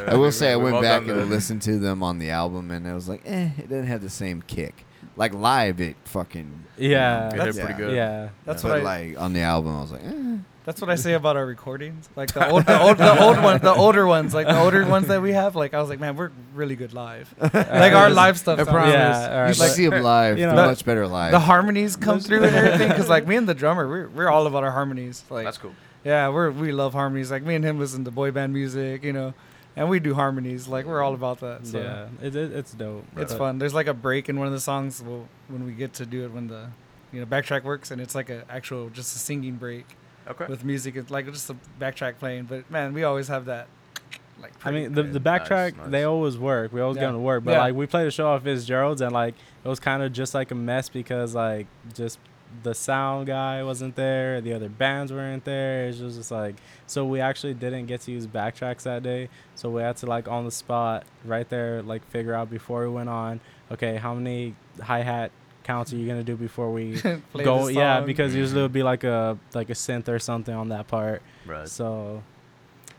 S3: I will say I
S2: We've
S3: went
S2: all
S3: back
S2: done
S3: and
S2: that.
S3: listened to them on the album, and I was like, eh, it didn't have the same kick. Like live, it fucking
S4: Yeah.
S2: They
S5: That's-
S2: did pretty good.
S4: Yeah.
S5: That's what I
S3: But like on the album, I was like, eh.
S5: That's what I say about our recordings. Like the old, the old, the old one, the older ones, like the older ones that we have. Like I was like, man, we're really good live. Like our live stuff.
S1: I
S5: sounds-
S1: promise.
S4: Yeah. all
S3: you
S4: right,
S3: should
S4: Uh, like-
S3: see them live.
S4: you know-
S3: They're
S5: The-
S3: much better live.
S5: The harmonies come through and everything. Because like me and the drummer, we're, we're all about our harmonies. Like
S2: That's cool.
S5: yeah, we're we love harmonies. Like me and him listen to boy band music, you know, and we do harmonies. Like we're all about that. So
S4: Yeah. It, it, it's dope.
S5: it's
S4: but-
S5: fun. There's like a break in one of the songs we'll, when we get to do it when the you know backtrack works, and it's like a actual just a singing break.
S2: Okay.
S5: with music. It's like just a backtrack playing, but man, we always have that. Like
S4: I
S5: pretty-
S4: mean, the,
S2: good.
S4: the
S2: Nice,
S4: backtrack, they
S2: nice.
S4: always work. We always
S5: Yeah.
S4: get them to work. But,
S5: Yeah.
S4: like, we played a show at Fitzgerald's, and, like, it was kind of just like a mess because, like, just the sound guy wasn't there. The other bands weren't there. It was just like, so we actually didn't get to use backtracks that day. So we had to, like, on the spot, right there, like, figure out before we went on, okay, how many hi hat counts are you going to do before we
S5: Play
S4: go?
S5: the
S4: Yeah,
S5: song.
S4: because usually
S2: Mhm.
S4: it would be like a, like a synth or something on that part.
S2: Right.
S4: So,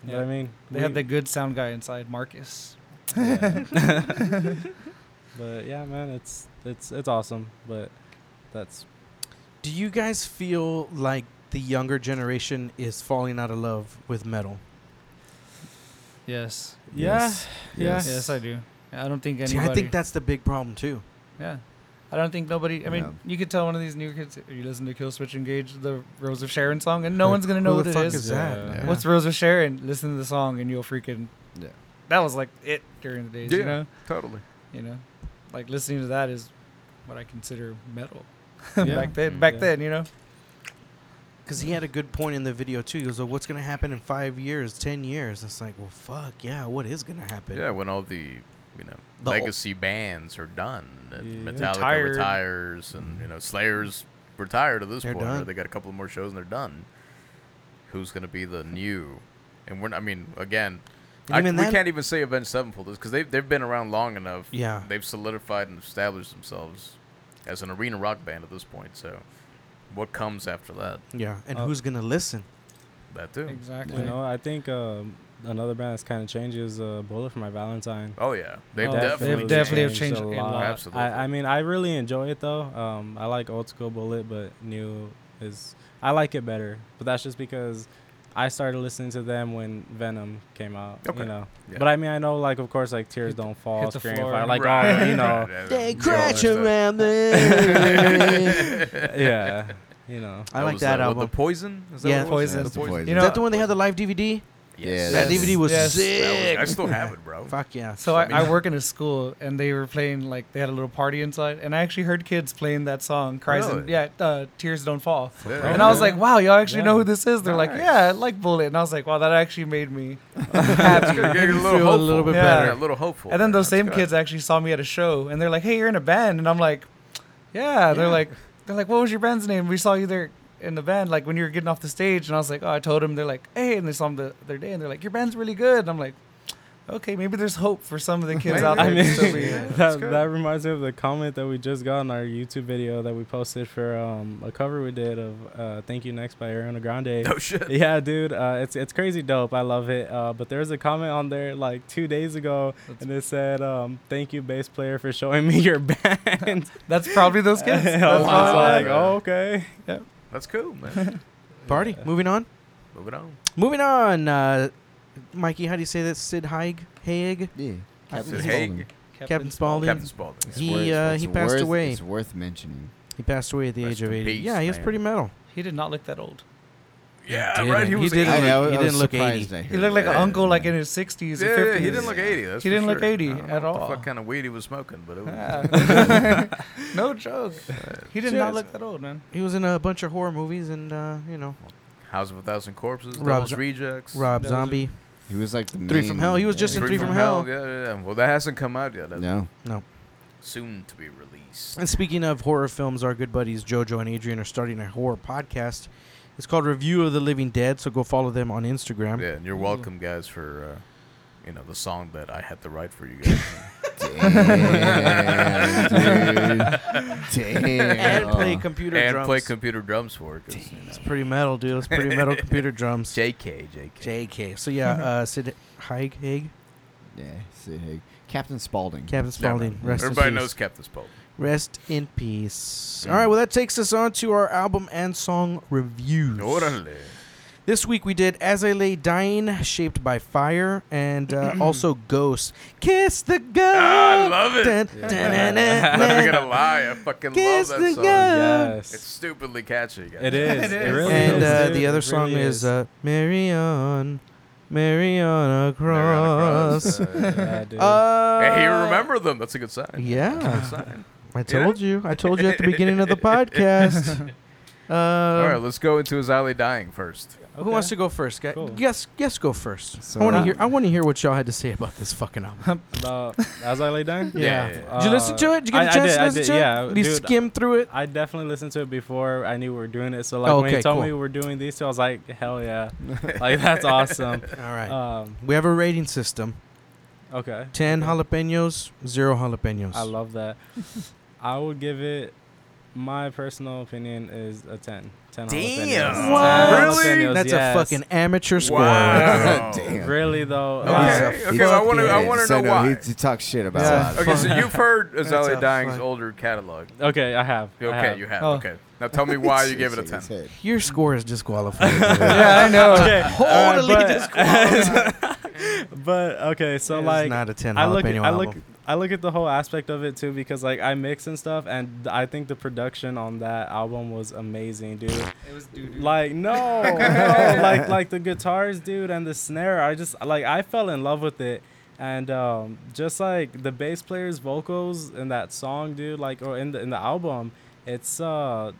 S4: you know
S5: Yeah.
S4: what I mean?
S5: they had
S4: We-
S5: the good sound guy inside, Marcus.
S4: but yeah, man, it's it's it's awesome. But that's
S1: Do you guys feel like the younger generation is falling out of love with metal?
S5: Yes.
S3: Yes.
S4: yeah,
S5: Yes, I do. I don't think
S1: See,
S5: anybody.
S1: I think that's the big problem too.
S5: yeah. I don't think nobody. I mean,
S3: Yeah.
S5: you could tell one of these new kids. You listen to Kill Switch Engage, the Rose of Sharon song, and no one's gonna know
S1: Who
S5: what
S1: the
S5: it
S1: fuck
S5: is.
S1: is that?
S4: Yeah.
S1: Yeah.
S5: What's Rose of Sharon? Listen to the song, and you'll freaking.
S3: Yeah.
S5: That was like it during the days, you
S2: Yeah.
S5: know.
S2: Totally.
S5: You know, like listening to that is what I consider metal.
S4: Yeah.
S5: back then,
S2: Mm.
S5: back
S4: Yeah.
S5: then, you know.
S1: Because he had a good point in the video too. He goes, "Well, what's gonna happen in five years, ten years?" It's like, well, fuck yeah, what is gonna happen?
S2: Yeah, when all the you know
S1: The ol-
S2: legacy bands are done, and
S4: Yeah.
S2: Metallica
S5: Retired.
S2: retires, and you know Slayer's retired at this
S1: They're
S2: point. or
S1: done.
S2: They got a couple more shows and they're done. Who's gonna be the new? And we're not, I mean again,
S1: And
S2: I, we
S1: even then-
S2: can't even say Avenged Sevenfold because they've they've been around long enough.
S1: Yeah.
S2: they've solidified and established themselves as an arena rock band at this point. So, what comes after that?
S1: Yeah, and
S4: Oh.
S1: who's gonna listen?
S2: That too.
S5: Exactly.
S4: You know, I think um, another band that's kind of changed is uh, Bullet for My Valentine.
S2: Oh yeah, they've
S5: Oh,
S2: definitely.
S5: They've definitely have changed a lot.
S2: Absolutely.
S4: I, I mean, I really enjoy it though. Um, I like old school Bullet, but new is I like it better. But that's just because I started listening to them when Venom came out.
S2: Okay.
S4: You know,
S2: Yeah.
S4: but I mean, I know like of course like Tears Don't Fall,
S5: hit the
S4: Scream
S5: floor.
S4: Fire, like
S2: Right,
S4: all you know,
S2: right, right,
S6: They
S2: right. All
S6: crash
S2: that stuff.
S6: around the
S4: yeah, you know.
S1: I like
S2: was,
S1: that
S2: uh, what,
S1: album.
S2: The Poison? Is
S1: Yeah,
S2: what it was?
S5: Poison.
S3: That's the poison.
S5: You
S1: is
S5: know-
S1: that the one they had the live DVD?
S3: Yeah,
S1: That
S5: Yes.
S1: DVD was
S5: Yes.
S1: sick.
S2: That was- I still have it, bro.
S1: Fuck yeah.
S5: So I, I work in a school, and they were playing like they had a little party inside, and I actually heard kids playing that song, "Cries and
S2: Really?
S5: Yeah, uh, Tears Don't Fall,"
S2: Yeah.
S5: and I was like, "Wow, y'all actually know
S4: Yeah.
S5: who this is?" They're like,
S2: Nice.
S5: "Yeah, I like Bullet," and I was like, "Wow, that actually made me."
S2: It's gonna get a little,
S1: Feel a little
S2: hopeful.
S1: bit
S2: Yeah,
S5: better.
S2: a little hopeful.
S5: And then those
S2: That's
S5: same
S2: good.
S5: kids actually saw me at a show, and they're like, "Hey, you're in a band," and I'm like, "Yeah." They're like, "They're like, what was your band's name?" We saw you there. in the band, like when you were getting off the stage, and I was like, oh, I told them, they're like, hey, and they saw them the other day, and they're like, your band's really good. And I'm like, okay, maybe there's hope for some of the kids out there.
S4: I
S5: to
S4: mean,
S5: still be- that's
S4: that,
S5: good.
S4: that reminds me of the comment that we just got on our YouTube video that we posted for um, a cover we did of uh, "Thank You Next" by Ariana Grande.
S2: No shit.
S4: Yeah, dude, uh, it's it's crazy dope. I love it. Uh, but there was a comment on there like two days ago, and it said, um, "Thank you, bass player, for showing me your band."
S5: That's probably those kids.
S4: I
S5: That's
S4: was
S5: probably-
S4: like,
S2: Wow.
S4: oh, okay.
S2: That's cool, man.
S1: Party. Moving on.
S2: Moving on.
S1: Moving on. Uh, Mikey, how do you say that? Sid Haig. Haig.
S3: Yeah.
S1: Captain
S2: Haig.
S1: Captain Spaulding.
S2: Captain Spaulding.
S1: He, uh, he passed
S3: worth,
S1: away.
S3: It's worth mentioning.
S1: He passed away at the
S2: Rest
S1: age of
S2: in
S1: 80.
S2: peace,
S1: yeah, he was
S2: man.
S1: pretty metal.
S5: He did not look that old.
S2: Yeah,
S1: Didn't.
S2: right. He
S1: He
S2: was
S1: didn't.
S2: eighty.
S1: look-
S3: I,
S1: he
S3: I was
S1: didn't look
S3: surprised
S1: 80.
S3: I
S5: He
S3: heard
S5: looked like an
S3: that.
S5: uncle, like in his 60s
S2: Yeah,
S5: or
S2: yeah,
S5: 50s.
S2: he didn't look 80. That's
S5: He
S2: for
S5: didn't look
S2: sure.
S5: 80
S2: I don't know
S5: at
S2: what
S5: all.
S2: The fuck kind of weed he was smoking, but it was,
S5: Yeah. no joke. He did
S1: Seriously.
S5: not look that old, man.
S1: He was in a bunch of horror movies and, uh, you know,
S2: House of a Thousand Corpses,
S1: Rob
S2: Devil's
S1: Zo-
S2: Rejects,
S1: Rob
S5: Those are-
S1: Zombie.
S3: He was like the
S1: Three
S3: main-
S1: from Hell. He was just in
S2: Three,
S1: Three
S2: from,
S1: from
S2: Hell. Yeah, yeah, yeah. Well, that hasn't come out yet. That's
S3: No.
S2: soon to be released.
S1: And speaking of horror films, our good buddies JoJo and Adrian are starting a horror podcast. It's called Review of the Living Dead, so go follow them on Instagram.
S2: Yeah, and you're welcome, guys, for uh, you know the song that I had to write for you guys.
S3: Damn, dude. Damn.
S1: And play computer
S2: and
S1: drums.
S2: play computer drums for it. 'cause, you know,
S1: it's pretty metal, dude. It's pretty metal computer drums.
S2: Jk, Jk.
S1: JK. So yeah, uh, Sid Haig, Haig,
S3: Yeah, Sid Haig. Captain Spaulding.
S1: Captain
S2: Never
S1: Spaulding.
S3: mind.
S1: Rest
S2: Everybody
S1: in peace.
S2: knows Captain Spaulding.
S1: Rest in peace.
S2: Mm.
S1: All right, well that takes us on to our album and song reviews.
S2: Orale.
S1: This week we did As I Lay Dying, Shaped by Fire, and uh, also Ghost. Kiss the Ghost.
S2: Ah, I love it.
S1: Dun,
S4: Yeah.
S1: dun, dun,
S2: I'm
S1: dun,
S2: not
S1: dun.
S2: gonna lie, I fucking
S1: Kiss
S2: love
S1: the
S2: that song.
S1: girl.
S4: Yes.
S2: It's stupidly catchy. Guys.
S4: it is.
S5: It
S4: It,
S5: is.
S4: really
S1: and
S4: is.
S1: uh,
S4: dude.
S1: the
S4: It
S1: other song
S4: really
S1: is uh, Mary on, Mary on
S2: Mariana
S1: across.
S2: Cross, uh,
S4: Yeah, dude.
S1: Uh,
S2: hey, you remember them? That's a good sign. That's a
S1: Yeah,
S2: good sign.
S1: I told you. I told you at the beginning of the podcast. Uh,
S2: All right, let's go into his alley dying first.
S1: Who wants to go first, guys?
S4: Cool.
S1: Yes, yes, go first.
S3: So,
S1: I want to
S3: uh,
S1: hear. I want to hear what y'all had to say about this fucking album.
S4: About as I lay down.
S1: Yeah. Uh,
S2: yeah, yeah.
S1: did you listen to it? Did you
S4: I-
S1: get a
S4: I
S1: chance
S4: did-
S1: to
S4: I
S1: listen
S4: did,
S1: to it?
S4: yeah,
S1: Did you
S4: dude,
S1: skim through it?
S4: I definitely listened to it before I knew we were doing it. So like when
S1: Okay,
S4: he told
S1: cool.
S4: me we were doing these, two, I was like, hell yeah, like that's awesome.
S1: All right.
S4: Um,
S1: we have a rating system:
S4: okay,
S1: ten jalapenos, zero jalapenos.
S4: I love that. I would give it. My personal opinion is a 10.
S2: Damn.
S4: 10 jalapenos.
S1: Wow.
S4: 10
S2: Really?
S4: jalapenos,
S1: That's
S4: yes.
S1: a fucking amateur score.
S2: Wow.
S3: Damn.
S4: Really though.
S2: Okay,
S1: He's
S4: uh,
S1: a
S2: okay, well, I want to. I
S1: fucking-
S2: want to
S3: so
S2: know
S3: no,
S2: why.
S3: He, he talks shit about
S1: Yeah.
S3: us.
S2: Okay, so
S1: Fuck.
S2: you've heard Azalea
S1: a
S2: Dying's
S1: fuck.
S2: older catalog.
S4: okay, I have. I
S2: Okay,
S4: have.
S2: you have.
S5: Oh.
S2: Okay, now tell me why you gave it a ten.
S1: Your score is disqualified.
S5: Yeah, I know.
S4: Okay.
S1: Totally
S4: but, but okay, so
S1: It's
S4: like
S1: not a ten jalapeno
S4: I look, at,
S1: album.
S4: I look, I look at the whole aspect of it too because like I mix and stuff, and I think the production on that album was amazing, dude.
S5: It was doo-doo.
S4: Like no, no, like like the guitars, dude, and the snare. I just like I fell in love with it, and um, just like the bass player's vocals in that song, dude, like or in the in the album, it's uh.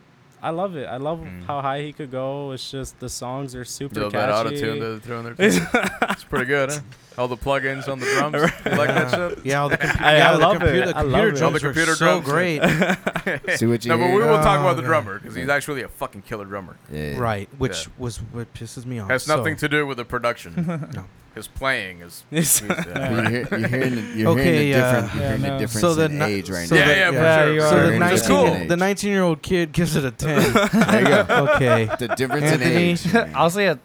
S4: I love it. I love
S2: Mm.
S4: how high he could go. It's just the songs are super
S2: Little that auto
S4: catchy.
S2: tune that they throw in there. too. it's pretty good, huh? All the plugins on the drums. You like that shit?
S1: yeah, all the, compu-
S4: I-
S1: yeah,
S4: I
S1: all
S4: love
S1: the computer,
S4: it.
S1: The
S4: I
S1: computer
S4: love it.
S1: drums
S2: All the computer
S1: were so
S2: drums.
S1: great.
S3: See what you
S2: No, but we
S3: hear?
S2: will talk about
S1: Oh,
S2: the
S1: God.
S2: drummer because he's actually a fucking killer drummer.
S3: Yeah.
S1: right, which
S2: Yeah.
S1: was what pisses me off.
S2: Has
S1: Oh, So,
S2: nothing to do with the production.
S1: No.
S2: His playing is. uh,
S4: It's-
S2: yeah,
S3: You're,
S2: right.
S3: hear- you're hearing the, you're
S1: Okay,
S3: hearing the
S1: uh,
S3: difference, you're
S4: Yeah,
S3: hearing
S4: no.
S3: the difference
S1: So the
S3: in
S1: ni-
S3: age right
S1: so
S3: now.
S2: yeah,
S1: the-
S2: yeah, for
S5: yeah,
S2: sure.
S5: you
S2: for
S5: are.
S2: sure.
S1: So the
S3: Very
S2: It's
S3: interesting.
S2: cool.
S1: 19 the 19 year old kid gives it a ten. Oh,
S3: There you go.
S1: okay.
S3: The difference
S1: Anthony.
S3: in age. man.
S5: I'll say a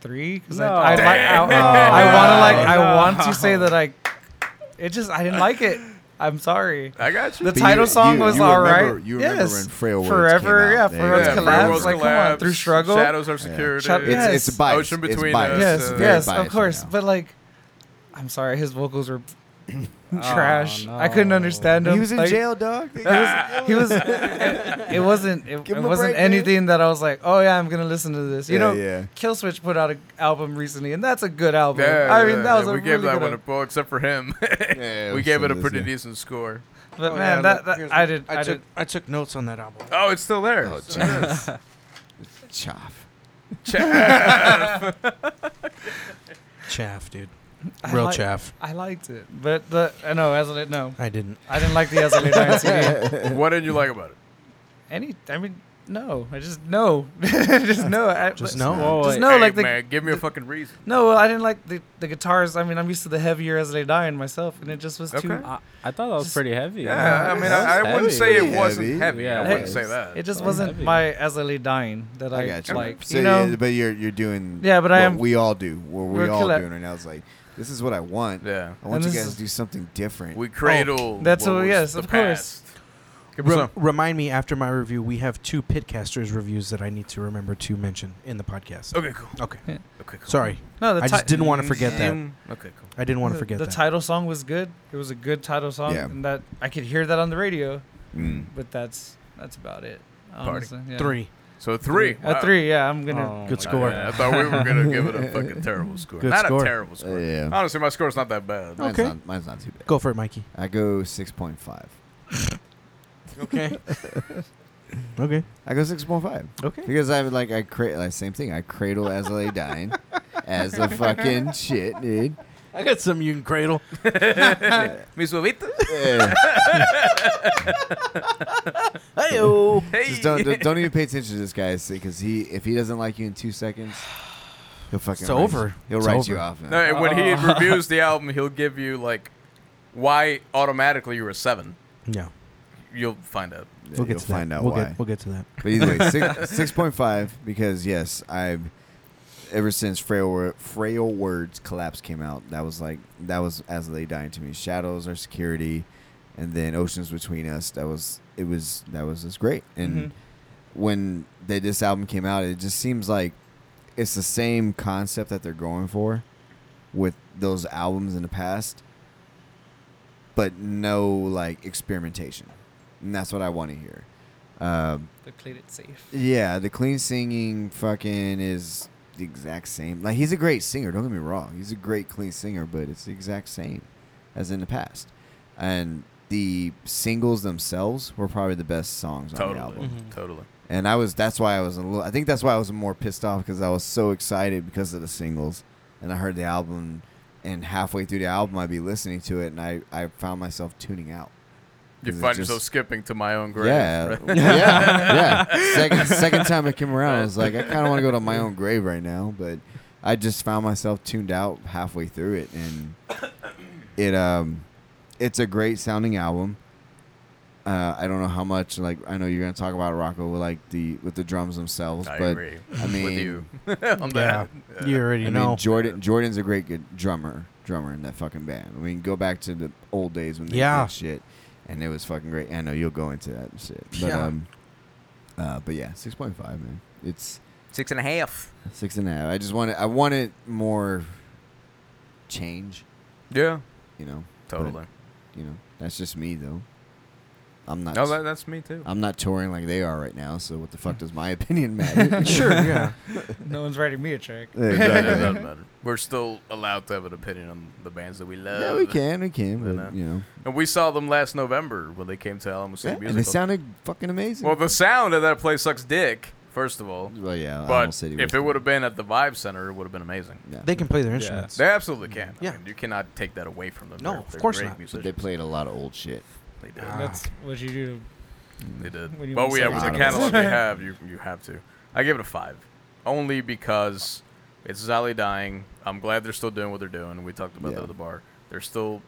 S5: three because
S4: No.
S5: I, I, like, I,
S2: Damn.
S5: I want to like
S4: No.
S5: I want to say that I it just I didn't like it. I'm sorry.
S2: I got you.
S5: The
S3: But
S5: title song was
S3: you
S5: all
S3: remember,
S5: right.
S3: You remember
S5: Yes.
S3: when Frail Words
S5: Forever,
S3: came
S5: yeah,
S3: out. There you
S5: Forever
S3: go.
S5: Collapse, Collapse,
S2: Frail
S5: like,
S2: World
S5: come on,
S2: Collapse,
S5: Through Struggle?
S2: Shadows are
S3: Yeah.
S2: security.
S5: Shut-
S3: It's,
S5: Yes.
S3: it's biased.
S2: Ocean
S3: It's
S2: Between
S3: biased.
S2: Us,
S5: yes,
S2: uh,
S3: It's very
S5: yes, of
S3: biased
S5: course.
S3: right now.
S5: But like, I'm sorry, his vocals were
S4: Oh,
S5: trash. I couldn't
S4: no.
S5: understand him.
S3: he was in
S5: Like,
S3: jail, dog.
S5: He was. He was it, it wasn't. It,
S3: Give
S5: it
S3: him a
S5: wasn't
S3: break, man.
S5: anything that I was like, oh yeah, I'm gonna listen to this. You
S3: Yeah,
S5: know,
S3: yeah.
S5: Killswitch put out an album recently, and that's a good album.
S2: Yeah,
S5: I mean,
S2: yeah,
S5: that was
S2: yeah,
S5: a
S2: we
S5: really
S2: gave that
S5: good
S2: one a
S5: album.
S2: well, except for him.
S3: Yeah,
S2: we
S3: we
S2: gave it
S3: still
S2: a
S3: did,
S2: pretty
S3: yeah.
S2: decent score.
S5: But
S1: Oh,
S5: man,
S1: yeah,
S5: that,
S1: look,
S5: that
S1: here's-
S5: I did. I,
S1: I
S5: did.
S1: took I took notes on that album.
S2: Oh, it's still there.
S3: Oh,
S2: Still there.
S3: Chop.
S1: Chaff, dude.
S5: I
S1: Real
S5: like-
S1: chaff.
S5: I liked it, but the I know as I no,
S1: I didn't.
S5: I didn't like the Azalea Giant CD.
S2: what didn't you like about it?
S5: Any, I mean, No, I just no, just no, I,
S1: Just
S5: no.
S1: no.
S4: Whoa,
S5: Just
S4: wait.
S5: no, like the
S2: man, give me a fucking reason.
S5: no. well, I didn't like the, the guitars. I mean, I'm used to the heavier as they die in myself, and it just was too.
S2: Okay.
S4: I, I thought that was
S5: Just-
S4: pretty heavy.
S2: Yeah, I mean,
S4: That
S2: I, I
S4: was
S2: wouldn't
S4: heavy.
S2: say it
S3: Heavy.
S2: wasn't heavy.
S4: Yeah,
S2: I
S5: it
S2: wouldn't say
S3: is.
S2: that.
S5: It just
S4: Oh,
S5: wasn't
S4: heavy.
S5: my as they lay dying that I,
S3: I got you.
S5: like.
S3: so,
S5: you know,
S3: yeah, but you're you're doing.
S5: Yeah, but I
S3: what
S5: am-
S3: We all do. What we
S5: We're
S3: all
S5: killer-
S3: doing right now is like, this is what I want.
S2: yeah,
S3: I want
S5: And
S3: you
S5: this
S3: guys
S5: is-
S3: to do something different.
S2: we cradle.
S5: Oh, that's
S2: what
S5: what-
S2: was
S5: yes,
S2: the
S5: of course.
S2: past.
S1: Rem- remind me after my review, we have two Pitcasters reviews that I need to remember to mention in the podcast.
S2: Okay, cool.
S1: Okay.
S2: Okay, cool.
S1: Sorry.
S5: no, the
S1: I just
S5: ti-
S1: didn't want to forget that.
S2: Mm, Okay, cool.
S1: I didn't want to forget
S5: the
S1: that.
S5: title song was good. It was a good title song,
S3: Yeah.
S5: and that I could hear that on the radio.
S3: Mm.
S5: But that's that's about it.
S2: Party.
S5: Honestly, yeah.
S1: Three.
S2: So three.
S5: A
S2: Wow.
S5: three, yeah. I'm gonna.
S4: Oh
S1: Good
S4: my
S1: score.
S4: God.
S2: Yeah, I thought we were gonna give it a fucking terrible score.
S1: Good
S2: not
S1: score.
S2: a terrible
S3: Uh,
S2: score.
S3: yeah.
S2: Honestly, my score's not that bad.
S3: Mine's
S1: okay.
S3: Not, mine's not too bad.
S1: Go for it, Mikey.
S3: I go six point five.
S1: Okay. okay.
S3: I go six point five.
S1: Okay.
S3: Because I would like I cra- like same thing. I cradle as I lay dying, as a fucking shit, dude.
S1: I got some you can cradle.
S2: Mi suavita.
S3: Yeah.
S1: Hey,
S3: Just don't don't- don't even pay attention to this guy because he if he doesn't like you in two seconds, he'll fucking write-
S1: It's over.
S3: He'll
S1: It's
S3: write
S1: over.
S3: you off. Man.
S2: No, and when
S1: Oh.
S2: he reviews the album, he'll give you like why automatically you're a seven.
S1: Yeah.
S2: You'll find out.
S3: Yeah,
S1: We'll get
S3: you'll
S1: to
S3: find
S1: that.
S3: out
S1: we'll
S3: why.
S1: Get, we'll get to that.
S3: But either way, six six point five because yes, I've ever since frail Wor- frail words collapse came out. That was like that was as they dying to me. Shadows are security, and then oceans between us. That was it was that was just great. And
S5: Mhm.
S3: when they, this album came out, it just seems like it's the same concept that they're going for with those albums in the past, but no like experimentation. And that's what I want to hear. Um,
S5: They played it safe.
S3: yeah, the clean singing fucking is the exact same. Like he's a great singer, don't get me wrong. He's a great clean singer, but it's the exact same as in the past. And the singles themselves were probably the best songs on
S2: Totally.
S3: the album.
S4: Mhm.
S2: Totally.
S3: And I was that's why I was a little I think that's why I was more pissed off because I was so excited because of the singles and I heard the album and halfway through the album I'd be listening to it and I, I found myself tuning out.
S2: You
S3: 'Cause it
S2: find
S3: just-
S2: yourself skipping to my own grave.
S3: yeah,
S2: right?
S3: yeah, yeah. Second, second time I came around, I was like, I kind of want to go to my own grave right now, but I just found myself tuned out halfway through it, and it um, it's a great sounding album. Uh, I don't know how much like I know you're gonna talk about Rocco with like the with the drums themselves,
S2: I
S3: but
S2: agree.
S3: I mean,
S2: with you on
S1: Yeah.
S2: that. Yeah.
S1: You already
S3: I mean,
S1: know.
S3: Jordan Jordan's a great good drummer drummer in that fucking band. I mean, go back to the old days when they
S1: Yeah.
S3: did shit, and it was fucking great. I know you'll go into that shit, but
S1: Yeah.
S3: um, uh, but yeah, six point five, man. It's
S2: Six and a half.
S3: six and a half. I just wanted I wanted more change,
S2: Yeah.
S3: you know.
S2: Totally.
S3: You know, that's just me though. I'm not.
S2: No, that, that's me too.
S3: I'm not touring like they are right now, so what the fuck does my opinion matter?
S1: sure. Yeah.
S5: No one's writing me a track.
S2: It
S3: Exactly.
S2: doesn't matter. We're still allowed to have an opinion on the bands that we love.
S3: yeah, we can, we can,
S2: I
S3: but
S2: know.
S3: you know,
S2: And we saw them last November when they came to Alamo City
S3: and it
S2: Music. Hall.
S3: sounded fucking amazing.
S2: well, the sound of that place sucks dick, first of all.
S3: Well, yeah, Alamo
S2: But
S3: City was
S2: if it
S3: the-
S2: would have been at the Vibe Center, it would have been amazing.
S3: yeah.
S1: They can play their instruments.
S2: They absolutely can. I
S1: Yeah.
S2: mean, you cannot take that away from them.
S1: No,
S2: They're-
S1: of
S2: they're
S1: course
S2: great
S1: not.
S3: But
S2: musicians.
S3: they played a lot of old shit.
S2: They did.
S1: Ah.
S5: That's what you do. to-
S2: They did.
S5: When you
S2: But
S5: mix
S2: yeah,
S5: up
S3: a
S2: with the
S3: lot of
S2: catalog
S5: things.
S2: they have, you you have to. I give it a five, only because it's Zali dying. I'm glad they're still doing what they're doing. We talked about
S3: Yeah.
S2: that at the bar. They're still,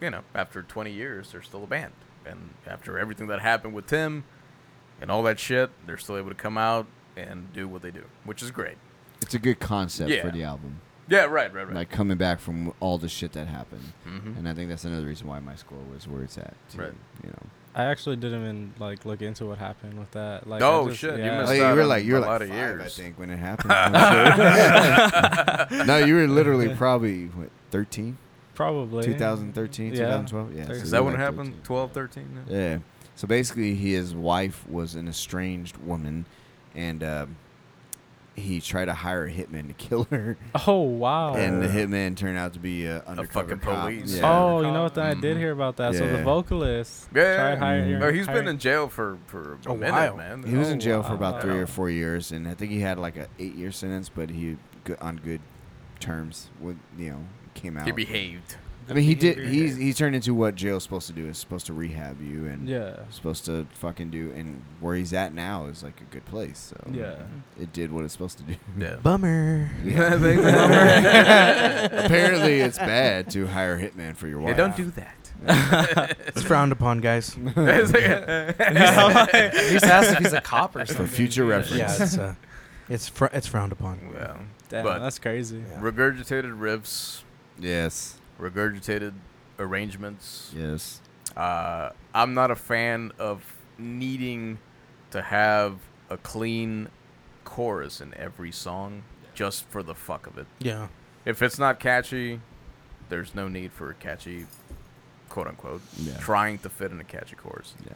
S2: you know, after 20 years, they're still a band, and after everything that happened with Tim and all that shit, they're still able to come out and do what they do, which is great.
S3: It's a good concept
S2: Yeah.
S3: for the album.
S2: Yeah, right, right, right.
S3: Like coming back from all the shit that happened.
S2: hmm
S3: And I think that's another reason why my score was where it's at. Too,
S2: Right.
S3: You know.
S4: I actually didn't even like look into what happened with that. Like, I
S2: Oh,
S4: just-
S2: shit, you
S4: Yeah.
S2: missed
S3: Oh,
S2: It's
S3: you
S2: not
S3: were
S2: a-
S3: like you were
S2: a
S3: like
S2: lot of
S3: five, I
S2: years.
S3: think when it happened. no, you were literally probably what 13,
S4: Probably
S3: 2013,
S4: Yeah.
S3: 2012. Yeah. so you
S4: Is
S2: Is
S3: were
S2: that when it
S3: like
S2: happened? 12, 13? Yeah.
S3: 13. Yeah. So basically, his wife was an estranged woman, and um, he tried to hire a hitman to kill her.
S4: Oh wow.
S3: and the hitman turned out to be a undercover
S2: fucking
S3: cop.
S2: police.
S3: Yeah.
S4: Oh, you know what? Then I did
S2: Mhm.
S4: hear about that. So
S3: Yeah.
S4: the vocalist.
S2: Yeah,
S4: tried
S2: yeah.
S4: hiring-
S2: No, he's been
S4: hiring-
S2: in jail for for a,
S1: A
S2: minute,
S1: while.
S2: man.
S3: he was
S4: Oh,
S3: in jail for
S4: wow.
S3: about three or four years, and I think he had like a eight year sentence, but he go- on good terms with you know came out.
S2: He behaved.
S3: I mean, he did. He's he turned into what jail's supposed to do is supposed to rehab you and
S4: yeah,
S3: supposed to fucking do. And where he's at now is like a good place. So
S4: yeah.
S3: it did what it's supposed to do.
S2: Yeah.
S1: Bummer.
S3: Apparently, it's bad to hire a hitman for your wife.
S2: Hey, don't do that.
S1: It's frowned upon, guys.
S2: It's like-
S5: At least ask if he's a cop or
S3: for
S5: something.
S3: future reference.
S1: yeah, it's uh, it's fr- it's frowned upon.
S2: well,
S4: Damn,
S2: But-
S4: that's crazy.
S1: Yeah.
S2: regurgitated riffs,
S3: Yes.
S2: regurgitated arrangements.
S3: Yes.
S2: Uh, I'm not a fan of needing to have a clean chorus in every song just for the fuck of it.
S1: Yeah.
S2: If it's not catchy, there's no need for a catchy, quote unquote,
S3: Yeah.
S2: trying to fit in a catchy chorus.
S3: Yeah.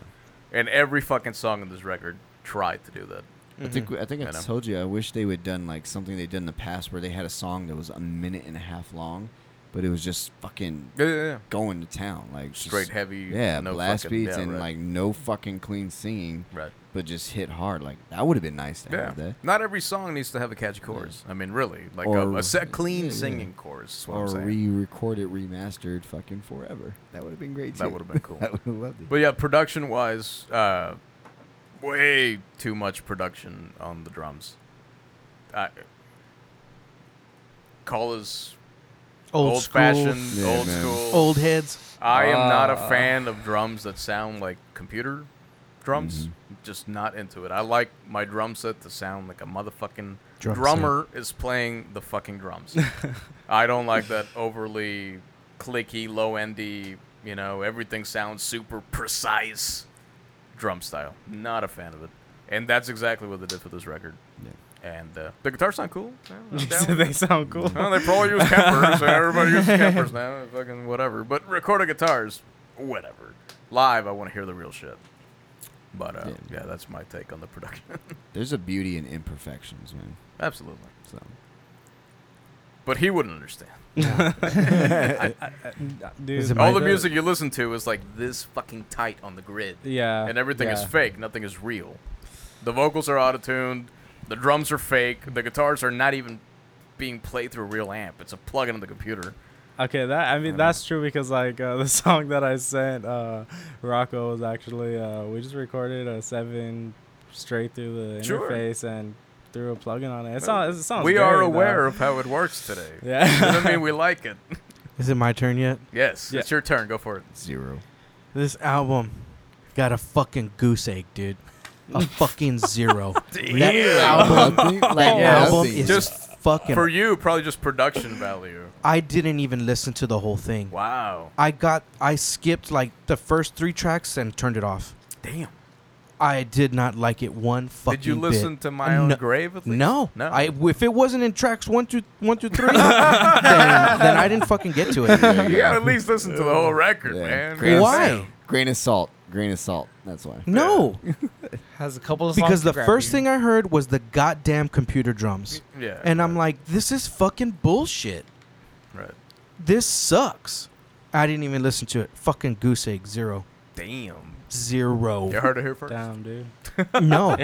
S2: And every fucking song in this record tried to do that.
S3: I
S1: Mm-hmm.
S3: think I think I
S2: You Mm-hmm. know?
S3: told you I wish they would done like something they did in the past where they had a song that was a minute and a half long, but it was just fucking
S2: Yeah, yeah, yeah.
S3: going to town like just-
S2: Straight heavy.
S3: yeah, blast
S2: fucking-
S3: beats
S2: yeah,
S3: and
S2: right,
S3: like no fucking clean singing,
S2: Right.
S3: but just hit hard. Like that would have been nice to
S2: Yeah.
S3: have that.
S2: Not every song needs to have a catchy chorus. I mean, really. Like a,
S3: Or-
S2: a set clean
S3: yeah, yeah.
S2: singing chorus. Is what
S3: or
S2: I'm saying.
S3: re-recorded, remastered, fucking forever. That would have been great.
S2: that
S3: too.
S2: would have been cool.
S3: I would have loved it.
S2: But yeah, production wise, uh, way too much production on the drums. I, call us
S1: Old,
S2: old,
S1: school,
S2: fashioned,
S3: Yeah,
S2: old
S3: man.
S2: school.
S1: Old heads.
S2: I am not a
S4: Ah.
S2: fan of drums that sound like computer drums.
S3: Mm-hmm.
S2: Just not into it. I like my drum set to sound like a motherfucking
S1: Drum
S2: drummer is playing the fucking drums. I don't like that overly clicky, low endy, you know, everything sounds super precise drum style. Not a fan of it. And that's exactly what they did for this record.
S3: Yeah.
S2: And uh, the guitars sound cool. Yeah, I'm down with it.
S4: they sound cool.
S2: Well, they probably use Kempers. so everybody uses Kempers now. Fucking whatever. But recorded guitars, whatever. Live, I want to hear the real shit. But uh,
S3: Yeah.
S2: yeah. that's my take on the production.
S3: There's a beauty in imperfections, man.
S2: Absolutely.
S3: So
S2: But he wouldn't understand.
S1: Is
S4: Dude,
S1: it
S2: All
S1: Right.
S2: the music you listen to is like this fucking tight on the grid,
S4: yeah,
S2: and everything is
S4: yeah.
S2: fake. Nothing is real. The vocals are auto tuned. The drums are fake. The guitars are not even being played through a real amp. It's a plug into the computer.
S4: Okay, that I mean
S2: I
S4: that's true because like uh, the song that I sent, uh, Rocco was actually uh, we just recorded a seven straight through the
S2: Sure.
S4: interface and threw a plugin on it. It sounds. It sounds
S2: we
S4: very
S2: are
S4: nice.
S2: aware of how it works today.
S4: Yeah.
S2: Doesn't mean we like it.
S1: Is it my turn yet?
S2: Yes,
S4: Yeah.
S2: it's your turn. Go for it.
S3: zero.
S1: This album got a fucking goose egg, dude. A fucking zero. that album,
S3: Nothing?
S1: that
S3: Yeah.
S1: album
S3: Nothing.
S1: is
S2: Just
S1: fucking.
S2: For you, probably just production value.
S1: I didn't even listen to the whole thing.
S2: Wow.
S1: I got I skipped like the first three tracks and turned it off.
S2: Damn.
S1: I did not like it one fucking
S2: Did you
S1: bit.
S2: listen to My Own
S1: No-
S2: Grave? At least?
S1: No,
S2: No.
S1: I if it wasn't in tracks one through one through three, then, then I didn't fucking get to it.
S2: you gotta at least listen to the whole record,
S3: Yeah.
S2: man.
S3: Grain of-
S1: Why?
S3: Grain of salt. Grain of salt. That's why.
S1: No,
S5: Has a couple of songs
S1: because
S5: to
S1: the
S5: grab
S1: first
S5: you.
S1: thing I heard was the goddamn computer drums,
S2: Yeah.
S1: and I'm like, this is fucking bullshit.
S2: right.
S1: This sucks. I didn't even listen to it. Fucking goose egg zero.
S2: Damn.
S1: Zero.
S2: You heard it here first.
S4: Damn, dude.
S1: No,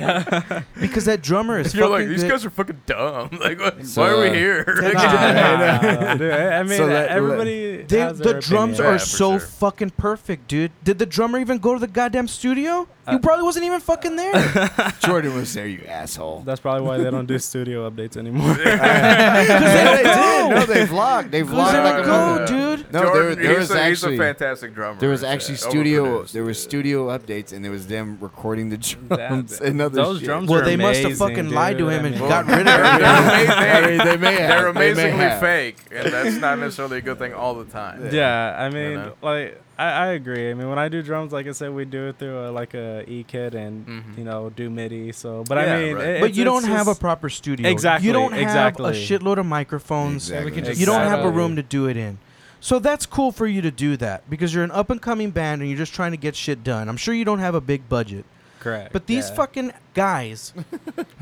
S1: because that drummer is
S2: You're
S1: fucking
S2: like these
S1: good.
S2: guys are fucking dumb. Like, what,
S3: So,
S2: why are we
S3: uh,
S2: here?
S4: Nah, dude, I I mean,
S3: So that-
S4: everybody.
S1: They-
S4: has
S1: the
S4: their
S1: drums
S4: opinion.
S2: Yeah,
S1: are
S2: for
S1: so
S2: sure.
S1: fucking perfect, dude. Did the drummer even go to the goddamn studio? He
S4: Uh,
S1: probably wasn't even fucking there.
S3: Jordan was there, you asshole.
S4: That's probably why they don't do studio updates anymore.
S3: yeah, they did. No, they vlogged. They
S1: Who's
S3: vlogged
S1: in
S3: like
S1: the
S3: a
S1: go,
S3: mother-
S1: dude?
S3: No,
S2: Jordan,
S3: there, there
S2: he's,
S3: was
S2: a,
S3: actually
S2: he's a fantastic drummer.
S3: there was
S2: It's, uh,
S3: actually studio.
S2: overproduced.
S3: There was studio updates, and there was them recording the drums and other
S4: Those
S3: shit.
S4: drums
S1: Well,
S4: are
S1: they must have
S4: amazing,
S1: fucking lied to
S4: dude.
S1: him
S4: I
S1: and
S4: mean-
S1: got rid of
S2: They're,
S1: everything.
S2: they're,
S3: I mean, they may have.
S2: they're
S3: They may
S2: amazingly
S3: have.
S2: fake, and that's not necessarily a good thing all the time.
S4: Yeah, I mean,
S2: know?
S4: like I, I agree. I mean, when I do drums, like I said, we do it through a, like a E kit and
S2: Mhm.
S4: you know do MIDI. So, but
S2: Yeah,
S4: I mean,
S2: right.
S4: it-
S1: But
S4: it's-
S1: you don't
S4: it's
S1: have a
S4: just-
S1: proper studio.
S4: Exactly,
S1: You don't have
S4: exactly.
S1: a shitload of microphones.
S3: Exactly.
S5: can
S1: You don't have a
S4: Exactly.
S1: room to do it in. So that's cool for you to do that because you're an up and coming band and you're just trying to get shit done. I'm sure you don't have a big budget.
S4: correct.
S1: But these
S4: yeah.
S1: fucking guys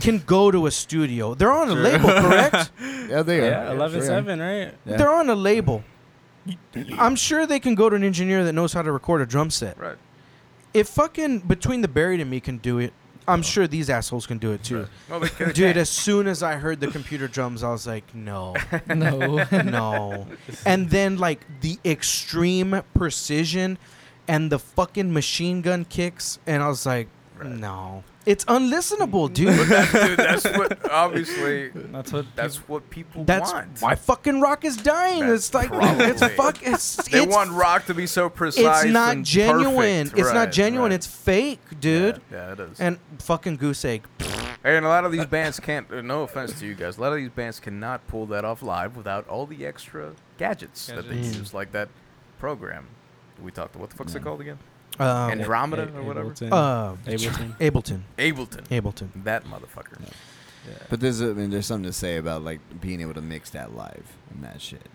S1: can go to a studio. They're on a label, correct?
S3: Yeah, they are.
S4: yeah, eleven seven, right?
S3: Yeah.
S1: They're on a label. I'm sure they can go to an engineer that knows how to record a drum set.
S2: Right.
S1: If fucking Between the Buried and Me can do it,
S2: Oh.
S1: I'm sure these assholes can do it too.
S2: Well, they could-
S1: Dude, as soon as I heard the computer drums, I was like, no,
S5: No.
S1: no. And then, like, the extreme precision and the fucking machine gun kicks, and I was like,
S2: Right.
S1: no. It's unlistenable, dude.
S2: dude, that's what obviously
S5: That's what.
S2: that's what people
S1: That's
S2: want.
S1: why fucking rock is dying.
S2: That's
S1: it's like it's
S2: probably-
S1: fuck. It's
S2: they
S1: it's,
S2: want rock to be so precise.
S1: it's not
S2: and
S1: genuine.
S2: perfect.
S1: It's
S2: Right,
S1: not genuine.
S2: right.
S1: It's fake, dude.
S2: Yeah, yeah, it is.
S1: And fucking goose egg.
S2: Hey, And a lot of these bands can't. uh, No offense to you guys, a lot of these bands cannot pull that off live without all the extra gadgets, that they
S1: Gadgets.
S2: use, like that program we talked about. What the fuck's it called again?
S1: Um,
S2: Andromeda
S4: A-
S2: or whatever.
S4: Ableton.
S1: uh,
S4: Ableton.
S1: Ableton.
S2: Ableton.
S1: Ableton.
S2: That motherfucker.
S3: But there's, I mean, there's something to say about like being able to mix that live and that shit.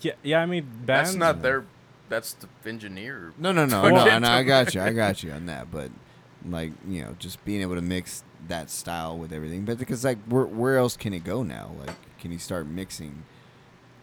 S4: Yeah, yeah. I mean, bands.
S2: That's not their. That's the engineer.
S3: No, no, no,
S2: Fuck
S3: no,
S2: it.
S3: no. I got you. I got you on that. But like, you know, just being able to mix that style with everything. But because like, where where else can it go now? Like, can you start mixing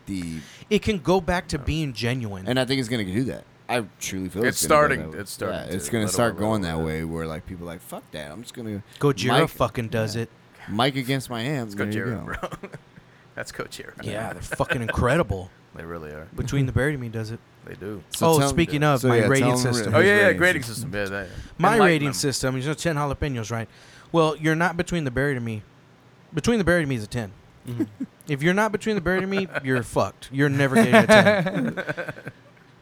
S3: the?
S1: It can go back to being genuine.
S3: And I think it's gonna do that. I truly feel
S2: It's
S3: it's, gonna go
S2: starting-
S3: that way.
S2: it's starting
S3: Yeah,
S2: to,
S3: it's gonna
S2: little by
S3: start
S2: little,
S3: going that
S2: yeah.
S3: way, where like people are like fuck that. I'm just gonna
S1: Gojira
S3: Mike-
S1: fucking does
S3: yeah.
S1: it.
S3: mic against my hands.
S2: It's
S3: there you
S2: Gojira,
S3: go.
S2: bro. That's Gojira.
S1: Yeah, they're fucking incredible.
S2: They really are.
S1: Between the Buried and Me does it.
S2: They do.
S3: So
S1: oh,
S3: tell-
S1: speaking of
S3: so
S1: my
S3: yeah, tell
S1: rating
S3: them re-
S1: system.
S2: Oh
S3: his
S2: yeah, yeah.
S3: rating
S2: Grading
S3: system.
S2: system. Yeah, that.
S1: My
S2: enlighten
S1: rating
S2: them.
S1: system, you know, 10 jalapenos, right? Well, you're not between the Buried and Me. Between the Buried and Me is a 10.
S4: Mhm.
S1: If you're not between the Buried and Me, you're fucked. You're never getting a 10.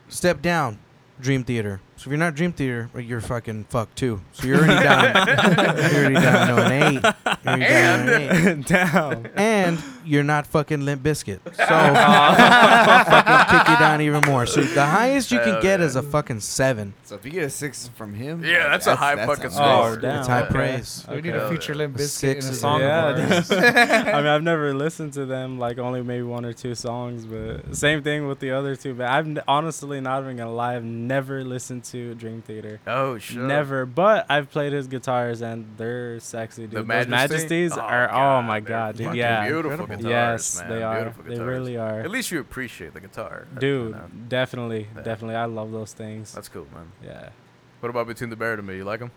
S1: Step down, Dream Theater. So if you're not Dream Theater, well, you're fucking fucked too. So you're already down. you're already down to an 8. You're already down to an eight.
S4: Damn.
S1: and you're not fucking Limp Biscuit. So I'll fucking kick you down even more. So the highest you can
S2: Hell
S1: get
S2: yeah.
S1: is a fucking seven.
S3: So if you get a six from him,
S2: Yeah,
S3: like,
S2: that's a high fucking
S3: amazing.
S2: score.
S4: Oh, damn.
S1: It's high
S4: okay.
S1: praise.
S5: We need
S2: Okay.
S5: a future Limp Bizkit
S1: Six
S5: in a
S1: is-
S5: song.
S4: yeah,
S5: of ours.
S4: that's- I mean, I've never listened to them, like only maybe one or two songs, but same thing with the other two. But I've n- honestly not even gonna lie, I've never listened to Dream Theater.
S2: Oh shit.
S4: Never, but I've played his guitars and they're sexy, dude.
S2: The
S4: Those
S2: Majesty?
S4: Majesties
S2: Oh,
S4: are, oh
S2: God,
S4: my
S2: they're
S4: god, dude,
S2: fucking
S4: yeah.
S2: Beautiful
S1: Incredible.
S2: guitars,
S4: yes,
S2: man.
S4: they are.
S2: Beautiful
S4: They
S2: guitars.
S4: really are.
S2: At least you appreciate the guitar, you
S4: Dude,
S2: know?
S4: definitely,
S2: Yeah.
S4: definitely. I love those things.
S2: That's cool, man.
S4: yeah.
S2: What about Between the Bear to Me? You like them?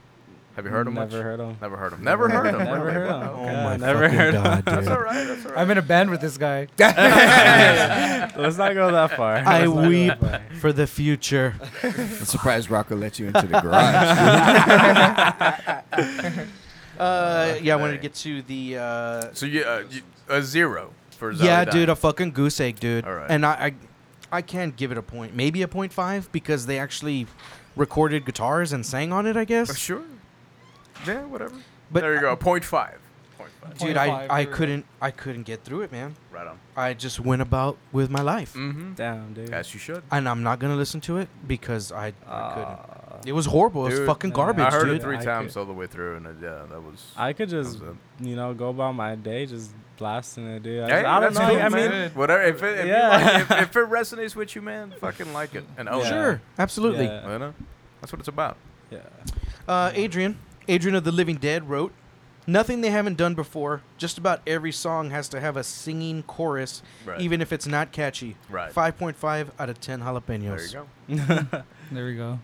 S2: Have you heard them
S4: Never
S2: much?
S4: heard them.
S2: Never heard them. Never heard them.
S4: Never heard them.
S1: Oh
S4: Yeah,
S1: my
S4: never
S1: fucking
S4: heard
S1: god,
S2: That's all
S1: dude.
S2: right. That's all right.
S5: I'm in a band with this guy.
S4: Let's not go that far.
S1: I
S4: Let's not go
S1: weep.
S4: that far.
S1: For the future.
S3: I'm surprised Rocco let you into the garage.
S1: Uh, yeah, I wanted to
S2: Okay.
S1: get to the. Uh,
S2: so you, uh, you a zero for Zoe
S1: yeah,
S2: Dine.
S1: dude, a fucking goose egg, dude.
S2: All right.
S1: And I, I, I can't give it a point. Maybe a point five because they actually recorded guitars and sang on it. I
S2: Oh,
S1: guess.
S2: sure. Yeah, whatever.
S1: But
S2: there you go. Point five. Point five.
S1: dude, I, I couldn't, I couldn't get through it, man.
S2: Right on.
S1: I just went about with my life.
S2: Mm-hmm.
S4: Damn, dude.
S2: As you should.
S1: and I'm not gonna listen to it because I, I couldn't.
S4: Ah.
S1: It was horrible. it
S2: Dude,
S1: was fucking
S4: I
S1: garbage,
S2: I heard
S1: dude.
S2: it three
S4: I
S2: times
S4: could-
S2: all the way through, and it, yeah, that was.
S4: I could
S2: that
S4: just,
S2: was it.
S4: you know, go about my day just blasting it, dude. I,
S2: Hey,
S4: just- I don't
S2: that's
S4: know.
S2: cool,
S4: I
S2: man.
S4: mean,
S2: whatever. If it, if,
S4: Yeah.
S2: you like, if, if it resonates with you, man, fucking like it and own
S4: Yeah.
S2: it.
S1: Sure, absolutely.
S4: Yeah.
S2: You know, that's what it's about.
S4: yeah.
S1: Uh, Adrian, Adrian of the Living Dead wrote, "Nothing they haven't done before. Just about every song has to have a singing chorus,
S2: Right.
S1: even if it's not catchy."
S2: right.
S1: Five point five out of ten jalapenos.
S2: There you go.
S5: There we go.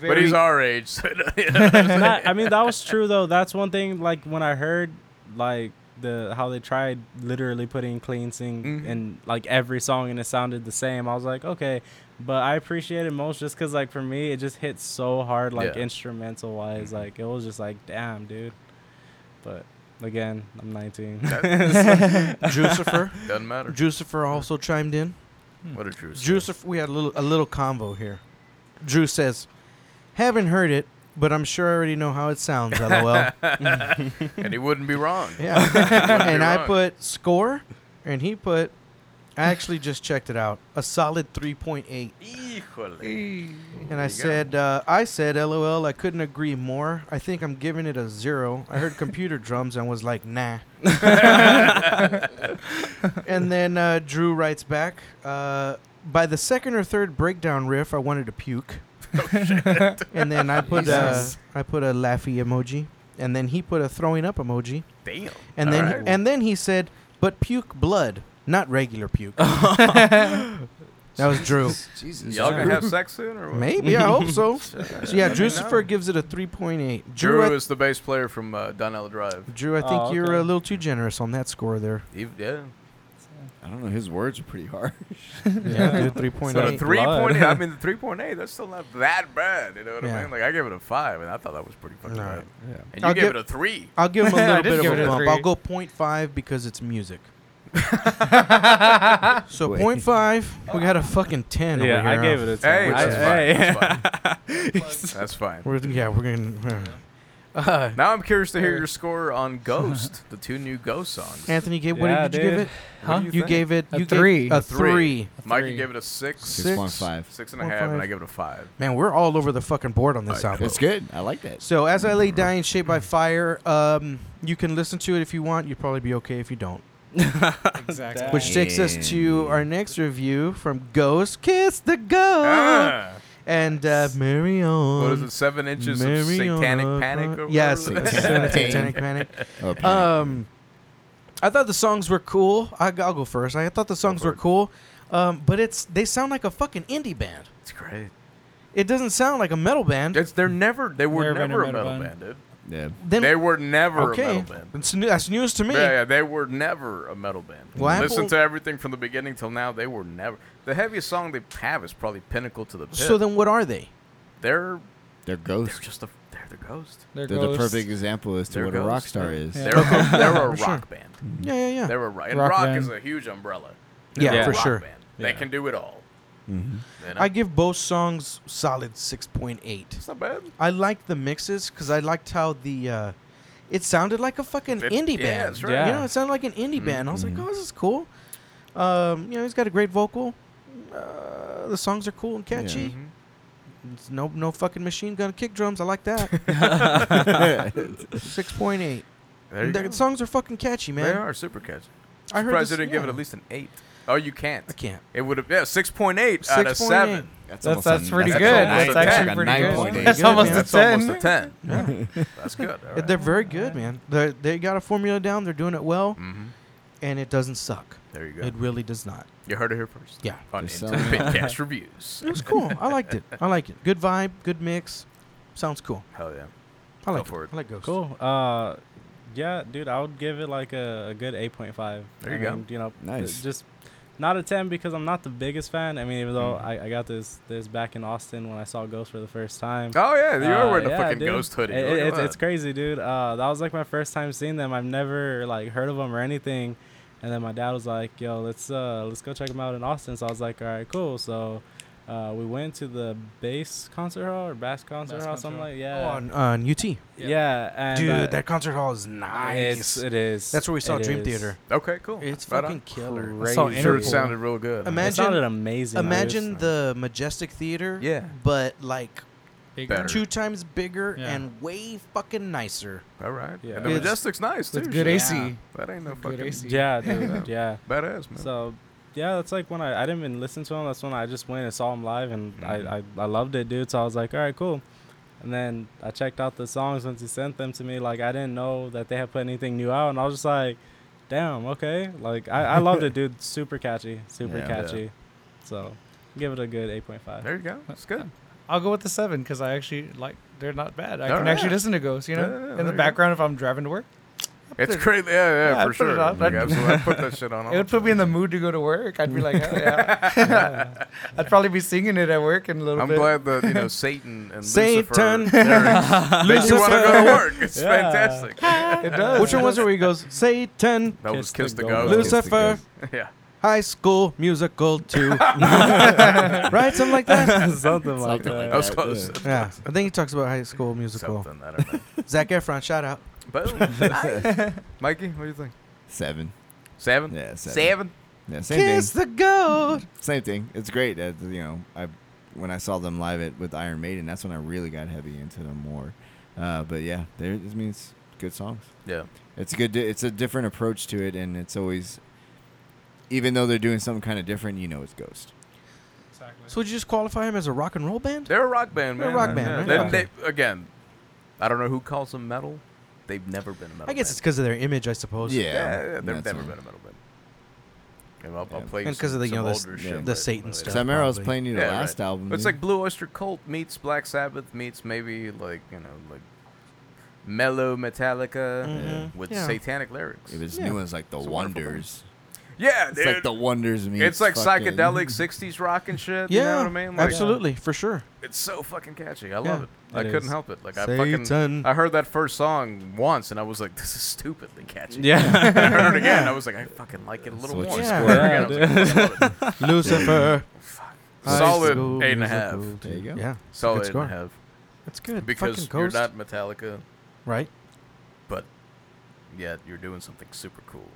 S2: but he's
S1: Very-
S2: our age. So
S4: And that- I mean, that was true though. That's one thing. Like when I heard, like the how they tried literally putting clean sing
S2: Mhm.
S4: in like every song and it sounded the same. I was like, okay, but I appreciate it most just because like for me it just hit so hard like
S2: Yeah.
S4: instrumental wise.
S2: Mhm.
S4: Like it was just like, damn, dude. But again, I'm 19.
S1: Jucifer,
S2: Doesn't matter.
S1: Jucifer also chimed in.
S2: What a true story.
S1: Jucifer, we had a little a little convo here. Drew says, "Haven't heard it, but I'm sure I already know how it sounds." LOL.
S2: and he wouldn't be wrong.
S1: Yeah.
S2: You're
S1: and I
S2: wrong.
S1: put score, and he put. I actually just checked it out. A solid 3.8.
S2: Híjole.
S1: And
S2: you go.
S1: I said, uh, I said, LOL, I couldn't agree more. I think I'm giving it a zero. I heard computer drums and was like, nah. and then uh, Drew writes back, uh, by the second or third breakdown riff, I wanted to puke.
S2: Oh,
S1: and then I put a,
S3: Jesus.
S1: I put a laughy emoji, and then he put a throwing up emoji.
S2: Damn.
S1: And
S2: All
S1: then
S2: right.
S1: and then he said, "But puke blood, not regular puke." That was Drew.
S3: Jesus.
S2: Y'all gonna
S1: Drew.
S2: have sex soon or what?
S1: Maybe I hope so.
S2: Shit.
S1: So yeah,
S2: Let me
S1: Drucifer
S2: know.
S1: gives it a 3.8. Drew,
S2: Drew
S1: I,
S2: is the bass player from uh, Donnell Drive.
S1: Drew, I think
S4: Oh,
S1: you're
S4: okay.
S1: a little too generous on that score there.
S2: He, yeah.
S3: I don't know. His words are pretty hard.
S1: Yeah, dude,
S2: But a
S1: 3.8.
S2: three point, I
S4: blood.
S2: mean, the three point eight. That's still not that bad. You know what I
S1: Yeah.
S2: mean? Like I gave it a five, and I thought that was pretty fucking
S1: Right.
S2: bad.
S4: Yeah.
S2: And you
S1: I'll
S2: gave it
S1: give-
S2: a three.
S1: I'll give him a
S5: I
S1: little
S5: did
S1: bit
S5: give
S1: of
S5: it
S1: a
S5: a
S1: bump.
S5: three.
S1: I'll go 0.5 because it's music. so
S3: Wait.
S1: 0.5, we got a fucking 10
S4: yeah,
S1: over
S4: I
S1: here.
S4: gave it a ten.
S2: Hey,
S1: which
S4: I-
S1: is
S4: hey.
S2: That's fine.
S1: We're, yeah, we're gonna. Uh,
S2: Now I'm curious to hear your score on Ghost, the two new Ghost songs.
S1: Anthony gave. What
S4: Yeah,
S1: did you give
S4: dude.
S1: it?
S2: What do
S1: You,
S2: think?
S1: gave it
S5: A
S1: you
S5: three.
S1: Gave a
S5: A
S1: three.
S2: Mikey
S5: three.
S2: gave it a six,
S1: Six.
S3: Six point five.
S2: six and a
S1: One
S2: half, and
S1: five.
S2: I gave it a five.
S1: Man, we're all over the fucking board on this
S2: I
S1: album.
S3: It's good. I like that.
S1: So as I lay dying, shaped by fire, um, you can listen to it if you want. You'd probably be okay if you don't.
S4: exactly.
S1: Which takes us to our next review from Ghost Kiss the Ghost
S2: Ah,
S1: and uh, Mary on.
S2: what is it? Seven inches of
S1: Mary
S2: satanic
S1: on-
S2: panic. Or
S1: Yeah,
S2: whatever it
S1: satanic,
S2: is?
S1: satanic panic.
S2: Uh,
S3: Okay.
S1: Um, I thought the songs were cool. I, will go first. I thought the songs
S2: for
S1: were
S2: it.
S1: cool, um, but it's they sound like a fucking indie band.
S2: It's great.
S1: It doesn't sound like a metal band.
S2: It's, they're never. They were
S5: Never
S2: never,
S5: been
S2: a metal band, dude.
S3: yeah.
S1: then
S2: they were never a
S1: okay,
S2: metal band.
S1: it's new, that's news to me.
S2: Yeah, yeah, they were never a metal band.
S1: Well,
S2: Listen
S1: Apple-
S2: to everything from the beginning till now. They were never. The heaviest song they have is probably "Pinnacle to the Pit."
S1: So then, what are they?
S2: they're
S3: They're
S2: they're
S3: ghosts.
S2: just a they're the ghost.
S5: There
S3: They're the
S5: goes-
S3: perfect example as to
S2: They're
S3: what a rock
S2: ghosts.
S3: star is.
S5: Yeah.
S2: They're a, they're a rock
S1: Sure.
S2: band.
S1: Yeah, yeah, yeah.
S2: They're a rock, and rock,
S5: Rock
S2: is
S5: band.
S2: a huge umbrella.
S1: Yeah,
S2: They're a
S1: for
S2: rock
S1: sure.
S2: Band.
S4: Yeah.
S2: They can do it all.
S3: Mhm.
S2: you know?
S1: I give both songs solid six point eight.
S2: it's not bad.
S1: I liked the mixes because I liked how the uh, it sounded like a fucking
S2: It-
S1: indie
S2: yeah,
S1: band.
S2: that's right.
S1: You
S4: Yeah.
S1: know, it sounded like an indie
S2: Mhm.
S1: band. I was like,
S3: Mhm.
S1: oh, this is cool. Um, you know, he's got a great vocal. Uh, the songs are cool and catchy.
S2: Mhm.
S1: It's no, no fucking machine gun kick drums. I like that.
S3: Mm-hmm.
S1: Six point eight.
S2: There you
S1: The
S2: go.
S1: songs are fucking catchy, man.
S2: They are super catchy.
S1: I heard
S2: Surprised
S1: this-
S2: they didn't give it
S1: yeah.
S2: at least an eight. Oh, you can't.
S1: I can't.
S2: It would have yeah six point eight out of
S1: 6.8.
S2: seven.
S5: That's
S3: almost a-
S5: that's pretty
S2: that's
S5: good.
S2: almost
S5: That's,
S2: a
S5: actually
S2: ten.
S5: pretty
S3: A
S5: good.
S3: 9.8.
S5: That's
S3: Good,
S5: almost
S3: man.
S5: a
S2: That's
S5: ten.
S2: almost a ten.
S1: Yeah.
S2: That's good. all right.
S1: They're very good, man. They they got a formula down. They're doing it well,
S2: Mhm.
S1: and it doesn't suck.
S2: There you go.
S1: It really does not.
S2: You heard it here first.
S1: Yeah.
S2: On
S3: Just
S2: Into
S3: selling out.
S2: Pitcast Reviews.
S1: It was cool. I liked it. I like it. Good vibe. Good mix. Sounds cool.
S2: Hell yeah.
S1: I
S2: Go
S1: like
S2: for it.
S1: I like Ghost.
S4: Cool. Uh, yeah, dude, I would give it like a, a good 8.5.
S2: There you
S4: I
S2: go.
S4: mean, You know,
S3: Nice.
S4: nice. Just not a 10 because I'm not the biggest fan. I mean, even though
S2: Mhm.
S4: I, I got this this back in Austin when I saw Ghost for the first time.
S2: Oh yeah, you are
S4: Uh,
S2: wearing a
S4: yeah,
S2: fucking
S4: dude.
S2: ghost hoodie.
S4: It-
S2: Look at
S4: it's,
S2: that.
S4: it's crazy, dude. Uh, that was like my first time seeing them. I've never like heard of them or anything. And then my dad was like, "Yo, let's uh, let's go check them out in Austin." So I was like, "All right, cool." So uh, we went to the bass concert hall or bass concert
S5: Bass
S4: hall,
S5: concert
S4: something
S5: hall.
S4: like
S1: Oh,
S4: yeah,
S1: on, on UT.
S4: yeah. And
S1: Dude,
S4: uh,
S1: that concert hall is nice.
S4: it's, it is.
S1: That's where we saw
S4: It
S1: Dream
S4: is. uh,
S1: Theater.
S2: okay, cool.
S1: It's
S2: Right on.
S1: fucking killer.
S5: I saw
S2: I'm sure it
S5: Interpol.
S2: sounded real good.
S4: It
S1: Imagine-
S4: sounded amazing. dude.
S1: Imagine the Majestic Theater,
S2: Yeah.
S1: but like
S2: Better.
S1: two times bigger
S5: Yeah.
S1: and way fucking nicer.
S2: All right.
S4: Yeah.
S2: And the
S4: It's-
S2: majestic's nice too.
S5: With
S2: shit.
S5: good AC.
S2: That ain't no
S5: Good
S2: fucking
S5: AC.
S4: Yeah, dude. yeah.
S2: badass man.
S4: So yeah, that's like when I, I didn't even listen to him. That's when I just went and saw him live, and I, I
S1: Mm-hmm.
S4: I loved it, dude. So I was like, all right, cool. And then I checked out the songs once he sent them to me. Like I didn't know that they had put anything new out, and I was just like, damn, okay. Like I, I loved it, dude. Super catchy, super
S3: Yeah.
S4: catchy. So give it a good eight point five.
S2: there you go. It's good.
S5: I'll go with the seven because I actually like they're not bad. I
S2: All
S5: can
S2: right.
S5: actually listen to Ghosts, you know,
S2: Yeah, yeah,
S5: in
S2: there you
S5: the
S2: go.
S5: background if I'm driving to work.
S2: It's crazy. Yeah, yeah,
S5: Yeah,
S2: for
S5: I'd put it
S2: sure.
S5: on.
S2: Like, absolutely. I'd put that shit on. all
S5: It would
S2: the
S5: put me in the
S2: time.
S5: mood to go to work. I'd be like, oh, yeah. I'd probably be singing it at work in a little
S2: I'm
S5: bit.
S2: glad that you know Satan and
S1: Satan.
S2: Lucifer they're- make you want to go to work. It's
S4: Yeah.
S2: fantastic.
S5: It does.
S1: Which one was it where he goes, Satan,
S2: That was Kiss the
S3: Oh,
S4: Ghost.
S2: Ghost.
S1: Lucifer,
S2: Yeah.
S1: High School Musical 2. right? Something like that?
S3: Something
S4: Something like
S3: like
S4: that.
S2: That was
S3: Yeah,
S2: close.
S1: Yeah. I think he talks about High School Musical.
S2: Something. I don't know.
S1: Zach Efron, shout out.
S2: Boom. Mikey, what do you think?
S3: Seven.
S2: Seven.
S3: Yeah, seven.
S2: Seven.
S3: Yeah, same
S1: Kiss
S3: thing.
S1: the goat.
S3: Same thing. It's great. Uh, you know, I when I saw them live at with Iron Maiden, that's when I really got heavy into them more. Uh, but yeah, there. It means good songs.
S2: Yeah.
S3: It's a good. di- It's a different approach to it, and it's always, even though they're doing something kind of different, you know, it's Ghost.
S1: So would you just qualify him as a rock and roll band?
S2: They're a rock band,
S1: They're
S2: man.
S1: a rock band,
S2: Yeah.
S1: right?
S2: They- they- again, I don't know who calls them metal. They've never been a metal.
S1: I guess it's
S2: band.
S5: Oh,
S1: because of their image, I suppose.
S2: yeah, yeah, they've
S3: that's
S2: never
S3: all.
S2: been a metal band. I'll,
S3: Yeah.
S2: I'll play you
S1: And 'cause
S2: some-
S1: of the, you
S2: some
S1: know, the-
S2: older
S3: yeah.
S2: shit
S1: the
S2: later-
S1: Satan
S2: later.
S1: stuff.
S3: Because I remember I was
S1: probably.
S3: playing you the
S2: Yeah,
S3: last
S2: right.
S3: album.
S1: Mm-hmm.
S2: It's
S3: dude.
S2: like Blue Oyster Cult meets Black Sabbath meets maybe like you know like mellow Metallica
S1: Mhm.
S2: with
S1: Yeah.
S2: satanic lyrics.
S3: if it's
S1: Yeah.
S3: new, it's like the
S2: It's a wonderful band.
S3: Wonders.
S2: yeah,
S3: It's like the Wonders meets.
S2: it's like
S3: fucking-
S2: psychedelic '60s rock and shit.
S1: Yeah,
S2: you know what I mean? Like,
S1: absolutely, for sure.
S2: It's so fucking catchy. I love
S1: Yeah,
S2: it. I
S4: it
S2: couldn't
S4: is.
S2: help it. Like I fucking
S1: Satan.
S2: I heard that first song once and I was like, this is stupidly catchy.
S4: Yeah.
S2: I heard it again. I was like, I fucking like it a little
S3: what
S2: more.
S3: you
S2: So I
S1: squirt.
S2: heard it again, I was like, "I love it." Oh,
S1: Lucifer.
S2: Fuck.
S1: eyes
S2: Solid
S1: go
S2: eight and a
S1: as
S2: half.
S1: gold.
S3: There you go.
S1: Yeah,
S2: Solid
S1: good
S2: eight and
S1: score.
S2: a half.
S1: that's good.
S2: Because
S1: Fucking
S2: you're
S1: coast,
S2: not Metallica,
S1: right.
S2: but yet you're doing something super cool.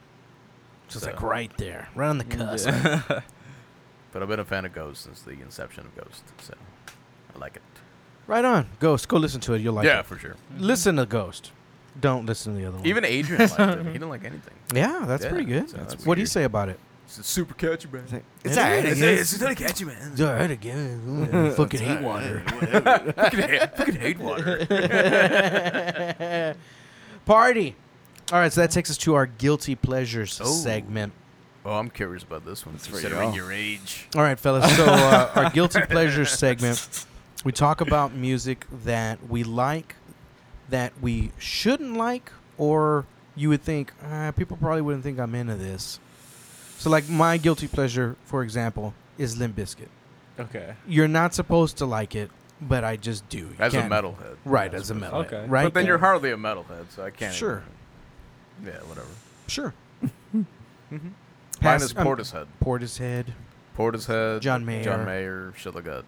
S1: Just
S2: So-
S1: like right there, right on the cusp.
S2: But I've been a fan of Ghost since the inception of Ghost, so I like it.
S1: Right on. Ghost. Go listen to it. You'll like
S2: yeah,
S1: it.
S2: for sure.
S1: Listen to Ghost. Don't listen to the other one.
S2: Even Adrian liked it. He didn't like anything.
S1: yeah, that's
S2: Yeah,
S1: pretty good.
S2: so that's
S1: what do you
S2: weird.
S1: say about it?
S2: It's super catchy, man.
S3: It's like,
S1: It's
S3: it's
S1: all
S3: alright.
S1: right,
S3: It's
S1: I guess.
S3: it's-
S2: it's really catchy, man.
S1: All right again. Ooh, fucking hate water.
S2: fucking, hate, fucking hate water.
S1: Party. All right, so that takes us to our guilty pleasures
S2: Oh.
S1: segment.
S2: Oh, I'm curious about this one.
S3: for
S2: considering
S3: y'all.
S2: your age.
S1: All right, fellas. So uh, our guilty pleasures segment, we talk about music that we like, that we shouldn't like, or you would think uh, people probably wouldn't think I'm into this. So, like my guilty pleasure, for example, is Limp Bizkit.
S4: okay.
S1: You're not supposed to like it, but I just do. You
S2: As a
S1: can't-
S2: metalhead.
S1: right? As a metal,
S4: Okay.
S1: right?
S2: But then you're hardly a metalhead, so I can't.
S1: Sure.
S2: Even, yeah, whatever.
S1: sure.
S2: Mine is
S1: Pass- um,
S2: Portishead.
S1: Portishead,
S2: Portishead.
S1: John Mayer.
S2: John Mayer. Shit like that.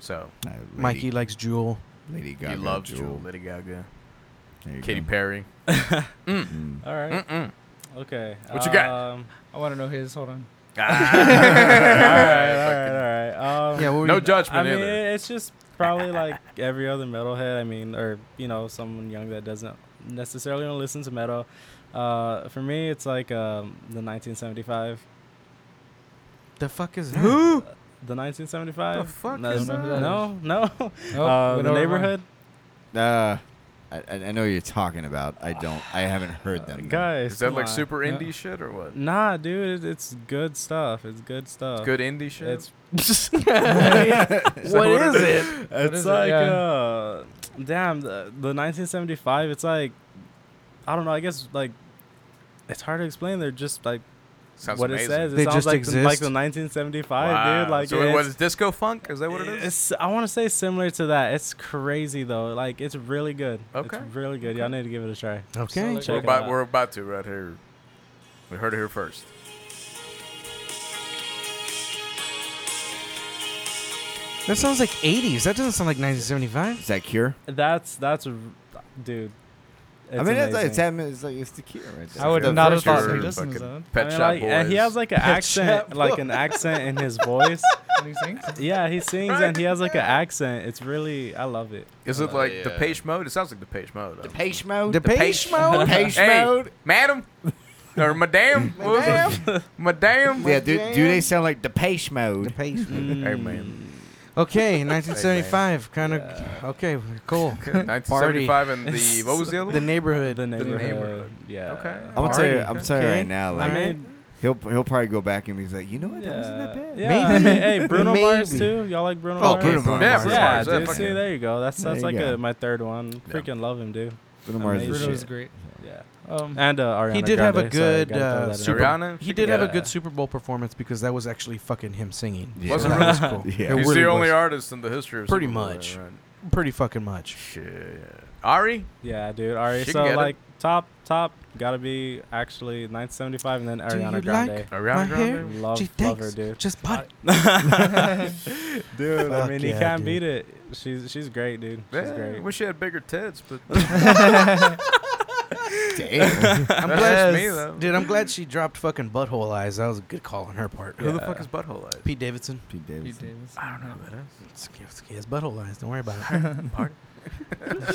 S2: So
S3: Uh, Lady-
S1: Mikey likes Jewel.
S3: Lady
S2: he
S3: Gaga.
S2: loves
S3: Jewel.
S2: Jewel, Lady Gaga,
S3: There you
S2: Katy
S3: go.
S2: Perry.
S3: Mm.
S4: All right.
S2: Mm-mm.
S4: Okay.
S2: What you got?
S4: Um,
S5: I want to know his. Hold on.
S4: Ah. all
S2: Ah,
S4: right. All right. Um,
S1: Yeah, what
S2: fucking-
S1: were
S2: No
S1: you-
S2: judgment
S4: I mean,
S2: either.
S4: it's just probably like every other metalhead. I mean, or you know, someone young that doesn't necessarily wanna listen to metal. Uh, for me, it's like um, the 1975.
S1: the fuck is who?
S4: The 1975.
S2: The fuck
S4: no,
S2: is
S4: no,
S5: that?
S4: no, no.
S5: Nope,
S4: uh,
S5: Oh,
S4: the
S5: we know we're
S4: neighborhood.
S3: Uh, I, I I know what you're talking about. I don't. I haven't heard them. though.
S4: Guys,
S2: Is that
S4: come
S2: like
S4: on.
S2: super
S5: Yeah.
S2: indie shit or what?
S4: Nah, dude, it, it's good stuff. It's good stuff.
S2: Good indie shit.
S4: It's
S1: what is it?
S4: it's
S5: is it?
S4: like
S5: Yeah.
S4: uh, damn the, the 1975. It's like I don't know. I guess like it's hard to explain. They're just like
S2: Sounds
S4: what
S2: amazing.
S4: it says. It
S1: They
S4: sounds
S1: just
S4: like The, like
S1: exist.
S4: the 1975,
S2: Wow.
S4: dude. Like
S2: so
S4: it's,
S2: what is disco funk? Is that what it is?
S4: It's, I want to say similar to that. It's crazy though. Like it's really good.
S2: Okay.
S4: It's really good. Y'all need to give it a try.
S1: Okay.
S5: Solid.
S2: We're
S4: Check it
S2: about
S4: out.
S2: we're about to right here. We heard it here first.
S1: That sounds like 80s. That doesn't sound like 1975.
S3: Is that Cure?
S4: That's that's, r- dude. It's
S3: I mean, it's like, it's,
S4: amazing.
S3: him- it's like it's the Cure right there.
S5: I would
S3: The
S5: not
S3: first
S5: have thought
S3: Cure.
S5: he
S2: Fucking
S5: listens to that.
S2: Pet
S4: I mean,
S2: Shop
S4: like,
S2: Boys.
S4: and he has like an accent,
S1: Shop
S4: like an accent in his voice.
S5: What do you think?
S4: Yeah, he sings and he has like an accent. It's really, I love it.
S2: is it like the Page Mode? It sounds like the Page Mode.
S3: The Page Mode.
S1: The Page Mode?
S3: Page
S2: hey,
S3: Mode.
S2: madam or madame, what was it? madame.
S3: Yeah, do, do they sound like the Page
S1: The
S3: Mode?
S1: page.
S2: Hey man,
S1: Okay, 1975. Kind of. Okay, cool.
S2: 1975 and the what was the other
S1: The
S2: one?
S1: neighborhood.
S4: The neighborhood.
S2: neighborhood.
S4: Yeah.
S2: Okay.
S3: I'm gonna tell you.
S1: Alrighty.
S3: I'm telling you
S1: Okay.
S3: right now.
S4: I
S3: Like
S4: mean,
S3: he'll he'll probably go back and be like, you know what, that wasn't that
S4: yeah.
S3: bad.
S4: yeah. I
S1: Maybe.
S4: mean, hey, Bruno Mars
S1: Maybe.
S4: too. Y'all like Bruno
S3: Oh,
S4: Mars?
S3: Bruno Mars.
S2: Yeah, Bruno
S4: yeah,
S2: Mars. Yeah,
S4: dude,
S2: fuck
S4: see,
S2: yeah.
S4: there you go. That's
S3: There
S4: that's
S3: you
S4: like
S3: go.
S4: a, my third one.
S2: Yeah.
S4: Freaking love him, dude.
S3: Bruno Mars is
S4: Amazing.
S5: Bruno
S3: shit.
S5: is great.
S4: Yeah.
S5: Um,
S4: And uh, Ariana
S1: He did have a
S4: Grande, sorry,
S1: good,
S4: gotta throw
S1: uh,
S4: that in.
S1: Super-
S2: Ariana.
S1: He did have a
S4: Yeah.
S1: good Super Bowl performance because that was actually fucking him singing.
S3: Yeah.
S1: So
S2: Wasn't
S1: that
S2: really?
S1: was cool.
S3: Yeah.
S1: It
S2: He's
S1: really
S2: the only
S1: was.
S2: artist in the history of
S1: Pretty
S2: Super Bowl,
S1: much.
S2: right?
S1: Pretty fucking much.
S2: Shit. Ari.
S4: Yeah, dude. All right.
S2: She can
S4: So
S2: get it.
S4: like top top gotta be actually 975 and then Ariana
S1: you
S4: Grande.
S2: Ariana
S1: My
S2: Grande?
S1: hair?
S4: Love
S1: Gee,
S4: love her,
S1: thanks.
S4: dude.
S1: Just bought it.
S4: Dude, I
S1: Fuck
S4: mean,
S1: yeah,
S4: he can't
S1: dude.
S4: beat it. She's she's great, dude. She's
S2: Yeah,
S4: great.
S2: Eh, wish she had bigger tits, but
S3: Damn.
S2: That's
S1: I'm glad,
S2: just me, though.
S1: dude. I'm glad she dropped fucking butthole eyes. That was a good call on her part. Uh,
S2: who the fuck
S4: Yeah.
S2: is Butthole Eyes?
S1: Pete Davidson.
S3: Pete
S5: Pete
S3: Davidson.
S5: Davis.
S2: I don't know who that is.
S1: It's, it's, it's butthole eyes. Don't worry about it.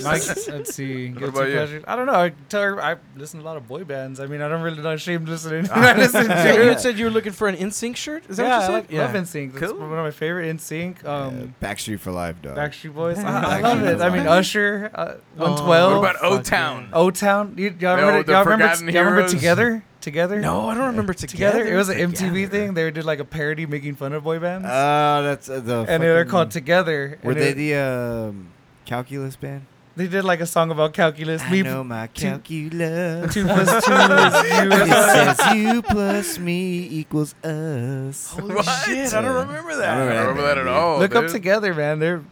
S5: Mike, let's see. Guilty
S2: about you?
S5: pleasure. I don't know. I tell her I listen to a lot of boy bands. I mean, I don't really know shame listening. to what I listen to.
S1: So you had said you were looking for an NSYNC shirt. Is that
S5: yeah,
S1: what you
S5: I
S1: said?
S5: like, love NSYNC. That's
S2: Cool.
S5: one of my favorite NSYNC. Um,
S3: Backstreet for life, dog.
S5: Backstreet Boys.
S1: Yeah.
S5: I,
S3: Backstreet
S5: I love it. I mean,
S3: Boys.
S5: Usher, uh,
S2: Oh. What
S5: 112,
S2: about
S1: fuck
S2: O Town?
S1: Oh,
S5: O Town. You, y'all
S2: No,
S5: remember,
S2: the
S5: y'all remember,
S2: Forgotten
S5: y'all remember
S2: Heroes.
S5: Together? Together?
S1: No, I don't remember together.
S5: Together? It was an
S1: Together.
S5: MTV thing. They did like a parody making fun of boy bands.
S3: Uh, that's uh, the.
S5: and they were
S3: fucking-
S5: called Together.
S3: Were
S5: and
S3: they
S5: it-
S3: the um, calculus band?
S5: They did like a song about calculus.
S3: I
S5: Me-
S3: know my
S5: two-
S3: calculus.
S5: Two plus two is you.
S3: it says you plus me equals us.
S1: Holy
S2: What?
S1: shit! I don't remember
S2: I
S1: that.
S2: don't remember that at all.
S5: Look up
S2: Oh, dude.
S5: together, man. They're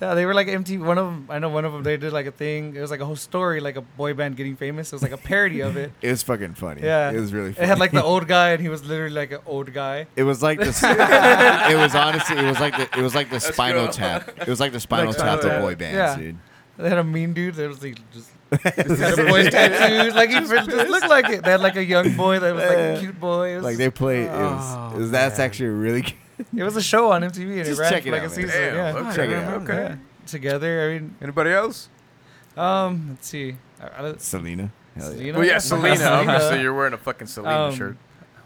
S5: yeah, they were like MTV. One of them, I know one of them. They did like a thing. It was like a whole story, like a boy band getting famous. It was like a parody of it.
S3: It was fucking funny.
S5: Yeah.
S3: it was really. funny.
S5: It had like the old guy, and he was literally like an old guy.
S3: It was like this. it was honestly. It was like the. It was like the
S2: That's
S3: Spinal
S2: cool.
S3: Tap. It was like the Spinal
S5: Spinal
S3: Tap of
S5: Tap.
S3: boy bands,
S5: Yeah.
S3: dude.
S5: They had a mean dude. There was like just. he had a boy's tattoos. Like he just looked like it. They had like a young boy that was like a cute boy. It was,
S3: Like they play. It was,
S1: Oh,
S3: it was- that's
S1: man.
S3: actually really. good.
S5: it was a show on MTV, and
S3: Just
S5: it ran
S3: check
S5: for
S3: it
S5: like
S3: out,
S5: a
S3: man.
S5: season.
S2: Damn,
S5: yeah.
S2: okay,
S3: Check it out.
S2: okay.
S5: Yeah. Together. I mean,
S2: Anybody else?
S5: um, let's see. I- I-
S3: Selena. Hell yeah.
S5: Selena?
S2: Well, Oh, yeah, Selena. Obviously,
S5: Selena.
S2: you're wearing a fucking Selena
S5: Um,
S2: shirt.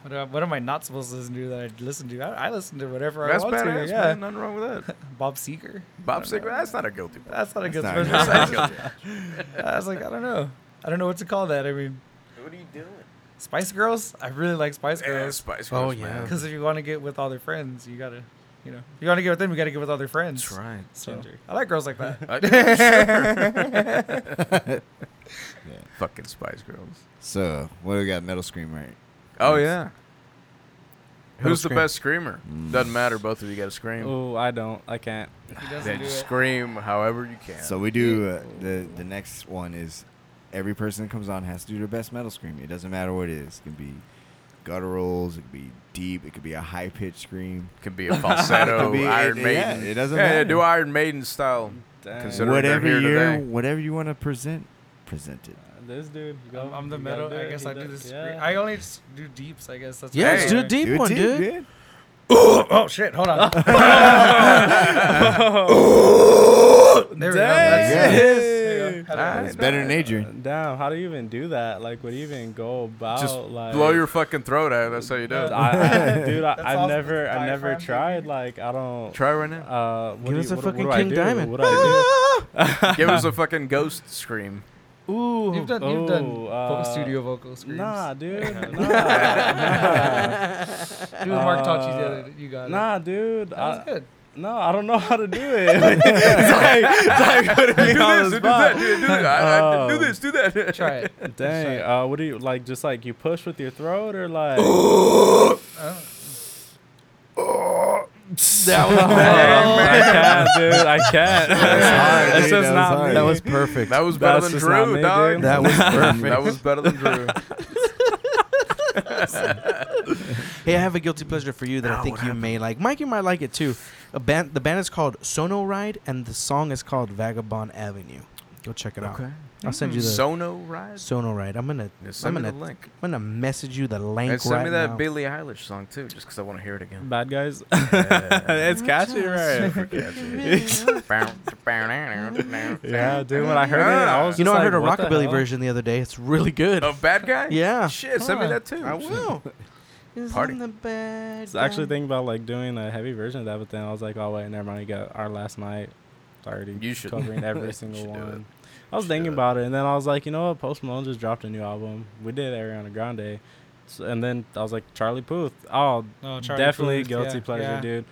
S5: What am, what am I not supposed to listen to that I listen to? I, I listen to whatever
S2: That's
S5: I want
S2: badass,
S5: to. Yeah,
S2: man. Nothing wrong with that.
S5: Bob Seger.
S2: Bob Singer, that's not a guilty. pleasure.
S5: That's not a good
S3: That's
S5: special.
S3: not
S5: I
S2: That's not a guilty.
S5: was like, I don't know. I don't know what to call that. I mean,
S2: What are you doing?
S5: Spice Girls. I really like Spice
S2: Yeah,
S5: Girls
S2: Spice
S1: Oh,
S2: Girls,
S1: yeah.
S2: man.
S5: because if you want to get with all their friends, you gotta, you know, if you want to get with them, you gotta get with all their friends.
S2: That's right.
S5: So, I like girls like that.
S2: I-
S3: Yeah.
S2: Fucking Spice Girls.
S3: So what do we got? Metal Scream, right?
S2: Oh
S3: Nice.
S2: yeah. Who's the
S1: scream?
S2: best screamer?
S3: Mm.
S2: Doesn't matter. Both of you got to scream.
S4: Oh, I don't. I can't.
S5: He doesn't
S2: Then
S5: do it.
S2: scream however you can.
S3: So we do uh, the the next one is every person that comes on has to do their best metal scream. It doesn't matter what it is. It can be gutturals. It could be deep. It could be a high pitched scream.
S2: could be a falsetto,
S3: Could be-
S2: Iron
S3: it-
S2: Maiden.
S3: yeah, it doesn't
S2: Yeah, yeah,
S3: matter.
S2: do Iron Maiden style. Consider-
S4: Dang.
S2: Considering
S3: whatever
S2: they're here
S3: you're,
S2: today.
S3: whatever you want to present, present it.
S4: This dude. go.
S5: I'm, I'm the
S4: You gotta
S5: metal.
S4: do
S5: I
S4: it.
S5: guess
S4: He
S5: I do
S4: does-
S5: this.
S4: yeah.
S5: I only just do deeps. I guess that's.
S1: Yeah, let's do a
S5: I-
S1: deep
S3: Do it
S1: one,
S3: too,
S1: dude.
S3: man.
S5: Oh shit! Hold on. there we go.
S3: Dang.
S5: That's it.
S3: Yes.
S5: There you go. Had it.
S2: Alright.
S3: It's better than Adrian.
S4: Damn, how do you even do that? Like, what do you even go about?
S2: Just
S4: Oh, like,
S2: blow your fucking throat out. That's how you do it.
S4: I, I, dude, I,
S5: That's
S4: I've
S5: all-
S4: never, I've never
S5: diaphragm,
S4: tried.
S5: maybe?
S4: Like, I don't.
S2: Try right now.
S4: Uh, what
S1: Give
S4: do
S1: us a
S4: you, what,
S1: fucking
S4: what do I
S1: King
S4: do?
S1: Diamond.
S4: What do I
S2: Give us a fucking ghost scream.
S1: Ooh.
S5: You've done, you've done
S4: Oh,
S5: vo-
S4: uh,
S5: studio vocal
S4: do?
S5: screams.
S4: nah, dude. Nah,
S5: Do what Mark taught you the
S4: uh,
S5: other You got
S4: nah, nah
S5: it.
S4: uh, dude.
S5: That was
S4: I,
S5: good.
S4: no, I don't know how to do it. it's like, it's like putting me
S2: Do
S4: on
S2: this,
S4: the
S2: do
S4: spot.
S2: that, Oh. do, do that. I- I- do
S4: Um,
S2: this, do that.
S5: Try it.
S4: Dang, uh, what do you like? Just like you push with your throat, or like?
S1: That was
S4: I can't, dude. I can't.
S3: That was hard,
S4: That's
S3: dude.
S4: just
S3: That was
S4: not
S3: hard.
S4: me.
S1: That was perfect.
S2: That was better
S4: That's
S2: than
S4: just not
S2: Drew,
S4: me,
S2: dog.
S4: dude.
S1: That was perfect.
S2: That was better than Drew.
S1: Hey, I have a guilty pleasure for you that I think you may like. Mike, you might like it too. A band, the band is called Sono Ride, and the song is called Vagabond Avenue. Go check it out. I'll send you the
S2: Sono Ride.
S1: Sono Ride. I'm gonna,
S2: Yeah,
S1: I'm
S2: Send me
S1: gonna,
S2: the
S1: I'm
S2: link.
S1: gonna message you the link
S2: And send
S1: right
S2: me that
S1: now.
S2: Billie Eilish song too, just because I want to hear it again.
S4: Bad guys.
S2: Yeah.
S4: it's catchy, right? Yeah, dude. When I heard it, I was.
S1: you know,
S4: just
S1: I heard
S4: like, what
S1: a
S4: the
S1: rockabilly
S4: hell?
S1: version the other day. It's really good.
S2: A bad guy?
S1: Yeah.
S2: Shit, send me
S1: Huh.
S2: that too.
S1: I will. 'Cause
S2: Party.
S1: I'm the bad
S4: I was actually
S1: guy.
S4: thinking about like doing a heavy version of that, but then I was like, oh wait, never mind. You got our last night. It's already
S2: You should-
S4: covering
S2: you
S4: every single
S2: should do it.
S4: one. I was
S2: should do
S4: thinking
S2: it.
S4: about it, and then I was like, you know what? Post Malone just dropped a new album. We did Ariana Grande, so, and then I was like, Charlie Puth. Oh,
S5: No,
S4: definitely guilty pleasure, dude.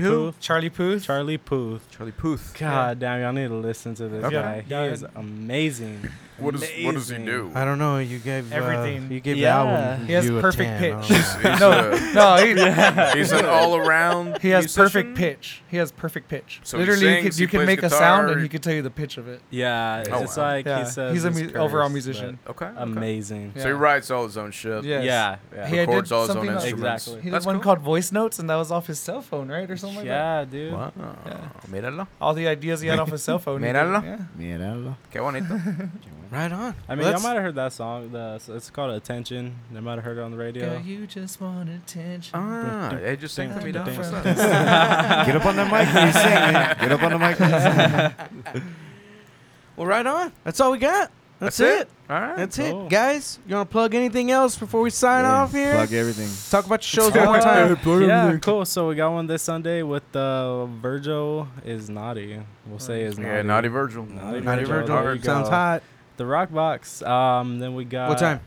S4: Charlie,
S5: who?
S4: Puth.
S5: Charlie Puth.
S4: Charlie Puth.
S2: Charlie Puth.
S4: God damn, y'all need to listen to this
S5: Okay.
S4: guy.
S5: Yeah.
S4: He is amazing.
S2: What is what does he
S4: Amazing.
S2: do?
S1: I don't know. You gave uh,
S5: Everything.
S1: you gave
S4: Yeah.
S1: the album.
S5: He has
S1: you a
S5: perfect
S1: 10. I
S5: pitch.
S1: don't know.
S2: He's,
S5: No.
S2: a-
S5: No, he,
S2: he's an all around.
S5: he has perfect pitch. He has perfect pitch.
S2: So he
S5: Literally, you
S2: sings,
S5: can, you
S2: he
S5: can
S2: plays
S5: make
S2: guitar,
S5: a sound and
S2: he-
S5: he can tell you the pitch of it.
S4: Yeah,
S2: Oh,
S4: it's
S2: wow.
S4: like
S5: Yeah,
S4: he says
S5: he's a
S4: his
S5: mu- overall
S4: curse,
S5: musician.
S4: but
S2: Okay. okay.
S4: Amazing.
S2: So he
S5: Yeah.
S2: writes all his own shit.
S5: Yes.
S4: Yeah, yeah,
S5: He had-
S2: Records
S5: did
S2: all his own
S5: something else.
S2: instruments.
S4: Exactly.
S5: He did
S2: That's
S5: one
S2: cool.
S5: called Voice Notes, and that was off his cell phone, right, or something like that.
S4: yeah, dude.
S2: Wow.
S5: Yeah.
S2: Míralo.
S5: All the ideas he had off his cell phone. he did-
S2: Míralo.
S5: yeah.
S3: Míralo.
S2: Qué bonito.
S1: Right on.
S4: I mean, y'all might have heard that song. The so it's called Attention. They might have heard it on the radio.
S5: Girl, you just want attention.
S2: Ah, hey, just sing for me, dog. What's up?
S3: Get up on the mic, when you sing, man. Get up on the mic. when you sing.
S1: Well, right on. That's all we got. That's, it.
S2: All right.
S1: That's
S4: Cool.
S1: it, guys. You want to plug anything else before we sign
S3: Yeah,
S1: off here?
S3: Plug everything.
S1: Talk about your shows one more time.
S4: yeah, cool. So we got one this Sunday with uh, Virgil is naughty. We'll say is naughty.
S2: Yeah, Naughty Virgil.
S4: Naughty
S1: Naughty
S4: Virgil.
S1: Virgil.
S4: There you
S1: Sounds
S4: go.
S1: hot.
S4: The Rock Box. Um, then we got
S1: what time?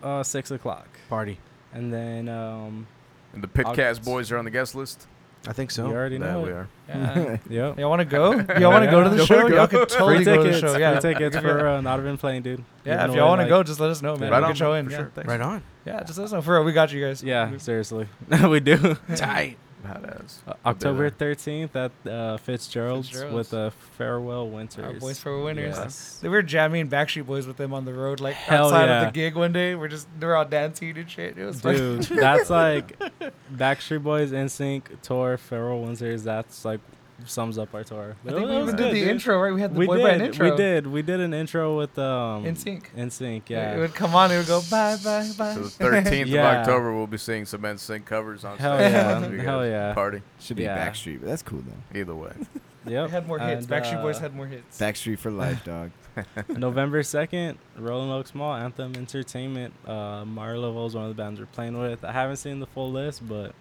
S4: Uh, six o'clock.
S1: Party.
S4: And then um,
S2: And the Pitcast
S4: August.
S2: boys are on the guest list.
S1: I think
S4: you
S1: so.
S4: already
S2: Yeah,
S4: know.
S2: we
S4: it.
S2: are.
S5: Yeah.
S4: Yep.
S5: Y'all want to go? Y'all want to go to the
S4: Y'all
S5: show?
S4: wanna
S5: Y'all could totally
S4: Free
S5: go to the
S4: tickets.
S5: show. Yeah.
S4: Free tickets for uh, not been playing, dude.
S5: Yeah,
S4: Giving
S5: if
S4: away,
S5: y'all want to
S4: like-
S5: go, just let us know, man.
S2: Right
S5: we
S2: on.
S5: can show in.
S2: For
S5: Yeah,
S2: sure.
S5: thanks.
S1: Right on.
S5: Yeah, just let us know. For real, we got you guys.
S4: Yeah, seriously, we do.
S1: Tight.
S2: Badass.
S4: Uh, October thirteenth at uh, Fitzgerald's,
S5: Fitzgerald's.
S4: with uh, Farewell Winters.
S5: Our boys for winners.
S4: Yes.
S5: They were jamming Backstreet Boys with them on the road, like
S4: Hell
S5: outside of
S4: yeah.
S5: the gig one day. We're just they were all dancing and shit. It was fun.
S4: Dude, that's like Backstreet Boys, NSYNC, tour, Farewell Winters. That's like sums up our tour.
S5: I
S4: It was- it
S5: think we even
S4: was
S5: did
S4: good,
S5: the
S4: dude.
S5: intro, right? We had the
S4: We
S5: boy band
S4: did.
S5: intro.
S4: We did. We did an intro with um.
S5: NSYNC.
S4: NSYNC.
S5: It- It
S4: Yeah.
S5: would come on. It would go bye bye bye.
S2: So the 13th
S4: Yeah.
S2: of October, we'll be seeing some NSYNC covers on
S4: Hell
S2: stage.
S4: yeah.
S2: You guys
S4: Hell yeah.
S2: Party.
S3: Should be
S4: Yeah.
S3: Backstreet, but that's cool though.
S2: Either way.
S4: Yep.
S5: They had more hits.
S4: And,
S5: Backstreet Boys
S4: uh,
S5: had more hits.
S3: Backstreet for life, dog.
S4: November 2nd, Rolling Oaks Mall, Anthem Entertainment. Uh, Marlo is one of the bands we're playing with. I haven't seen the full list, but.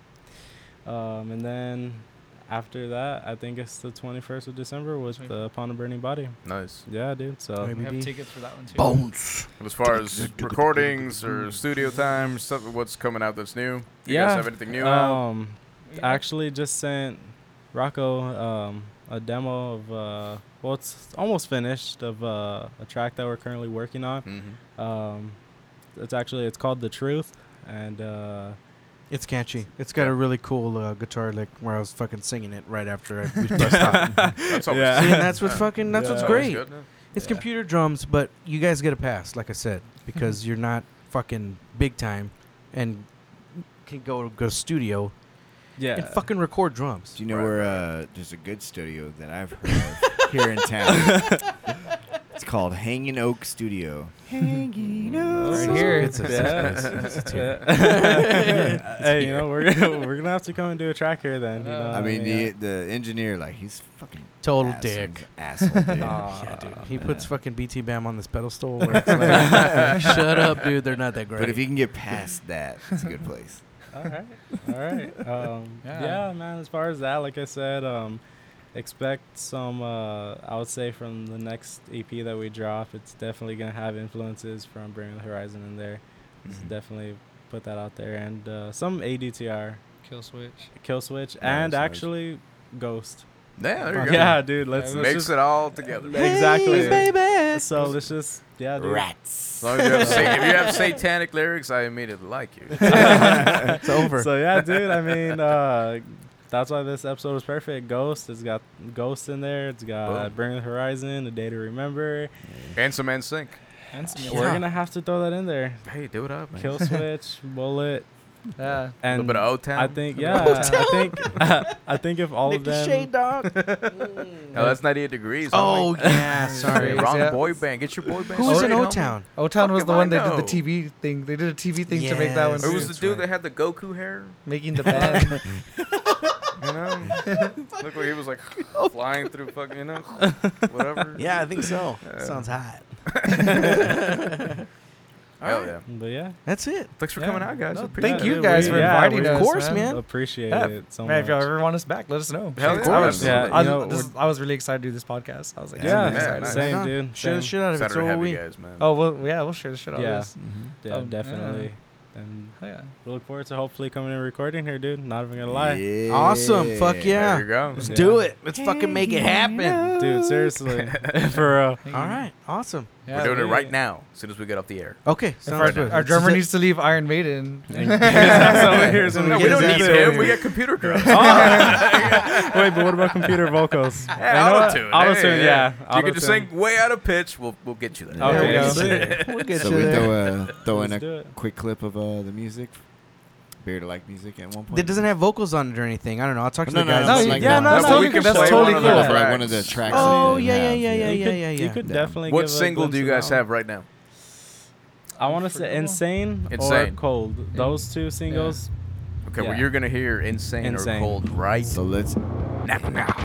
S4: Um, and then after that, I think it's the 21st of December with uh, Upon a Burning Body.
S2: Nice.
S4: Yeah, dude. So,
S5: We have
S1: BB.
S5: tickets for that one too.
S2: And As far as recordings or studio time, stuff, what's coming out that's new? You
S4: Yeah.
S2: guys have anything new out?
S4: um, I actually just sent Rocco um, a demo of, uh, well, it's almost finished of uh, a track that we're currently working on.
S2: Mhm.
S4: Um, it's actually, it's called The Truth. And, uh,
S1: It's catchy. It's got a really cool uh, guitar lick where I was fucking singing it right after I we pressed stop.
S2: That's always
S4: Yeah.
S1: See, and that's what's fucking. That's what's
S2: that's
S4: Yeah.
S1: great.
S2: always good.
S1: It's
S4: Yeah.
S1: computer drums, but you guys get a pass, like I said, because you're not fucking big time, and can go go studio
S4: yeah.
S1: and fucking record drums.
S3: Do you know
S2: Right.
S3: where uh, there's a good studio that I've heard of here in town? it's called Hanging Oak Studio.
S5: Right here.
S1: It's a- it's a- it's a- it's a tier.
S4: Yeah. hey, you know we're gonna, we're gonna have to come and do a track here then. You
S5: I
S4: know?
S3: I mean,
S4: yeah.
S3: the the engineer, like, he's fucking
S1: Uh, Total
S3: ass-
S1: dick.
S3: asshole, dude.
S4: Aw.
S1: Yeah, dude. He puts fucking BT Bam on this pedestal. Where it's like, Shut up, dude. They're not that great.
S3: But if you can get past that, it's a good place.
S4: all right, all right. Um,
S5: Yeah.
S4: yeah. man. As far as that, like I said, um, expect some. Uh, I would say from the next EP that we drop, it's definitely gonna have influences from Bring the Horizon in there. So
S3: Mhm.
S4: definitely put that out there and uh, some ADTR,
S5: Kill switch.
S4: Kill Switch,
S3: Nice,
S4: and
S3: nice.
S4: actually Ghost.
S2: Yeah, there you go.
S4: Yeah, dude. Let's, let's
S2: Mix
S4: just
S2: it all together.
S4: Hey, Exactly.
S1: baby.
S4: So let's just yeah, dude.
S2: As long as you have, sa- if you have satanic lyrics, I immediately like you.
S1: It's over.
S4: So yeah, dude. I mean, uh, that's why this episode was perfect. Ghost. It's got Ghost in there. It's got
S2: Boom.
S4: Bring the Horizon, A Day to Remember.
S2: and some NSYNC.
S5: And some
S4: We're gonna have to throw that in there.
S2: Hey, do it up, man.
S4: Kill Switch, Bullet,
S5: Yeah.
S2: a
S4: and
S2: little bit of O-Town.
S4: I think yeah, I think I think if all of them.
S1: Dog.
S2: No, that's 98 degrees.
S1: Oh
S2: homie.
S1: yeah, sorry.
S5: yeah.
S2: Wrong
S5: Yeah.
S2: boy band. Get your boy band.
S1: Who was in
S2: straight,
S1: O
S2: homie.
S1: Town?
S5: O Town
S2: Fuck
S5: was
S2: if
S5: the
S2: I
S5: one that
S2: know.
S5: did the TV thing. They did a TV thing to make that one.
S1: Yes.
S2: Who was the
S5: too.
S1: That's
S2: dude
S1: right.
S2: that had the Goku hair?
S5: Making the band.
S2: You know, look where he was like flying through fucking, you know, whatever.
S1: Yeah, I think so. Sounds hot.
S2: Hell yeah.
S4: But yeah,
S1: That's it.
S2: Thanks for
S4: Yeah.
S2: coming out, guys.
S5: No,
S2: Appreciate
S5: thank
S2: it.
S5: you
S4: it.
S5: guys
S4: We-
S5: for
S4: yeah,
S5: inviting
S4: we-
S5: us.
S1: Of course, man.
S4: appreciate
S5: Yeah.
S4: it so
S5: Man, if
S4: much.
S5: y'all ever want us back, let us know.
S2: Hell
S5: Shit,
S2: yeah.
S5: I was,
S4: Yeah,
S5: I,
S4: you know,
S5: this- I was really excited to do this podcast. I was like,
S4: Yeah,
S5: I'm excited.
S2: nice.
S4: same,
S1: Right on.
S4: dude.
S1: Share the
S4: same.
S1: shit out of it.
S2: Saturday
S1: So are
S2: heavy
S1: we.
S2: guys, man.
S5: Oh well, yeah, we'll share the shit. out
S4: Yeah.
S5: of this.
S3: Mm-hmm.
S4: Yeah,
S5: Um, yeah.
S4: definitely. And
S5: Yeah.
S4: we look forward to hopefully coming and recording here, dude. Not even gonna lie.
S3: Yeah.
S1: Awesome. Fuck yeah.
S2: There you go.
S1: Let's
S4: Yeah.
S1: do it. Let's fucking make it happen.
S4: Dude, seriously. For real.
S1: All right. Awesome.
S5: Yeah,
S2: We're doing it
S5: we-
S2: right now, as soon as we get off the air.
S1: Okay.
S5: If
S1: Sounds
S5: our,
S1: good.
S5: our drummer
S1: That's it.
S5: needs to leave Iron Maiden.
S4: So here's
S1: So
S4: what
S1: we
S2: We
S1: get
S4: we do.
S2: don't need
S1: Exactly.
S2: him. We got computer drums.
S4: Oh, Wait, but what about computer vocals?
S2: Yeah,
S4: You know what?
S2: auto-tune.
S4: Auto-tune,
S2: Hey,
S4: yeah.
S2: If You get to
S4: Auto-tune.
S2: sing way out of pitch. We'll, we'll get you there.
S3: Yeah.
S4: Okay.
S5: There we
S4: sick.
S1: We'll get
S3: So
S1: you
S3: we
S1: there.
S3: throw, uh, throw in
S4: Let's
S3: a
S4: do it.
S3: quick clip of uh, the music. Beer to like music at one point.
S1: That doesn't have vocals on it or anything. I don't know. I'll talk to
S3: No,
S1: the
S3: no,
S1: guys.
S3: no,
S1: and see
S3: like
S1: if
S3: that.
S1: they
S3: No,
S1: want
S5: that's
S1: to-
S2: but
S5: tototally
S2: we can
S5: cool. That's
S2: play
S5: totally
S2: one of
S5: cool.
S2: the
S3: Like,
S2: tracks.
S3: one of the tracks. that
S1: Oh
S3: they
S1: yeah, yeah,
S3: have,
S1: yeah, yeah,
S4: You
S1: yeah,
S4: could,
S1: yeah,
S4: you
S1: yeah.
S4: could
S3: Yeah.
S4: definitely
S2: What
S4: give a
S2: single do you
S4: glimpse
S2: guys
S4: of-
S2: have right now?
S4: I want to say Insane,
S2: Insane.
S4: or Cold. Those two singles.
S2: Okay, well,
S4: Yeah.
S2: you're going to hear Insane,
S4: Insane.
S2: or Cold right
S3: So let's
S2: now.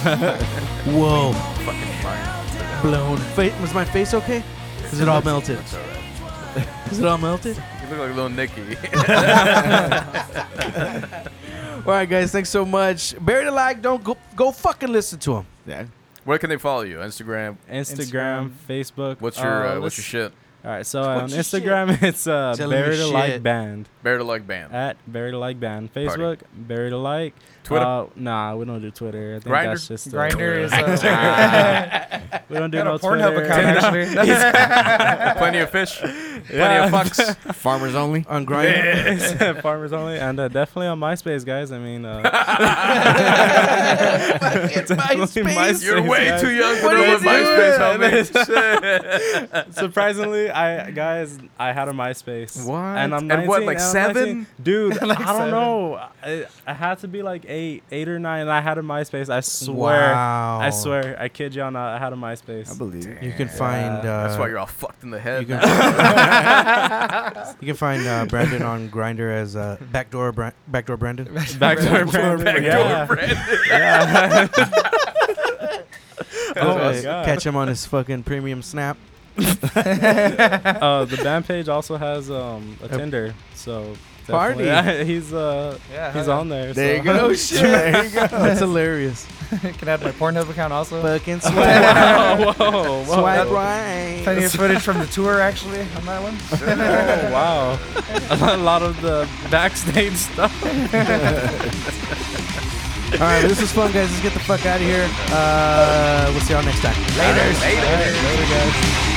S1: Whoa,
S2: Fucking fine.
S1: blown. Fa- was my face okay? Is it all melted?
S2: That's all right.
S1: Is it all melted?
S2: You look like little Nicky.
S1: All right, guys, thanks so much. Bury the like. Don't go. Go fucking listen to him.
S3: Yeah.
S2: Where can they follow you? Instagram.
S4: Instagram,
S5: Instagram.
S4: Facebook.
S2: What's your uh, what's
S4: let's-
S2: your shit?
S4: All right, so on
S1: What's your shit?
S4: Instagram it's uh,
S1: Tell 'em your
S4: Bury the Like
S1: shit.
S4: Band
S2: Bear to like band.
S4: at Bury the Like Band. Facebook Bury the Like.
S2: Twitter?
S4: Uh, nah, we don't do Twitter. I think
S2: Grindr?
S4: that's just uh,
S5: Grinder is uh,
S2: Ah.
S5: a,
S4: We don't do
S5: got
S4: no
S5: a Pornhub
S4: Twitter.
S5: account actually.
S2: Plenty of fish. Plenty
S4: Yeah.
S2: of fucks.
S3: Farmers only.
S1: On Grindr.
S4: Farmers only, and uh, definitely on MySpace, guys. I mean, uh,
S1: MySpace.
S4: MySpace.
S2: You're way
S4: guys.
S2: too young to
S1: What
S2: know
S1: is
S2: what MySpace homie.
S4: surprisingly, I guys, I had a MySpace.
S1: What?
S4: And I'm 19,
S2: And what, like
S4: I'm
S2: seven?
S4: 19. dude? I don't
S5: seven.
S4: know. I, I had to be like eight, eight or nine. And I had a MySpace. I swear,
S1: Wow.
S4: I swear, I kid you not. I had a MySpace.
S3: I believe it.
S1: You can find. Uh,
S2: That's why you're all fucked in the head.
S1: You can- you can find uh, Brandon on Grinder as uh, backdoor Bra- backdoor Brandon.
S4: Backdoor Brandon.
S2: Backdoor
S4: yeah.
S2: Brandon.
S4: yeah.
S1: Oh,
S4: my
S1: uh,
S4: God.
S1: Catch him on his fucking premium snap.
S4: uh, the band page also has um, a Tinder, so
S1: Party.
S4: definitely- he's uh,
S5: yeah,
S4: he's
S5: huh?
S4: on there.
S3: There you
S4: so.
S3: go. There you go.
S1: That's hilarious.
S5: Can I have my Pornhub account also?
S1: Fucking swipe,
S4: whoa, whoa, whoa.
S1: swipe right.
S5: Plenty of footage from the tour actually on that one.
S4: Oh wow, a lot of the backstage stuff.
S1: All right, this was fun, guys. Let's get the fuck out of here. Uh, we'll see y'all next time.
S2: Later, guys.